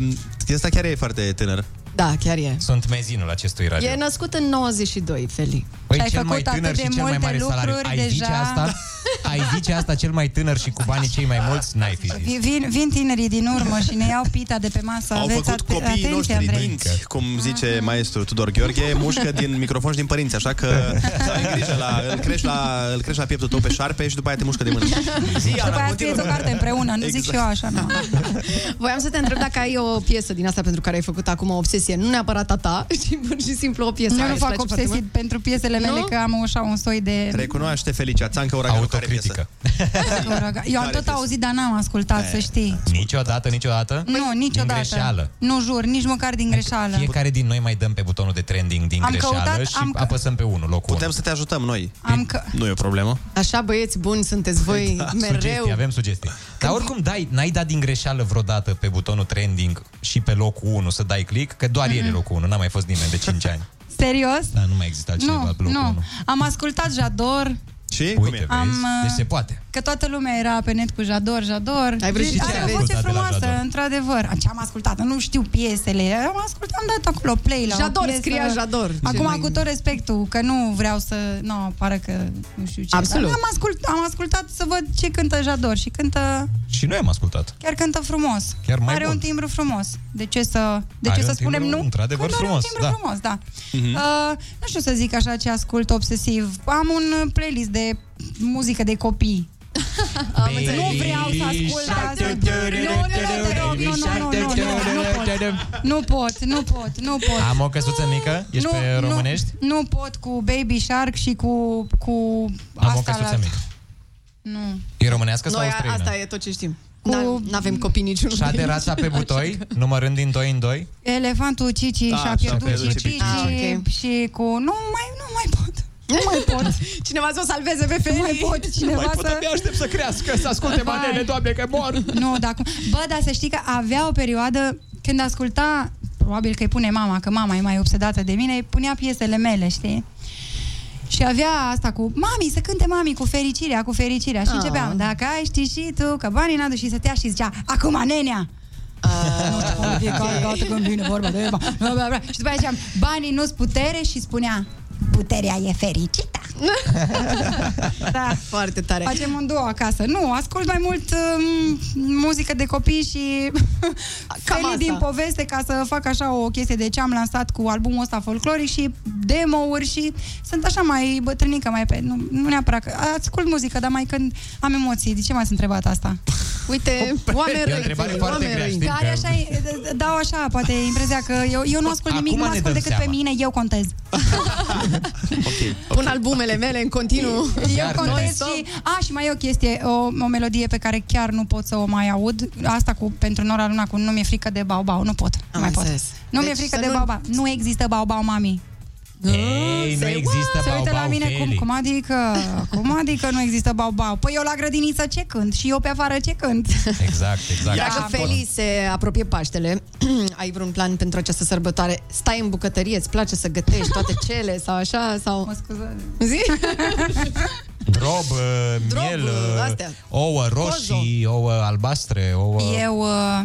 [SPEAKER 7] uh, asta chiar e foarte tânăr.
[SPEAKER 9] Da, chiar e.
[SPEAKER 8] Sunt mezinul acestui radio.
[SPEAKER 9] E născut în 92, Feli.
[SPEAKER 8] Da, Păi cel mai tânăr și cel mai mare salariu. Ai zice asta? Ai zice asta cel mai tânăr și cu banii cei mai mulți? N-ai fi zis.
[SPEAKER 13] Vi- Vin, vin tinerii din urmă și ne iau pita de pe masă.
[SPEAKER 7] Au
[SPEAKER 13] Aveți
[SPEAKER 7] făcut
[SPEAKER 13] at-
[SPEAKER 7] copiii
[SPEAKER 13] atenție,
[SPEAKER 7] noștri
[SPEAKER 13] Andrei.
[SPEAKER 7] dinți, cum zice maestru Tudor Gheorghe, mușcă din microfon și din părinți, așa că ai grijă la, îl, crești la, îl crești la pieptul tău pe șarpe și după aia te mușcă de mână.
[SPEAKER 13] Și după aia scrieți o carte împreună, nu zic
[SPEAKER 7] Exact.
[SPEAKER 13] și eu așa, nu.
[SPEAKER 9] Voiam să te întreb dacă ai o piesă din asta pentru care ai făcut acum o obsesie, nu neapărat a ta, ci pur și simplu o piesă.
[SPEAKER 13] Eu
[SPEAKER 9] care
[SPEAKER 13] nu
[SPEAKER 9] îți
[SPEAKER 13] fac
[SPEAKER 9] place foarte
[SPEAKER 13] obsesii
[SPEAKER 9] mult.
[SPEAKER 13] pentru piesele mele,
[SPEAKER 9] Nu?
[SPEAKER 13] că am așa un soi de...
[SPEAKER 7] Recunoaște Felicia, țancă uraganul care piesă.
[SPEAKER 13] Eu am tot auzit, dar n-am ascultat, să știi.
[SPEAKER 8] Niciodată, niciodată?
[SPEAKER 9] Păi
[SPEAKER 13] Nu, niciodată.
[SPEAKER 8] greșeală.
[SPEAKER 13] Nu jur, nici măcar
[SPEAKER 9] Adică
[SPEAKER 13] din greșeală.
[SPEAKER 8] Fiecare din noi mai dăm pe butonul de trending din
[SPEAKER 13] Am
[SPEAKER 8] greșeală
[SPEAKER 13] căutat,
[SPEAKER 8] și
[SPEAKER 13] am-
[SPEAKER 8] apăsăm pe unul, locul Păi, Putem
[SPEAKER 7] să te ajutăm noi.
[SPEAKER 13] Am că... Păi,
[SPEAKER 7] Nu e o problemă.
[SPEAKER 9] Așa, băieți buni, sunteți voi mereu.
[SPEAKER 8] Păi, Da, Sugestii, avem sugestii. Dar oricum dai, n-ai dat din greșeală vreodată pe butonul trending și pe locul 1 să dai click, că doar mm-hmm. el e locul 1, n-a mai fost nimeni de 5 ani.
[SPEAKER 13] Serios?
[SPEAKER 8] Dar nu mai
[SPEAKER 9] Da,
[SPEAKER 8] există altcineva
[SPEAKER 13] Nu,
[SPEAKER 8] pe locul 1.
[SPEAKER 13] nu. Am ascultat Jador,
[SPEAKER 7] Și?
[SPEAKER 8] Uite, Cum e?
[SPEAKER 13] Am,
[SPEAKER 8] vezi?
[SPEAKER 13] uh,
[SPEAKER 8] Deci se poate.
[SPEAKER 13] că toată lumea era pe net cu Jador, Jador.
[SPEAKER 9] Ai vrut și
[SPEAKER 13] Deci
[SPEAKER 9] ce
[SPEAKER 13] Are
[SPEAKER 9] aveți?
[SPEAKER 13] o voce
[SPEAKER 9] Ascultat de la
[SPEAKER 13] frumoasă,
[SPEAKER 9] Jador.
[SPEAKER 13] într-adevăr. Ce am ascultat? Nu știu piesele. Am ascultat, am dat acolo play la o
[SPEAKER 9] Jador,
[SPEAKER 13] piesă.
[SPEAKER 9] scria Jador.
[SPEAKER 13] Acum,
[SPEAKER 9] Ce mai-
[SPEAKER 13] cu tot respectul, că nu vreau să... Nu, pare că nu știu ce.
[SPEAKER 9] Absolut.
[SPEAKER 13] Dar Am, ascult, am ascultat să văd ce cântă Jador și cântă...
[SPEAKER 8] Și noi am ascultat.
[SPEAKER 13] Chiar cântă frumos.
[SPEAKER 8] Chiar mai
[SPEAKER 13] Are
[SPEAKER 8] bun.
[SPEAKER 13] un timbru frumos. De ce să, de
[SPEAKER 8] Are
[SPEAKER 13] ce Deci să
[SPEAKER 8] un
[SPEAKER 13] spunem
[SPEAKER 8] timbru,
[SPEAKER 13] nu?
[SPEAKER 8] într-adevăr,
[SPEAKER 13] Când are
[SPEAKER 8] frumos,
[SPEAKER 13] un timbru
[SPEAKER 8] da.
[SPEAKER 13] frumos, da.
[SPEAKER 8] Mhm.
[SPEAKER 13] Uh, nu știu să zic așa ce ascult obsesiv. Am un playlist de muzică de copii.
[SPEAKER 9] Am
[SPEAKER 13] înțeles. Nu vreau să ascult asta. Nu, nu, nu, nu, nu, nu, nu pot. Nu pot, nu pot, nu pot.
[SPEAKER 8] Mhm. Am o căsuță mică? Ah, Ești
[SPEAKER 13] nu,
[SPEAKER 8] pe românești?
[SPEAKER 13] Nu, nu pot cu Baby Shark și cu, cu
[SPEAKER 8] Am o
[SPEAKER 13] asta
[SPEAKER 8] căsuță
[SPEAKER 13] la-
[SPEAKER 8] mică.
[SPEAKER 13] Nu.
[SPEAKER 8] E românească sau
[SPEAKER 9] Noi,
[SPEAKER 8] străină?
[SPEAKER 9] asta e tot ce știm. Nu avem copii niciunul.
[SPEAKER 8] Și-a derața pe butoi, numărând din 2 în 2?
[SPEAKER 13] Elefantul Cici
[SPEAKER 8] Da,
[SPEAKER 13] și-a
[SPEAKER 8] și-a
[SPEAKER 13] pierdut
[SPEAKER 8] pierdut
[SPEAKER 13] și
[SPEAKER 8] și
[SPEAKER 13] Cici
[SPEAKER 8] Cici.
[SPEAKER 9] Ah, ok.
[SPEAKER 13] și cu... Nu mai, nu mai pot. Nu mai pot.
[SPEAKER 9] Cineva să o salveze pe Feli.
[SPEAKER 13] Nu mai pot cineva să...
[SPEAKER 8] aștept să crească, să
[SPEAKER 13] Vai.
[SPEAKER 8] doamne, că mor.
[SPEAKER 13] Nu, dar acum... Bă, dar să știi că avea o perioadă când asculta, probabil că îi pune mama, că mama e mai obsedată de mine, îi punea piesele mele, știi? Și avea asta cu mami, să cânte mami cu fericirea, cu fericirea. Și
[SPEAKER 9] Ah.
[SPEAKER 13] începeam, dacă ai ști și tu că banii n-a dus și stătea și zicea, acum nenea. Nu știu cum e fiecare dată când vine vorba de Eva. Bla, bla, bla. Și după aceea ziceam, banii nu-s putere și spunea, puterea e fericită. da,
[SPEAKER 9] foarte tare.
[SPEAKER 13] Facem un duo acasă. Nu, ascult mai mult um, muzică de copii și felii
[SPEAKER 9] asta.
[SPEAKER 13] din poveste ca să fac așa o chestie de ce am lansat cu albumul ăsta folcloric și demo-uri și sunt așa mai bătrânică, mai pe... Nu, nu neapărat că... Ascult muzică, dar mai când am emoții. De ce m-ați întrebat asta?
[SPEAKER 9] Uite, oameni
[SPEAKER 15] E o întrebare
[SPEAKER 9] răi,
[SPEAKER 15] foarte
[SPEAKER 9] oameni
[SPEAKER 15] grea,
[SPEAKER 9] răi.
[SPEAKER 15] știi?
[SPEAKER 13] Care așa, e, d- d- dau așa, poate impresia că eu, eu nu ascult nimic,
[SPEAKER 9] Acum
[SPEAKER 13] nu
[SPEAKER 9] ne dăm
[SPEAKER 13] ascult decât
[SPEAKER 9] seama.
[SPEAKER 13] pe mine, eu contez.
[SPEAKER 9] Pun albumele mele în continuu.
[SPEAKER 13] Eu contez și... A, și mai e o chestie, o, o melodie pe care chiar nu pot să o mai aud. Asta cu pentru Nora Luna, cu Nu mi-e frică de baobau. Nu pot, nu
[SPEAKER 9] Am
[SPEAKER 13] mai pot.
[SPEAKER 9] înțeles.
[SPEAKER 13] Nu
[SPEAKER 9] Deci
[SPEAKER 13] mi-e frică
[SPEAKER 9] să
[SPEAKER 13] de
[SPEAKER 9] nu-
[SPEAKER 13] baobau. Nu există baobau, mami.
[SPEAKER 5] Ei, nu
[SPEAKER 9] se-
[SPEAKER 5] există
[SPEAKER 13] Se uită la
[SPEAKER 5] baobau,
[SPEAKER 13] mine cum,
[SPEAKER 5] Feli.
[SPEAKER 13] cum adică, cum adică nu există baobau? Păi eu la grădiniță ce cânt și eu pe afară ce cânt.
[SPEAKER 5] Exact, exact.
[SPEAKER 9] Dacă Feli se apropie Paștele, ai vreun plan pentru această sărbătoare? Stai în bucătărie, îți place să gătești toate cele sau așa? Sau... Mă
[SPEAKER 13] scuzați.
[SPEAKER 9] Zi?
[SPEAKER 5] Drob, uh, miel, uh,
[SPEAKER 9] astea.
[SPEAKER 5] ouă roșii, ouă albastre, ouă...
[SPEAKER 13] Eu, uh,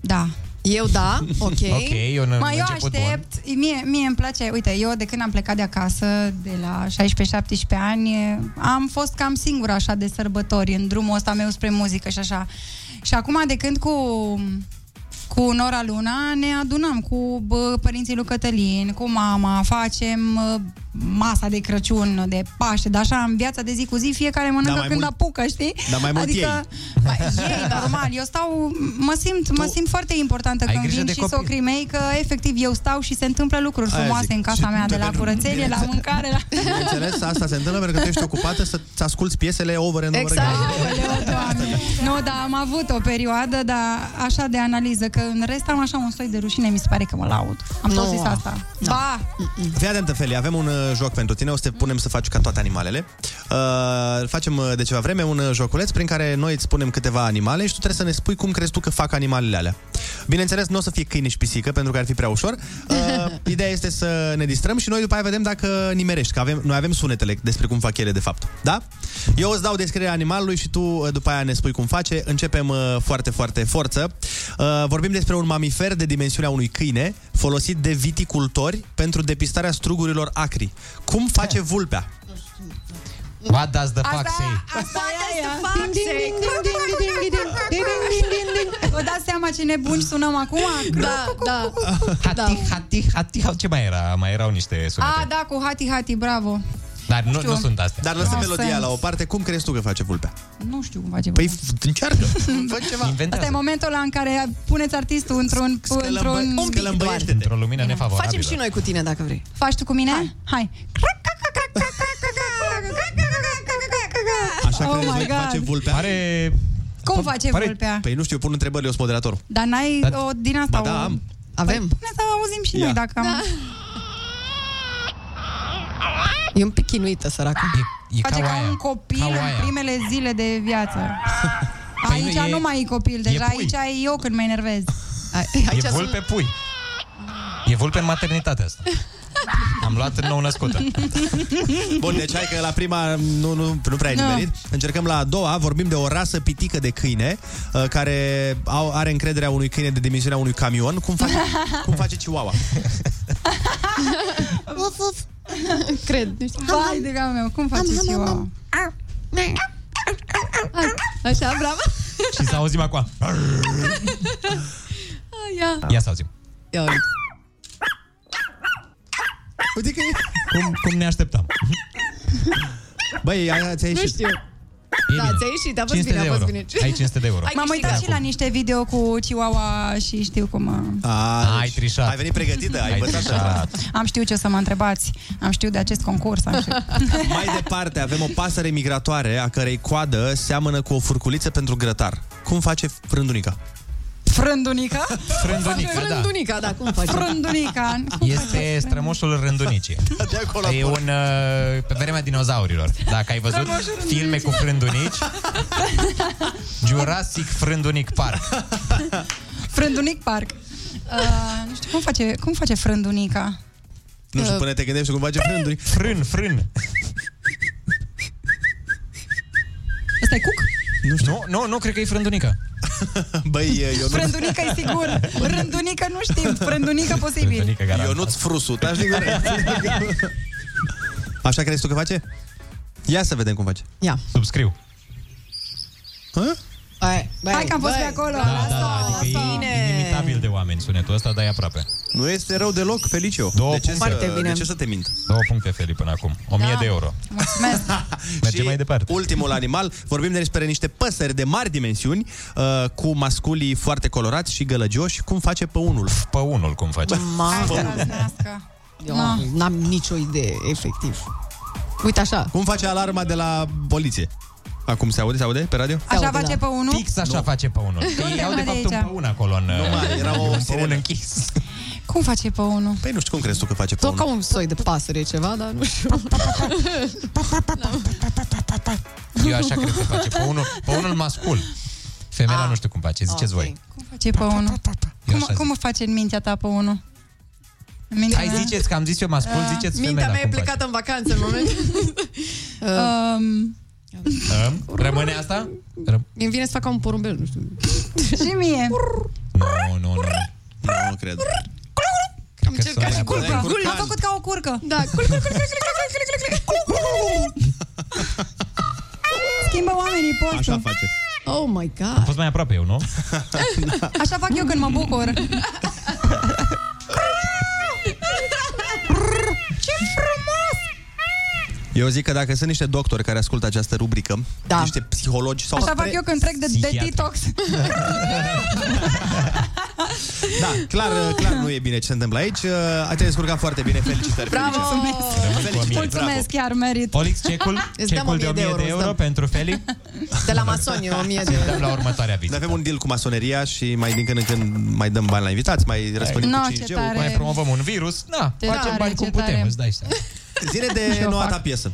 [SPEAKER 13] da.
[SPEAKER 9] Eu da, ok.
[SPEAKER 5] Ok, eu în-
[SPEAKER 13] Mă, eu
[SPEAKER 5] început bun.
[SPEAKER 13] aștept, mie, mie îmi place, uite, eu de când am plecat de acasă, de la 16-17 ani, am fost cam singură așa de sărbători în drumul ăsta meu spre muzică și așa. Și acum de când cu cu Nora Luna ne adunăm cu bă, părinții lui Cătălin, cu mama, facem uh, masa de Crăciun, de Paște, dar așa în viața de zi cu zi fiecare mănâncă
[SPEAKER 15] mai
[SPEAKER 13] când
[SPEAKER 15] mult-
[SPEAKER 13] apucă, știi?
[SPEAKER 15] Dar mai mult
[SPEAKER 13] adică, Ba, ei, normal, eu stau, mă simt, mă simt foarte importantă
[SPEAKER 15] ai
[SPEAKER 13] când
[SPEAKER 15] grijă
[SPEAKER 13] vin
[SPEAKER 15] de
[SPEAKER 13] și
[SPEAKER 15] copii.
[SPEAKER 13] socrii mei, că efectiv eu stau și se întâmplă lucruri
[SPEAKER 15] Aia
[SPEAKER 13] frumoase
[SPEAKER 15] zic.
[SPEAKER 13] în casa
[SPEAKER 15] Și
[SPEAKER 13] mea, de la
[SPEAKER 15] pentru-
[SPEAKER 13] curățenie, la
[SPEAKER 15] bineînțeles.
[SPEAKER 13] mâncare, la...
[SPEAKER 7] Bineînțeles, asta se întâmplă pentru că tu ești ocupată să-ți asculti piesele over and over
[SPEAKER 13] Exact,
[SPEAKER 7] again.
[SPEAKER 13] aoleu, doamne. Nu, dar am avut o perioadă, dar așa de analiză, că în rest am așa un soi de rușine, mi se pare că mă laud. Am tot
[SPEAKER 7] Nu.
[SPEAKER 13] zis asta. Ba!
[SPEAKER 7] Da. Fii atentă, Feli, avem un uh, joc pentru tine, o să te punem să faci ca toate animalele. Uh, îl facem uh, de ceva vreme un uh, joculeț prin care noi îți punem câteva animale și tu trebuie să ne spui cum crezi tu că fac animalele alea. Bineînțeles, nu o să fie câine și pisică, pentru că ar fi prea ușor. Uh, ideea este să ne distrăm și noi după aia vedem dacă nimerești, că avem, noi avem sunetele despre cum fac ele de fapt. Da? Eu îți dau descrierea animalului și tu uh, după aia ne spui cum face. Începem uh, foarte, foarte forță. Uh, Vorbim despre un mamifer de dimensiunea unui câine folosit de viticultori pentru depistarea strugurilor acri. Cum face vulpea? What does the fuck say?
[SPEAKER 13] Eh. Asta e aia.
[SPEAKER 9] Ding, ding, ding, ding, ding, ding, ding, ding, ding, ding, ding, ding, ding.
[SPEAKER 13] Vă dați seama ce nebuni sunăm acum?
[SPEAKER 9] Da, da.
[SPEAKER 8] Hati, hati, hati, hau, ce mai era? Mai erau niște sunete.
[SPEAKER 13] A, da, cu hati hati, bravo.
[SPEAKER 8] Dar nu,
[SPEAKER 13] știu.
[SPEAKER 8] nu sunt astea.
[SPEAKER 7] Dar lăsăm
[SPEAKER 13] No
[SPEAKER 7] melodia
[SPEAKER 13] sense.
[SPEAKER 7] la o parte. Cum crezi tu că face vulpea?
[SPEAKER 13] Nu știu cum face.
[SPEAKER 7] Păi f- încearcă. Fă ceva.
[SPEAKER 13] Asta e momentul ăla în care puneți artistul într-un... într-un...
[SPEAKER 8] Într-o lumină nefavorabilă.
[SPEAKER 9] Facem și noi cu tine dacă vrei.
[SPEAKER 13] Faci tu cu mine? Hai. Hai.
[SPEAKER 7] Așa
[SPEAKER 13] Oh
[SPEAKER 7] crezi
[SPEAKER 13] my
[SPEAKER 7] noi că
[SPEAKER 13] God.
[SPEAKER 7] face vulpea? Pare...
[SPEAKER 13] Cum face vulpea?
[SPEAKER 7] Păi nu știu, eu pun întrebări, eu sunt moderator.
[SPEAKER 13] Dar n-ai
[SPEAKER 7] Dar-
[SPEAKER 13] o din asta
[SPEAKER 7] Ba da, am.
[SPEAKER 9] Avem.
[SPEAKER 13] Păi, pune să auzim și
[SPEAKER 7] Ia.
[SPEAKER 13] noi dacă am...
[SPEAKER 9] E un pic chinuită, săraca.
[SPEAKER 8] E
[SPEAKER 13] Face ca un copil în primele zile de viață.
[SPEAKER 8] Păi
[SPEAKER 13] Aici
[SPEAKER 8] nu, e-
[SPEAKER 13] nu mai e copil, deja
[SPEAKER 8] pui.
[SPEAKER 13] aici e eu când mă enervez.
[SPEAKER 8] E vulpe pui. E vulpe în maternitatea asta. Am luat în nou născută.
[SPEAKER 7] Bun, deci hai că la prima nu, nu, nu prea ai
[SPEAKER 8] Nu.
[SPEAKER 7] nimerit. Încercăm la a doua, vorbim de o rasă pitică de câine uh, care au, are încrederea unui câine de dimensiunea unui camion. Cum face, cum face Chihuahua?
[SPEAKER 13] Uf, uf. Cred. Vai de gama meu, cum faci eu?
[SPEAKER 9] Așa, bravo.
[SPEAKER 8] Și să auzim acum.
[SPEAKER 9] Ia.
[SPEAKER 8] Ia să auzim.
[SPEAKER 9] Ia uite.
[SPEAKER 7] Uite că e...
[SPEAKER 8] Cum, cum ne așteptam.
[SPEAKER 7] Băi, aia ți-a
[SPEAKER 9] Nu știu. Da, ți-a ieșit, a fost
[SPEAKER 8] 500
[SPEAKER 9] bine, a
[SPEAKER 8] de
[SPEAKER 9] fost
[SPEAKER 8] euro.
[SPEAKER 9] bine.
[SPEAKER 8] Ai 500 de euro.
[SPEAKER 13] M-am uitat și la niște video cu Chihuahua și știu cum... uh,
[SPEAKER 7] A,
[SPEAKER 8] ai trișat. Ai
[SPEAKER 7] venit pregătită, ai învățat
[SPEAKER 13] Am știut ce o să mă întrebați. Am știut de acest concurs. Am știut.
[SPEAKER 7] Mai departe, avem o pasăre migratoare a cărei coadă seamănă cu o furculiță pentru grătar. Cum face frândunica?
[SPEAKER 13] Frândunica?
[SPEAKER 8] Frândunica, da.
[SPEAKER 9] Frândunica, da, cum faci?
[SPEAKER 13] Frândunica.
[SPEAKER 8] Este strămoșul rândunicii.
[SPEAKER 13] Da,
[SPEAKER 7] De acolo
[SPEAKER 8] e un... uh, Pe vremea dinozaurilor. Dacă ai văzut
[SPEAKER 9] Strămoșul rândunic.
[SPEAKER 8] filme cu frândunici, Jurassic Frândunic Park.
[SPEAKER 13] Frândunic Park. Uh, nu știu, cum face, cum face frândunica?
[SPEAKER 7] Nu știu, până te gândești cum face frânduri.
[SPEAKER 8] Frân, Adică frân.
[SPEAKER 9] Asta e cuc?
[SPEAKER 8] Nu știu. Nu, nu, nu cred că e frândunica.
[SPEAKER 7] Băi, eu
[SPEAKER 13] Frândunică e sigur. Rândunică nu știm. Frândunică posibil.
[SPEAKER 7] Eu nu-ți frusul, te-aș din Așa crezi tu că face? Ia să vedem cum face.
[SPEAKER 9] Ia.
[SPEAKER 8] Subscriu.
[SPEAKER 9] Hai,
[SPEAKER 13] Hai că am fost pe acolo. Da, da, da,
[SPEAKER 8] Adică e inimitabil de oameni sunetul ăsta, dar e aproape.
[SPEAKER 7] Nu este rău deloc, Felicio.
[SPEAKER 8] Două
[SPEAKER 7] de ce,
[SPEAKER 8] puncte.
[SPEAKER 7] să,
[SPEAKER 8] Foarte bine.
[SPEAKER 7] de ce să te mint?
[SPEAKER 8] Două puncte, Feli, până acum. O mie de euro.
[SPEAKER 13] Da. Mulțumesc.
[SPEAKER 8] Mergem mai departe.
[SPEAKER 7] Ultimul animal, vorbim despre niște păsări de mari dimensiuni, uh, cu masculii foarte colorați și gălăgioși. Cum face pe unul?
[SPEAKER 8] Pe unul cum
[SPEAKER 7] da.
[SPEAKER 8] face.
[SPEAKER 9] Eu n-am nicio idee, efectiv. Uite așa.
[SPEAKER 7] Cum face alarma de la poliție? Acum se aude, se aude pe radio?
[SPEAKER 13] Așa face pe unul?
[SPEAKER 8] Fix așa
[SPEAKER 7] Nu.
[SPEAKER 8] face pe unul.
[SPEAKER 13] Nu
[SPEAKER 8] Ei
[SPEAKER 13] te
[SPEAKER 8] au
[SPEAKER 13] mă de
[SPEAKER 8] de fapt
[SPEAKER 13] aici.
[SPEAKER 8] un păun acolo în... Nu,
[SPEAKER 7] mai, era o
[SPEAKER 8] un păun
[SPEAKER 7] sirenă.
[SPEAKER 8] închis.
[SPEAKER 13] Cum face pe unul?
[SPEAKER 7] Păi nu știu cum crezi tu că face pe
[SPEAKER 9] Tot ca
[SPEAKER 7] unul.
[SPEAKER 9] un soi de pasăre ceva, dar nu știu.
[SPEAKER 8] Eu așa cred că face. Pe unul, pe unul mascul. Femeia nu știu cum face, ziceți voi.
[SPEAKER 13] Cum face pe unul? Cum,
[SPEAKER 8] așa
[SPEAKER 13] cum o face în mintea ta pe unul? În mintea
[SPEAKER 8] Hai,
[SPEAKER 13] mea?
[SPEAKER 8] ziceți că am zis eu
[SPEAKER 9] Ah,
[SPEAKER 8] mascul,
[SPEAKER 13] Da.
[SPEAKER 8] ziceți
[SPEAKER 13] Mintea
[SPEAKER 8] femeia
[SPEAKER 13] mea e
[SPEAKER 8] cum
[SPEAKER 13] plecată
[SPEAKER 9] Cată în vacanță în moment.
[SPEAKER 13] Um,
[SPEAKER 8] face. Am? Rămâne asta?
[SPEAKER 9] Îmi vine să fac ca un porumbel, nu știu.
[SPEAKER 13] și mie.
[SPEAKER 8] Nu, nu, nu.
[SPEAKER 7] Nu, cred.
[SPEAKER 9] Am încercat și
[SPEAKER 13] Curcă.
[SPEAKER 9] curca.
[SPEAKER 13] Am făcut ca o curcă.
[SPEAKER 9] Da, cul, cul, cul, cul, cul, cul, cul, cul.
[SPEAKER 13] Schimbă oamenii postul. Așa,
[SPEAKER 7] face.
[SPEAKER 9] Oh my
[SPEAKER 8] Am
[SPEAKER 9] god.
[SPEAKER 8] fost mai aproape eu, nu?
[SPEAKER 13] Așa fac eu când mă bucur.
[SPEAKER 9] Ce frumos!
[SPEAKER 7] Eu zic că dacă sunt niște doctori care ascultă această rubrică, da. niște psihologi sau...
[SPEAKER 13] Așa fac eu când trec de, de
[SPEAKER 7] Psihiatri.
[SPEAKER 13] detox.
[SPEAKER 7] Da, clar, clar nu e bine ce se întâmplă aici. Uh, Ai te descurcat foarte bine, felicitări.
[SPEAKER 13] Bravo!
[SPEAKER 7] Felicia. Felicitări, bravo.
[SPEAKER 13] Mulțumesc, chiar merit.
[SPEAKER 8] Olix, cecul,
[SPEAKER 9] Îți dăm
[SPEAKER 8] cecul
[SPEAKER 9] 1000
[SPEAKER 8] de
[SPEAKER 9] de
[SPEAKER 8] 1000 de
[SPEAKER 9] euro,
[SPEAKER 8] euro
[SPEAKER 9] îți
[SPEAKER 8] pentru Feli.
[SPEAKER 9] De la masoni, o mie de
[SPEAKER 8] Dăm la următoarea vizită.
[SPEAKER 7] Noi avem un deal cu masoneria și mai din când în când mai dăm bani la invitați, mai răspândim
[SPEAKER 13] No,
[SPEAKER 7] cu
[SPEAKER 13] ce
[SPEAKER 7] 5G.
[SPEAKER 13] tare.
[SPEAKER 8] Mai promovăm un virus. Na,
[SPEAKER 13] Ce
[SPEAKER 8] Da, facem
[SPEAKER 13] tare,
[SPEAKER 8] bani cum
[SPEAKER 13] ce
[SPEAKER 8] putem,
[SPEAKER 13] tare.
[SPEAKER 8] îți dai seama.
[SPEAKER 7] Zine
[SPEAKER 13] Și
[SPEAKER 7] de
[SPEAKER 13] eu
[SPEAKER 7] noua
[SPEAKER 13] fac.
[SPEAKER 7] ta piesă.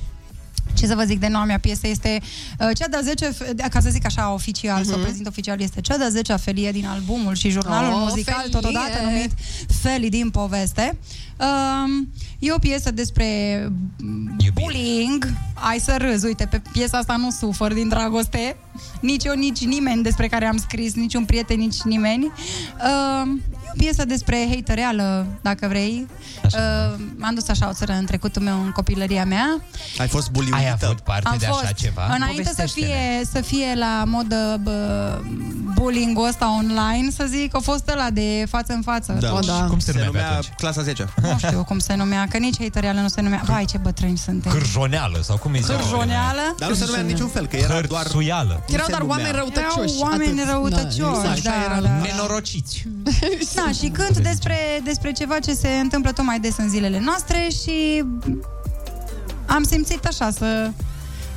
[SPEAKER 13] Ce să vă zic de noua mea piesă este uh, cea de-a 10, f- ca să zic așa oficial, mm-hmm. să o prezint oficial, este cea de-a 10 felie din albumul și jurnalul
[SPEAKER 9] Mhm. Oh,
[SPEAKER 13] oh, muzical
[SPEAKER 9] felie!
[SPEAKER 13] totodată numit Felii din poveste. Um, e o piesă despre bullying. Ai să râzi, uite, pe piesa asta nu sufăr din dragoste. Nici eu, nici nimeni despre care am scris, nici un prieten, nici nimeni. Um, e o piesă despre hatereală, dacă vrei. Uh, m-am dus așa o țară în trecutul meu, în copilăria mea.
[SPEAKER 7] Ai fost buliuită.
[SPEAKER 8] Ai avut parte de așa ceva?
[SPEAKER 13] Înainte să
[SPEAKER 8] Povestește-ne.
[SPEAKER 13] fie, să fie la modă bă, bullying-ul ăsta online, să zic, a fost ăla de față în față.
[SPEAKER 7] Da.
[SPEAKER 13] Și
[SPEAKER 7] Cum se, numea clasa 10
[SPEAKER 13] Nu știu cum se numea, că nici haterială nu se numea. Vai, ce bătrâni suntem.
[SPEAKER 8] Cârjoneală, sau cum îi zice?
[SPEAKER 13] Cârjoneală?
[SPEAKER 7] Dar nu se numea în niciun fel, că era doar...
[SPEAKER 8] Suială.
[SPEAKER 9] Erau doar oameni răutăcioși.
[SPEAKER 13] Erau oameni
[SPEAKER 9] atât.
[SPEAKER 13] răutăcioși,
[SPEAKER 9] Da, exact.
[SPEAKER 13] da,
[SPEAKER 9] Așa era
[SPEAKER 13] da.
[SPEAKER 8] Nenorociți.
[SPEAKER 13] Da, și cânt despre, despre ceva ce se întâmplă tot mai des în zilele noastre și am simțit așa să...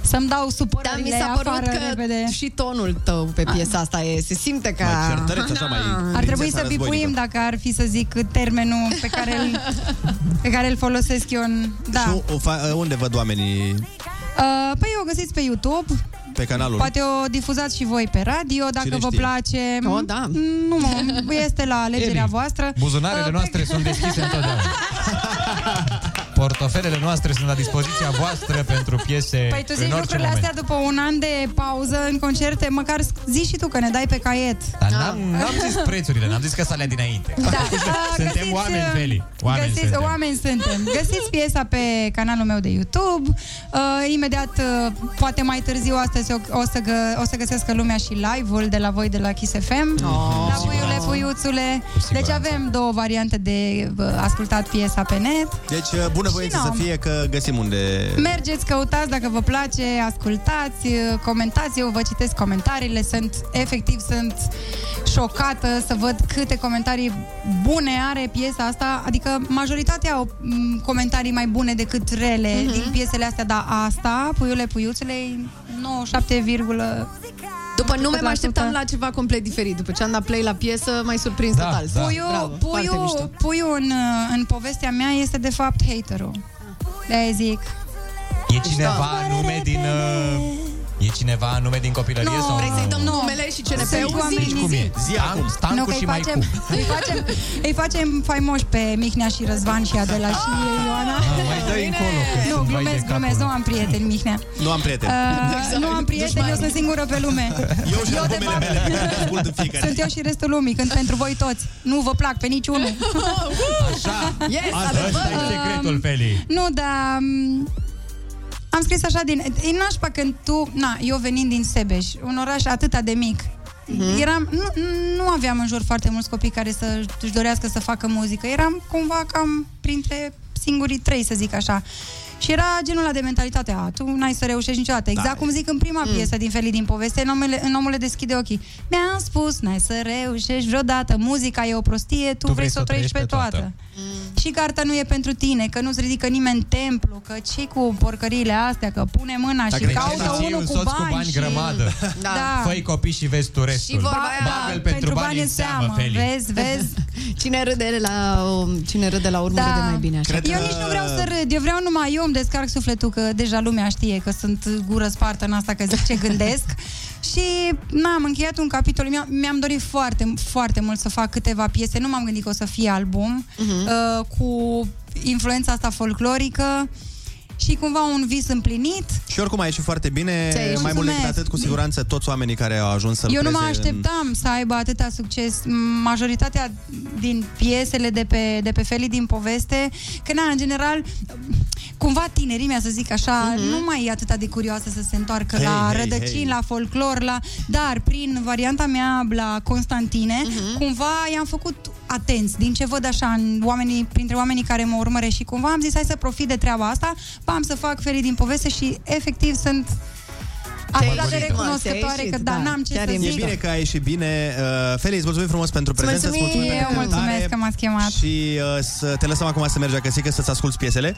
[SPEAKER 13] Să-mi dau
[SPEAKER 9] Dar Da, mi
[SPEAKER 13] supărările
[SPEAKER 9] s-a părut
[SPEAKER 13] afară
[SPEAKER 9] că
[SPEAKER 13] repede.
[SPEAKER 9] și tonul tău pe piesa asta e, se simte ca... Ah.
[SPEAKER 7] Mai certăreț, așa, mai
[SPEAKER 13] Ar trebui
[SPEAKER 7] prințesa
[SPEAKER 13] să
[SPEAKER 7] războinică.
[SPEAKER 13] bipuim dacă ar fi să zic termenul pe care îl, pe care îl folosesc eu în... Da.
[SPEAKER 7] Și
[SPEAKER 13] Uh,
[SPEAKER 7] o- o fa- unde văd oamenii
[SPEAKER 13] păi o găsiți pe YouTube,
[SPEAKER 7] pe canalul?
[SPEAKER 13] poate o difuzați și voi pe radio, dacă
[SPEAKER 7] Cine
[SPEAKER 13] vă
[SPEAKER 7] știe?
[SPEAKER 13] place.
[SPEAKER 9] O, da.
[SPEAKER 13] Nu, mă, este la alegerea
[SPEAKER 8] Eli,
[SPEAKER 13] voastră.
[SPEAKER 8] Buzunarele noastre sunt deschise întotdeauna. Portofelele noastre sunt la dispoziția voastră pentru piese
[SPEAKER 13] Păi tu
[SPEAKER 8] în
[SPEAKER 13] zici
[SPEAKER 8] orice
[SPEAKER 13] lucrurile
[SPEAKER 8] moment.
[SPEAKER 13] astea după un an de pauză în concerte, măcar zici și tu că ne dai pe caiet.
[SPEAKER 7] Da,
[SPEAKER 8] Dar n-am, n-am zis prețurile, n-am zis că s-alea dinainte.
[SPEAKER 13] Da,
[SPEAKER 8] Suntem oameni, Feli. Oameni
[SPEAKER 13] uh, găsiți,
[SPEAKER 8] suntem.
[SPEAKER 13] Oameni suntem. Găsiți piesa pe canalul meu de YouTube. Uh, imediat, uh, poate mai târziu astăzi, o, o, să gă, o să găsească lumea și live-ul de la voi de la Kiss FM.
[SPEAKER 9] Oh.
[SPEAKER 13] la puiule, puiuțule. Deci avem două variante de uh, ascultat piesa pe net.
[SPEAKER 7] Deci, bună voință
[SPEAKER 13] Și
[SPEAKER 7] să
[SPEAKER 13] n-am. Ah,
[SPEAKER 7] fie că găsim unde...
[SPEAKER 13] Mergeți, căutați dacă vă place, ascultați, uh, comentați, eu vă citesc comentariile, sunt efectiv sunt șocată să văd câte comentarii bune are piesa asta, adică majoritatea au m, comentarii mai bune decât rele
[SPEAKER 9] Mhm.
[SPEAKER 13] din piesele astea, dar asta, puiule, puiuțule, e 97,
[SPEAKER 9] După nume mă așteptam la ceva complet diferit. După ce am dat play la piesă, mai surprins
[SPEAKER 8] Da,
[SPEAKER 9] total.
[SPEAKER 8] da.
[SPEAKER 13] Puiu,
[SPEAKER 9] Bravo, foarte
[SPEAKER 13] puiu,
[SPEAKER 9] mișto.
[SPEAKER 13] puiu în, uh, în povestea mea este de fapt haterul. De zic.
[SPEAKER 8] E cineva anume din... uh, E
[SPEAKER 16] E cineva anume din copilărie?
[SPEAKER 9] Nu,
[SPEAKER 16] sau...
[SPEAKER 9] vrei să-i dăm numele și
[SPEAKER 13] Sunt
[SPEAKER 9] CNP-ul?
[SPEAKER 13] oamenii,
[SPEAKER 16] Deci cum e? Zi acum,
[SPEAKER 13] Nu,
[SPEAKER 16] Stancu
[SPEAKER 13] că
[SPEAKER 16] și
[SPEAKER 13] îi
[SPEAKER 16] Maicu.
[SPEAKER 13] facem, îi facem, îi facem faimoși pe Mihnea și Răzvan și Adela și Ioana.
[SPEAKER 7] mai dă-i
[SPEAKER 13] Bine.
[SPEAKER 7] Păi, încolo, că
[SPEAKER 13] Nu,
[SPEAKER 7] sunt vai de
[SPEAKER 13] glumesc,
[SPEAKER 7] capul
[SPEAKER 13] glumesc,
[SPEAKER 7] meu.
[SPEAKER 13] nu am prieteni, Mihnea.
[SPEAKER 7] Nu am prieteni.
[SPEAKER 13] Uh, Nu am prieteni, eu sunt singură pe lume.
[SPEAKER 7] Eu și albumele mele pe care le ascult în fiecare
[SPEAKER 13] Sunt eu și restul lumii, când pentru voi toți. Nu vă plac pe niciunul.
[SPEAKER 16] Așa,
[SPEAKER 13] yes,
[SPEAKER 16] Asta ăsta e secretul, Feli.
[SPEAKER 13] Nu, dar m, am scris așa din... E nașpa când tu... Na, eu venind din Sebeș, un oraș atâta de mic, Eram, nu, nu aveam în jur foarte mulți copii care să își dorească să facă muzică. Eram cumva cam printre singurii trei, să zic așa. Și era genul ăla de mentalitate, a, tu n-ai să reușești niciodată. Exact
[SPEAKER 9] Da.
[SPEAKER 13] cum zic în prima
[SPEAKER 9] Mm.
[SPEAKER 13] piesă din Felii din poveste, în omule, în omule deschide ochii. Mi-am spus, n-ai să reușești vreodată, muzica e o prostie, tu, tu vrei să o trăiești pe toată. toată. Și cartea nu e pentru tine, că nu-ți ridică nimeni în templu, că ce cu porcările astea, că pune mâna
[SPEAKER 16] Dacă
[SPEAKER 13] și
[SPEAKER 16] îi
[SPEAKER 13] caută
[SPEAKER 16] cereți ei
[SPEAKER 13] unul
[SPEAKER 16] un
[SPEAKER 13] cu
[SPEAKER 16] soț
[SPEAKER 13] bani, și...
[SPEAKER 16] grămadă.
[SPEAKER 13] Da. Da.
[SPEAKER 16] Făi copii și vezi tu restul. Bagă-l pentru bani în seamă, Feli.
[SPEAKER 9] Vezi, vezi. cine râde la, um, cine râde la urmă da. râde mai bine așa.
[SPEAKER 13] Cred eu nici nu vreau să râd, eu vreau numai eu îmi descarc sufletul că deja lumea știe că sunt gură spartă în asta că zic ce gândesc. Și n-am încheiat un capitol, mi-am, mi-am dorit foarte, foarte mult să fac câteva piese, nu m-am gândit că o să fie album
[SPEAKER 9] Mhm.
[SPEAKER 13] uh, cu influența asta folclorică și cumva un vis împlinit.
[SPEAKER 7] Și oricum a ieșit foarte bine,
[SPEAKER 13] Ți-a ieșit.
[SPEAKER 7] mai mult decât
[SPEAKER 13] Mulțumesc.
[SPEAKER 7] atât, cu siguranță toți oamenii care au ajuns să-l
[SPEAKER 13] Eu nu mă
[SPEAKER 7] preze în-
[SPEAKER 13] așteptam să aibă atâta succes. Majoritatea din piesele de pe, de pe Feli din poveste, că na, în general, cumva tinerimea, să zic așa, mm-hmm. nu mai e atâta de curioasă să se întoarcă
[SPEAKER 9] Hei,
[SPEAKER 13] hey, la
[SPEAKER 9] hei,
[SPEAKER 13] hey, rădăcini,
[SPEAKER 9] hei.
[SPEAKER 13] hey. la folclor, la... Dar prin varianta mea la Constantine, mm-hmm. cumva i-am făcut atenți din ce văd așa în oamenii, printre oamenii care mă urmăresc și cumva am zis hai să profit de treaba asta, am să fac Feli din poveste și efectiv sunt atât de
[SPEAKER 7] ieșit, mă,
[SPEAKER 13] recunoscătoare că da, n-am ce să
[SPEAKER 7] E
[SPEAKER 13] zic.
[SPEAKER 7] bine că a ieșit bine. Uh, Felix, mulțumim frumos pentru prezență. îți
[SPEAKER 13] mulțumim,
[SPEAKER 7] mulțumim
[SPEAKER 13] eu
[SPEAKER 7] pentru
[SPEAKER 13] mulțumesc
[SPEAKER 7] cântare
[SPEAKER 13] că m-ați chemat.
[SPEAKER 7] Și uh, să te lăsăm acum să mergi acasă, că să-ți asculti piesele.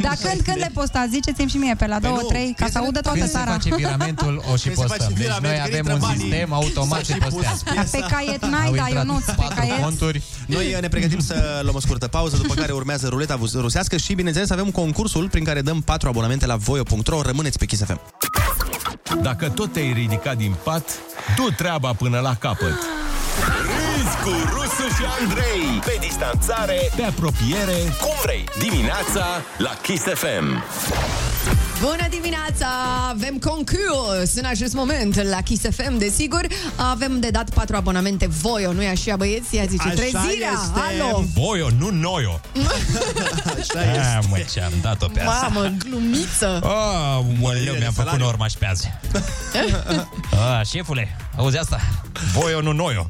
[SPEAKER 13] Dar când, când le postați, ziceți-mi și mie pe
[SPEAKER 7] Păi
[SPEAKER 13] la 2-3, ca să audă toată
[SPEAKER 16] Când se
[SPEAKER 13] țara.
[SPEAKER 16] face viramentul, o
[SPEAKER 7] Când
[SPEAKER 16] și
[SPEAKER 7] se
[SPEAKER 16] postăm.
[SPEAKER 7] face
[SPEAKER 16] Deci
[SPEAKER 7] virament,
[SPEAKER 16] noi
[SPEAKER 7] când
[SPEAKER 16] avem
[SPEAKER 7] intră
[SPEAKER 16] un
[SPEAKER 7] banii,
[SPEAKER 16] sistem automat
[SPEAKER 7] s-a
[SPEAKER 16] de
[SPEAKER 7] și pus
[SPEAKER 16] postează.
[SPEAKER 13] Dar pe caiet n-ai,
[SPEAKER 16] Au
[SPEAKER 13] da,
[SPEAKER 16] intrat
[SPEAKER 13] Ionuț, pe caiet.
[SPEAKER 16] conturi.
[SPEAKER 7] Noi uh, ne pregătim să luăm o scurtă pauză, după care urmează ruleta vus- rusească și, bineînțeles, avem concursul prin care dăm patru abonamente la voio.ro. Rămâneți pe Kiss FM.
[SPEAKER 24] Dacă tot te-ai ridicat din pat, du treaba până la capăt.
[SPEAKER 1] Râzi cu Rusu și Andrei Pe distanțare, pe apropiere Cum vrei, dimineața la Kiss FM
[SPEAKER 9] Bună dimineața! Avem concurs în acest moment la Kiss FM, desigur. Avem de dat patru abonamente Voio, nu-i așa, băieți? Ea zice,
[SPEAKER 8] Așa
[SPEAKER 9] trezirea!
[SPEAKER 8] este.
[SPEAKER 9] Alo!
[SPEAKER 8] Voio, nu noio. Așa
[SPEAKER 9] Da, este.
[SPEAKER 8] Ah, Mă, ce am dat-o pe asta.
[SPEAKER 9] Mamă, glumiță!
[SPEAKER 8] Oh, măleu, mi-am făcut ormaș pe azi. Ah, șefule, auzi asta? Voio, nu noio.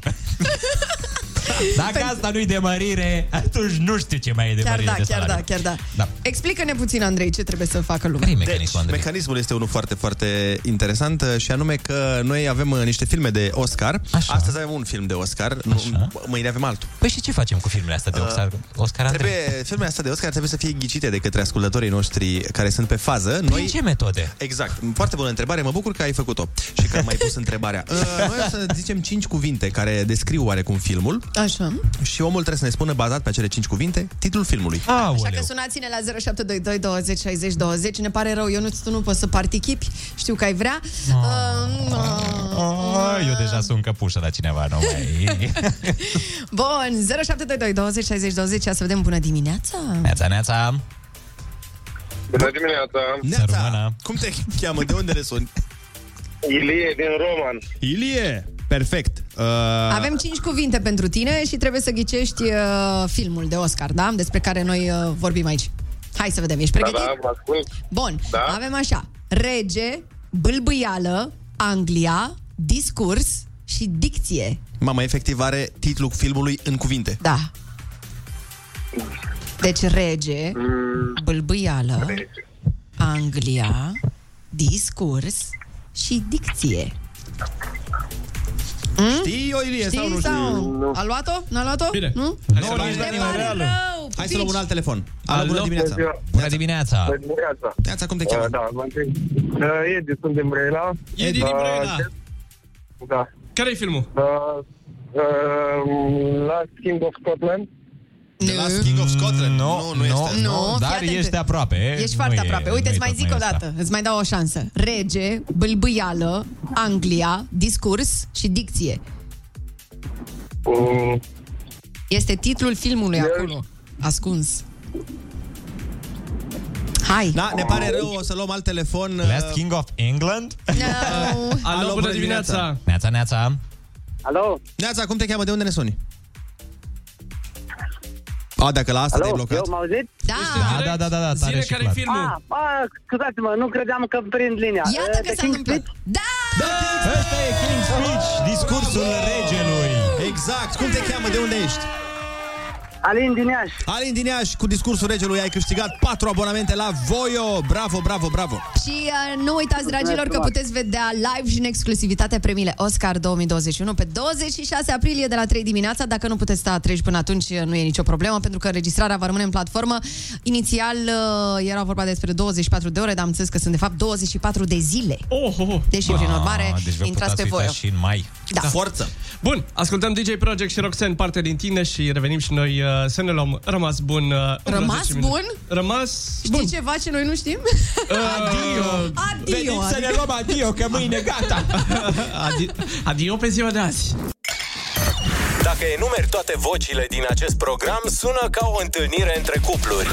[SPEAKER 8] Dacă asta nu-i de mărire, atunci nu știu ce mai e de
[SPEAKER 9] Păi- Chiar
[SPEAKER 8] mărire
[SPEAKER 9] da,
[SPEAKER 8] de
[SPEAKER 9] chiar
[SPEAKER 8] salariu.
[SPEAKER 9] da, chiar da.
[SPEAKER 8] Da.
[SPEAKER 9] Explică-ne puțin, Andrei, ce trebuie să facă lumea.
[SPEAKER 7] Deci, mecanismul este unul foarte, foarte interesant uh, și anume că noi avem uh, niște filme de Oscar. Așa. Astăzi avem un film de Oscar, nu, mâine avem altul.
[SPEAKER 8] Păi și ce facem cu filmele astea de Oscar? Oscar Andrei?
[SPEAKER 7] Trebuie, filmele astea de Oscar trebuie să fie ghicite de către ascultătorii noștri care sunt pe fază. Noi...
[SPEAKER 8] Păi, ce metode?
[SPEAKER 7] Exact. Foarte bună întrebare. Mă bucur că ai făcut-o și că am mai pus întrebarea. Uh, Noi o să zicem cinci cuvinte care descriu oarecum filmul
[SPEAKER 9] Așa.
[SPEAKER 7] și omul trebuie să ne spună, bazat pe acele cinci cuvinte, titlul filmului.
[SPEAKER 9] Așa că sunați-ne la 0722 20 60 20 Ne pare rău, Ionuț, tu nu poți să participi Știu că ai vrea Uh, uh,
[SPEAKER 8] Oh, eu deja sunt căpușă la cineva, nu mai...
[SPEAKER 9] Bun, 0722 20 60 20 Ia să vedem, bună dimineața
[SPEAKER 8] neața, neața!
[SPEAKER 22] Bună dimineața!
[SPEAKER 8] Neața!
[SPEAKER 7] Cum te cheamă? De unde le suni?
[SPEAKER 22] Ilie din Roman.
[SPEAKER 7] Ilie! Perfect. Uh,
[SPEAKER 9] Avem 5 cuvinte pentru tine și trebuie să ghicești uh, filmul de Oscar, da? Despre care noi uh, vorbim aici Hai să vedem, ești pregătit?
[SPEAKER 22] Da, da, vă ascult. Da?
[SPEAKER 9] Bun,
[SPEAKER 7] Da?
[SPEAKER 9] avem așa Rege, bâlbâială, Anglia, discurs și dicție
[SPEAKER 7] Mama, efectiv, are titlul filmului în cuvinte.
[SPEAKER 9] Da. Deci rege, bâlbâială, Anglia, discurs și dicție. Hmm?
[SPEAKER 7] Știi, eu, Ilie,
[SPEAKER 9] Știi
[SPEAKER 7] sau nu știi?
[SPEAKER 9] sau? A luat-o? N-a luat-o? Bine. Nu?
[SPEAKER 7] Nu, nu, nu, nu. Hai să luăm un alt telefon. Alo, bună dimineața.
[SPEAKER 8] Bună dimineața!
[SPEAKER 7] Bună
[SPEAKER 22] dimineața.
[SPEAKER 7] Neața, cum te cheamă?
[SPEAKER 22] Păi, Da, mă întâi. Uh, Edi, sunt din Brăila.
[SPEAKER 7] Edi
[SPEAKER 22] Uh,
[SPEAKER 7] din Brăila.
[SPEAKER 22] ce- Da.
[SPEAKER 25] Care-i filmul?
[SPEAKER 22] Uh, uh, Last King of Scotland.
[SPEAKER 19] De la King of Scotland? Nu, nu, este.
[SPEAKER 9] Nu, fii atent.
[SPEAKER 8] eh?
[SPEAKER 9] Ești foarte aproape. Uite, îți mai zic o dată. Îți mai dau o șansă. Rege, bâlbâială, Anglia, discurs și dicție. Este titlul filmului acolo. Ascuns. Hai.
[SPEAKER 7] Da, ne pare rău, o să luăm alt telefon. uh,
[SPEAKER 16] Last King of England?
[SPEAKER 9] No.
[SPEAKER 7] Alo, bună dimineața.
[SPEAKER 16] Neața, neața.
[SPEAKER 7] Alo. Neața, cum te cheamă? De unde ne suni? A, dacă la asta
[SPEAKER 17] Alo,
[SPEAKER 7] te-ai blocat.
[SPEAKER 17] eu m auzit? Da,
[SPEAKER 16] Da, da, da, da, da tare și clar.
[SPEAKER 17] Ah, ah, scuzați-mă, nu credeam că prind linia.
[SPEAKER 9] Iată
[SPEAKER 17] Eh,
[SPEAKER 9] că
[SPEAKER 17] The
[SPEAKER 9] s-a
[SPEAKER 17] King's
[SPEAKER 9] întâmplat.
[SPEAKER 17] Speech?
[SPEAKER 16] Ăsta e King's Speech, discursul regelui.
[SPEAKER 7] Exact. Cum te cheamă? De unde ești?
[SPEAKER 17] Alin din Iași.
[SPEAKER 7] Alin din Iași, cu discursul regelui ai câștigat 4 abonamente la Voio. Bravo, bravo, bravo.
[SPEAKER 9] Și uh, nu uitați, dragilor, că
[SPEAKER 7] frumos.
[SPEAKER 9] puteți vedea live și în exclusivitate premiile Oscar 2021 pe 26 aprilie de la 3 dimineața. Dacă nu puteți sta treci până atunci, uh, nu e nicio problemă, pentru că înregistrarea va rămâne în platformă. Inițial uh, era vorba despre 24 de ore, dar am înțeles că sunt de fapt 24 de zile.
[SPEAKER 11] Oh, oh, oh.
[SPEAKER 9] Deci, prin
[SPEAKER 11] Ah,
[SPEAKER 9] urmare,
[SPEAKER 11] deci vă
[SPEAKER 9] intrați
[SPEAKER 11] puteți
[SPEAKER 9] pe
[SPEAKER 11] uita
[SPEAKER 9] voi.
[SPEAKER 16] Și în mai.
[SPEAKER 9] Da.
[SPEAKER 7] Forță.
[SPEAKER 11] Bun, ascultăm DJ Project și Roxanne, parte din tine și revenim și noi uh, să ne luăm rămas bun. Uh, în
[SPEAKER 9] Rămas
[SPEAKER 11] 10 minute.
[SPEAKER 9] bun?
[SPEAKER 11] Rămas
[SPEAKER 9] Știi ceva ce noi nu știm?
[SPEAKER 11] Adio.
[SPEAKER 9] Adio. Venim să ne
[SPEAKER 11] luăm adio, că mâine gata. adio, adio pe ziua de azi.
[SPEAKER 1] Dacă enumeri toate vocile din acest program, sună ca o întâlnire între cupluri.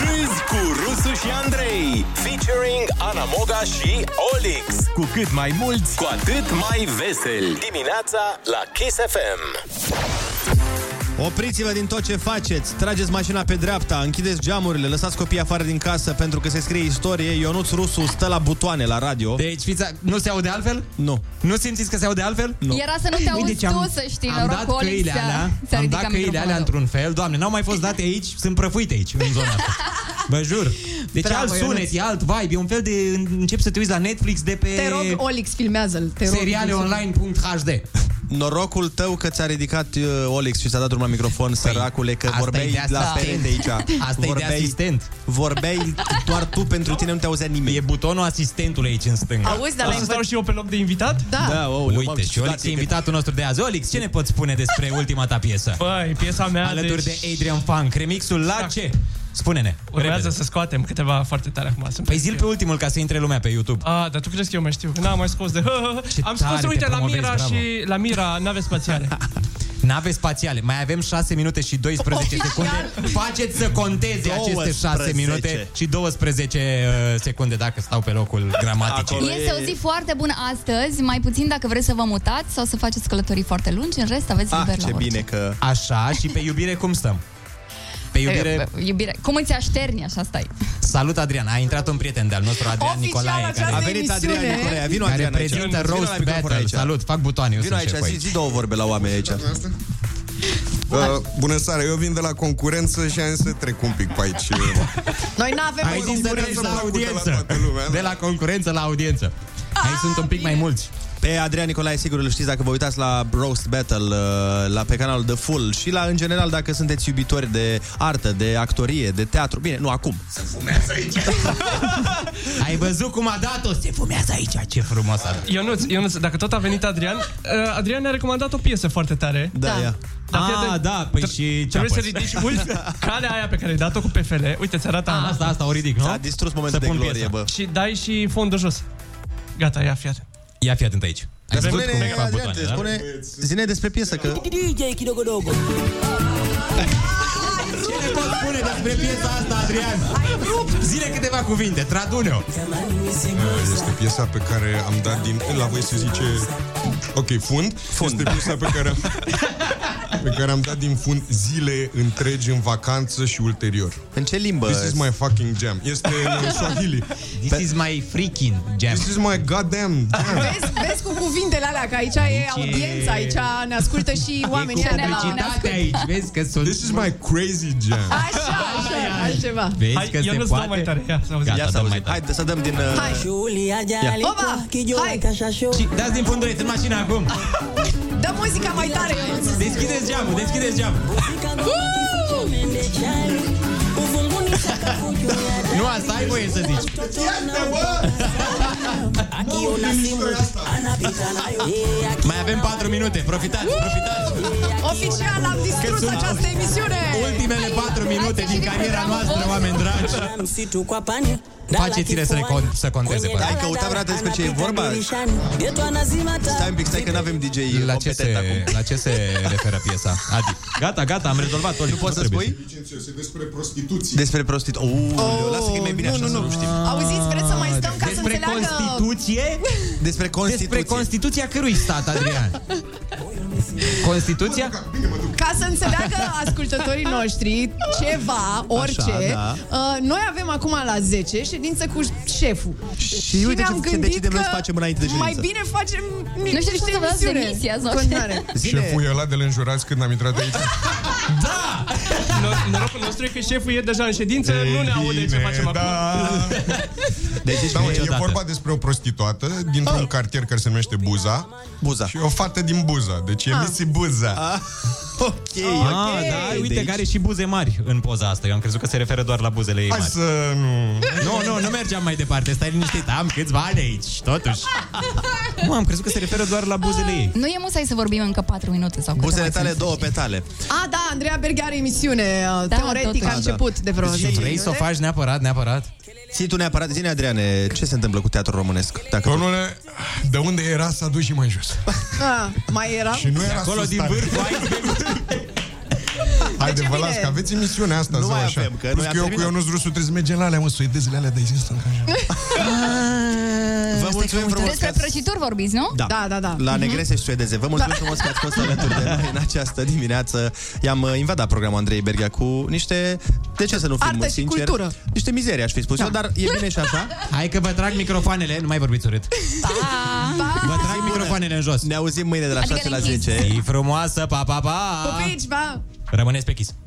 [SPEAKER 1] Râzi cu Rusu și Andrei, featuring Ana Moga și Olix.
[SPEAKER 26] Cu cât mai mulți,
[SPEAKER 1] Cu atât mai veseli. Dimineața la Kiss FM.
[SPEAKER 7] Opriți-vă din tot ce faceți, trageți mașina pe dreapta, închideți geamurile, lăsați copiii afară din casă pentru că se scrie istorie, Ionuț Rusu stă la butoane la radio.
[SPEAKER 8] Deci, fița, nu se aude altfel?
[SPEAKER 7] Nu.
[SPEAKER 8] Nu simțiți că se aude altfel?
[SPEAKER 7] Nu.
[SPEAKER 18] Era să nu te auzi tu, să știi,
[SPEAKER 8] am
[SPEAKER 18] noroc,
[SPEAKER 8] dat
[SPEAKER 18] Olix
[SPEAKER 8] căile
[SPEAKER 18] ți-a-
[SPEAKER 8] alea,
[SPEAKER 18] ți-a
[SPEAKER 8] am
[SPEAKER 18] ridicat
[SPEAKER 8] dat căile
[SPEAKER 18] microfonul.
[SPEAKER 8] alea într-un fel. Doamne, n-au mai fost date aici, sunt prăfuite aici, în zona asta. Vă jur. Deci
[SPEAKER 9] Bravo,
[SPEAKER 8] alt
[SPEAKER 9] Ionuț.
[SPEAKER 8] sunet, e alt vibe, e un fel de... Încep să te uiți la Netflix de pe...
[SPEAKER 9] Te rog, Olix, filmează-l. Te rog,
[SPEAKER 8] serialeonline.hd
[SPEAKER 7] Norocul tău că ți-a ridicat uh, Olix și ți-a dat drumul la microfon, săracule, că
[SPEAKER 8] e Păi, de
[SPEAKER 7] vorbeai la
[SPEAKER 8] asistent.
[SPEAKER 7] perete aici.
[SPEAKER 8] Asta e de asistent.
[SPEAKER 7] Vorbeai doar tu, pentru tine nu te auzea nimeni. E
[SPEAKER 8] butonul asistentului aici în stânga.
[SPEAKER 9] Auzi, dar
[SPEAKER 11] O
[SPEAKER 9] l-ai
[SPEAKER 11] să
[SPEAKER 9] învăț-
[SPEAKER 11] stau și eu pe loc de invitat?
[SPEAKER 9] Da. Da,
[SPEAKER 7] oule,
[SPEAKER 8] Uite, și Olix e invitatul nostru de azi. Olix, ce ne poți spune despre ultima ta piesă?
[SPEAKER 11] Băi, piesa mea...
[SPEAKER 8] Alături
[SPEAKER 11] deci- Exact.
[SPEAKER 8] de Adrian Funk. Remixul la ce? Spune-ne.
[SPEAKER 11] Urmează
[SPEAKER 8] repede.
[SPEAKER 11] să scoatem câteva foarte tare acum. Sunt
[SPEAKER 8] Păi zil pe ultimul ca să intre lumea pe YouTube.
[SPEAKER 11] Ah, dar tu crezi că eu mai știu? N-am mai scos de... Am
[SPEAKER 8] tare
[SPEAKER 11] scos,
[SPEAKER 8] te
[SPEAKER 11] uite, la
[SPEAKER 8] promovezi,
[SPEAKER 11] Mira
[SPEAKER 8] bravo.
[SPEAKER 11] și... La Mira, nave spațiale.
[SPEAKER 8] Nave spațiale. Mai avem 6 minute și 12
[SPEAKER 11] Oh,
[SPEAKER 8] secunde. Faceți să conteze aceste 6
[SPEAKER 16] 12.
[SPEAKER 8] minute și 12 uh, secunde dacă stau pe locul gramaticii.
[SPEAKER 18] Este o zi foarte bună astăzi, mai puțin dacă vreți să vă mutați sau să faceți călătorii foarte lungi, în rest
[SPEAKER 8] Ah,
[SPEAKER 18] aveți liber la orice.
[SPEAKER 7] că...
[SPEAKER 8] Așa, și pe iubire cum stăm? Pe iubire...
[SPEAKER 18] E, Iubire. Cum îți așterni, așa stai.
[SPEAKER 8] Salut, Adrian. A intrat un prieten de-al nostru, Adrian
[SPEAKER 18] Oficial
[SPEAKER 8] Nicolae.
[SPEAKER 18] această
[SPEAKER 7] A venit Adrian emisiune. Nicolae. Vino,
[SPEAKER 8] care
[SPEAKER 7] Adrian, aici.
[SPEAKER 8] prezintă
[SPEAKER 7] Vino la
[SPEAKER 8] Roast
[SPEAKER 7] microfon
[SPEAKER 8] Battle.
[SPEAKER 7] aici.
[SPEAKER 8] Salut, fac butoane. Eu
[SPEAKER 7] Vino
[SPEAKER 8] sunt
[SPEAKER 7] aici,
[SPEAKER 8] șeful
[SPEAKER 7] zi,
[SPEAKER 8] aici.
[SPEAKER 7] zi două vorbe la oameni aici.
[SPEAKER 23] Uh, bună seara, eu vin de la concurență și am să trec un pic pe aici.
[SPEAKER 9] Noi nu avem
[SPEAKER 8] Ai zis să treci la audiență. De la concurență la audiență. Aici sunt un pic mai mulți.
[SPEAKER 7] Pe Adrian Nicolae, sigur, îl știți dacă vă uitați la Roast Battle, uh, la pe canalul The Full și la, în general, dacă sunteți iubitori de artă, de actorie, de teatru. Bine, nu acum. Să fumează aici.
[SPEAKER 8] Ai văzut cum a dat-o? Se fumează aici, ce frumos a dat.
[SPEAKER 11] Ionuț, Ionuț, dacă tot a venit Adrian, uh, Adrian ne-a recomandat o piesă foarte tare.
[SPEAKER 8] Da, Da. ea.
[SPEAKER 11] Dar fii
[SPEAKER 8] Ah,
[SPEAKER 11] atent,
[SPEAKER 8] da, păi și ce-a
[SPEAKER 11] Trebuie să
[SPEAKER 8] pus?
[SPEAKER 11] ridici mult calea aia pe care ai dat-o cu PFL. Uite, ți arată
[SPEAKER 8] Ah, asta, asta o ridic, nu?
[SPEAKER 11] S-a
[SPEAKER 7] distrus
[SPEAKER 8] momentul de glorie, bă.
[SPEAKER 11] Și dai și fondul jos. Gata, ia fiat.
[SPEAKER 8] Ia fi atent aici.
[SPEAKER 7] Dar
[SPEAKER 8] Ai văzut cum
[SPEAKER 7] spune-ne,
[SPEAKER 8] fac
[SPEAKER 7] Adrian,
[SPEAKER 8] butoane,
[SPEAKER 7] te
[SPEAKER 8] da?
[SPEAKER 7] spune, zine despre piesă, că...
[SPEAKER 8] Ce ne poți spune despre piesa asta, Adrian? Zile câteva cuvinte, tradune-o.
[SPEAKER 23] Este piesa pe care am dat din... La voi se zice... Ok, fund. fund. Este piesa pe care am... pe care am dat din fund zile întregi în vacanță și ulterior.
[SPEAKER 7] În ce limbă?
[SPEAKER 23] This is my fucking jam. Este în Swahili.
[SPEAKER 8] This is my freaking jam.
[SPEAKER 23] This is my goddamn jam.
[SPEAKER 9] Vezi, vezi cu cuvintele alea, că aici, e audiența, aici ne ascultă și oamenii ăia de la- ne ascultă.
[SPEAKER 8] vezi că sunt...
[SPEAKER 23] This is my crazy jam.
[SPEAKER 9] Așa, așa, altceva.
[SPEAKER 8] Vezi
[SPEAKER 23] Hai,
[SPEAKER 8] că
[SPEAKER 23] eu
[SPEAKER 8] se
[SPEAKER 23] nu-ți dau
[SPEAKER 8] poate?
[SPEAKER 23] mai tare.
[SPEAKER 11] Ia să
[SPEAKER 8] Gata,
[SPEAKER 7] Ia să
[SPEAKER 8] dăm
[SPEAKER 7] auzim.
[SPEAKER 8] mai tare.
[SPEAKER 7] Hai să dăm din... uh,
[SPEAKER 9] Hai. Opa, hai.
[SPEAKER 8] Și dați din funduleț în mașină acum.
[SPEAKER 9] Dă muzica mai tare.
[SPEAKER 8] Deschideți geamul, deschideți geamul. Nu asta ai voie să zici.
[SPEAKER 3] Tá
[SPEAKER 8] Mai avem 4 minute, profitați, profitați.
[SPEAKER 9] Oficial am
[SPEAKER 8] Că
[SPEAKER 9] distrus
[SPEAKER 8] sunt
[SPEAKER 9] această emisiune!
[SPEAKER 8] Ultimele patru minute din cariera noastră, oameni dragi.
[SPEAKER 10] Da,
[SPEAKER 8] Faceți-le să, ne con- să conteze, bă.
[SPEAKER 7] Ai căutat vreodată despre ce e vorba? Stai un pic, stai că n-avem DJ
[SPEAKER 8] La ce, se, la ce se referă piesa? Adi. Gata, gata, am rezolvat. Olic, nu poți să spui?
[SPEAKER 23] Licențios, despre prostituție.
[SPEAKER 7] Despre prostit. Oh, lasă că e mai bine așa să nu știm.
[SPEAKER 9] Auziți, vreți să mai stăm ca să
[SPEAKER 8] Despre
[SPEAKER 9] înțeleagă...
[SPEAKER 8] Constituție?
[SPEAKER 7] Despre Constituție.
[SPEAKER 8] Despre Constituția cărui stat, Adrian? Constituția?
[SPEAKER 9] Ca să înțeleagă ascultătorii noștri ceva, orice,
[SPEAKER 8] da.
[SPEAKER 9] uh, noi avem acum la 10 ședință cu șeful. Și,
[SPEAKER 7] uite
[SPEAKER 9] ne-am
[SPEAKER 7] ce- ce
[SPEAKER 9] gândit
[SPEAKER 7] decidem noi
[SPEAKER 9] că
[SPEAKER 7] să facem înainte de
[SPEAKER 9] Mai
[SPEAKER 7] ședință.
[SPEAKER 9] bine facem ni-
[SPEAKER 2] Nu știu
[SPEAKER 9] niște
[SPEAKER 2] cum să vă dați
[SPEAKER 9] emisiune.
[SPEAKER 2] demisia sau ce.
[SPEAKER 9] Contrare.
[SPEAKER 23] Șeful e ăla de lânjurați când am intrat aici.
[SPEAKER 11] Da! No- norocul nostru e că șeful e deja în ședință, nu ne aude ce facem acum.
[SPEAKER 23] Deci, da, mă, e vorba despre o prostituată dintr-un cartier care se numește Buza. Buza. Și o fată din Buza. Deci e
[SPEAKER 8] Ah.
[SPEAKER 23] Missy Buza.
[SPEAKER 7] Ok, Deci-
[SPEAKER 8] Ah, da, uite că are și buze mari în poza asta. Eu am crezut că se referă doar la buzele ei
[SPEAKER 7] Deci-
[SPEAKER 23] Hai
[SPEAKER 8] mari.
[SPEAKER 23] să nu...
[SPEAKER 8] Nu, nu, nu mergeam mai departe. Stai liniștit. Am câțiva ani aici, totuși. Nu, am crezut că se referă doar la buzele ei.
[SPEAKER 2] Nu e musai să vorbim încă 4 minute sau câte
[SPEAKER 7] Buzele
[SPEAKER 2] mai
[SPEAKER 7] tale,
[SPEAKER 2] sunt.
[SPEAKER 7] două petale.
[SPEAKER 9] A, da, Andreea Berghe are emisiune. uh,
[SPEAKER 2] Da,
[SPEAKER 9] Teoretic
[SPEAKER 2] totuși.
[SPEAKER 9] a început de
[SPEAKER 7] da.
[SPEAKER 9] vreo 10 minute.
[SPEAKER 7] faci neapărat, neapărat? Ții tu neapărat, zine Adriane, ce se întâmplă cu teatrul românesc? Dacă Domnule, de unde era să aduci și mai jos?
[SPEAKER 9] Ah, mai era?
[SPEAKER 23] Și nu era
[SPEAKER 9] Acolo
[SPEAKER 23] sus,
[SPEAKER 9] din
[SPEAKER 23] tare.
[SPEAKER 9] vârf,
[SPEAKER 11] Păi
[SPEAKER 23] Haide, vă
[SPEAKER 9] bine.
[SPEAKER 23] las că aveți emisiunea asta
[SPEAKER 7] Nu
[SPEAKER 23] sau
[SPEAKER 7] mai
[SPEAKER 23] așa.
[SPEAKER 7] avem, că
[SPEAKER 23] Plus
[SPEAKER 7] noi
[SPEAKER 23] că eu
[SPEAKER 7] am
[SPEAKER 23] cu
[SPEAKER 7] terminat.
[SPEAKER 23] Ionuț Rusu trebuie să mergem la alea, mă, suedezele alea de aici. sunt așa.
[SPEAKER 7] Vă mulțumim frumos că
[SPEAKER 2] Despre
[SPEAKER 7] ați...
[SPEAKER 2] prăjituri vorbiți, nu?
[SPEAKER 7] Da. Da, La negrese și suedeze. Vă mulțumim frumos că ați fost alături de noi în această dimineață. I-am uh, invadat programul Andrei Berghia cu niște... De ce să nu fim
[SPEAKER 9] Artă și
[SPEAKER 7] sincer?
[SPEAKER 9] cultură.
[SPEAKER 7] Niște mizerii, aș fi spus da. eu, dar e bine și așa.
[SPEAKER 8] Hai că vă trag microfoanele, nu mai vorbiți urât. Vă trag microfoanele în jos.
[SPEAKER 7] Ne auzim mâine de la
[SPEAKER 9] Adică
[SPEAKER 7] 6 la
[SPEAKER 9] le închizi.
[SPEAKER 7] 10.
[SPEAKER 8] E frumoasă, pa, pa, pa!
[SPEAKER 9] Pupici, ba!
[SPEAKER 8] Rămâneți pe chis.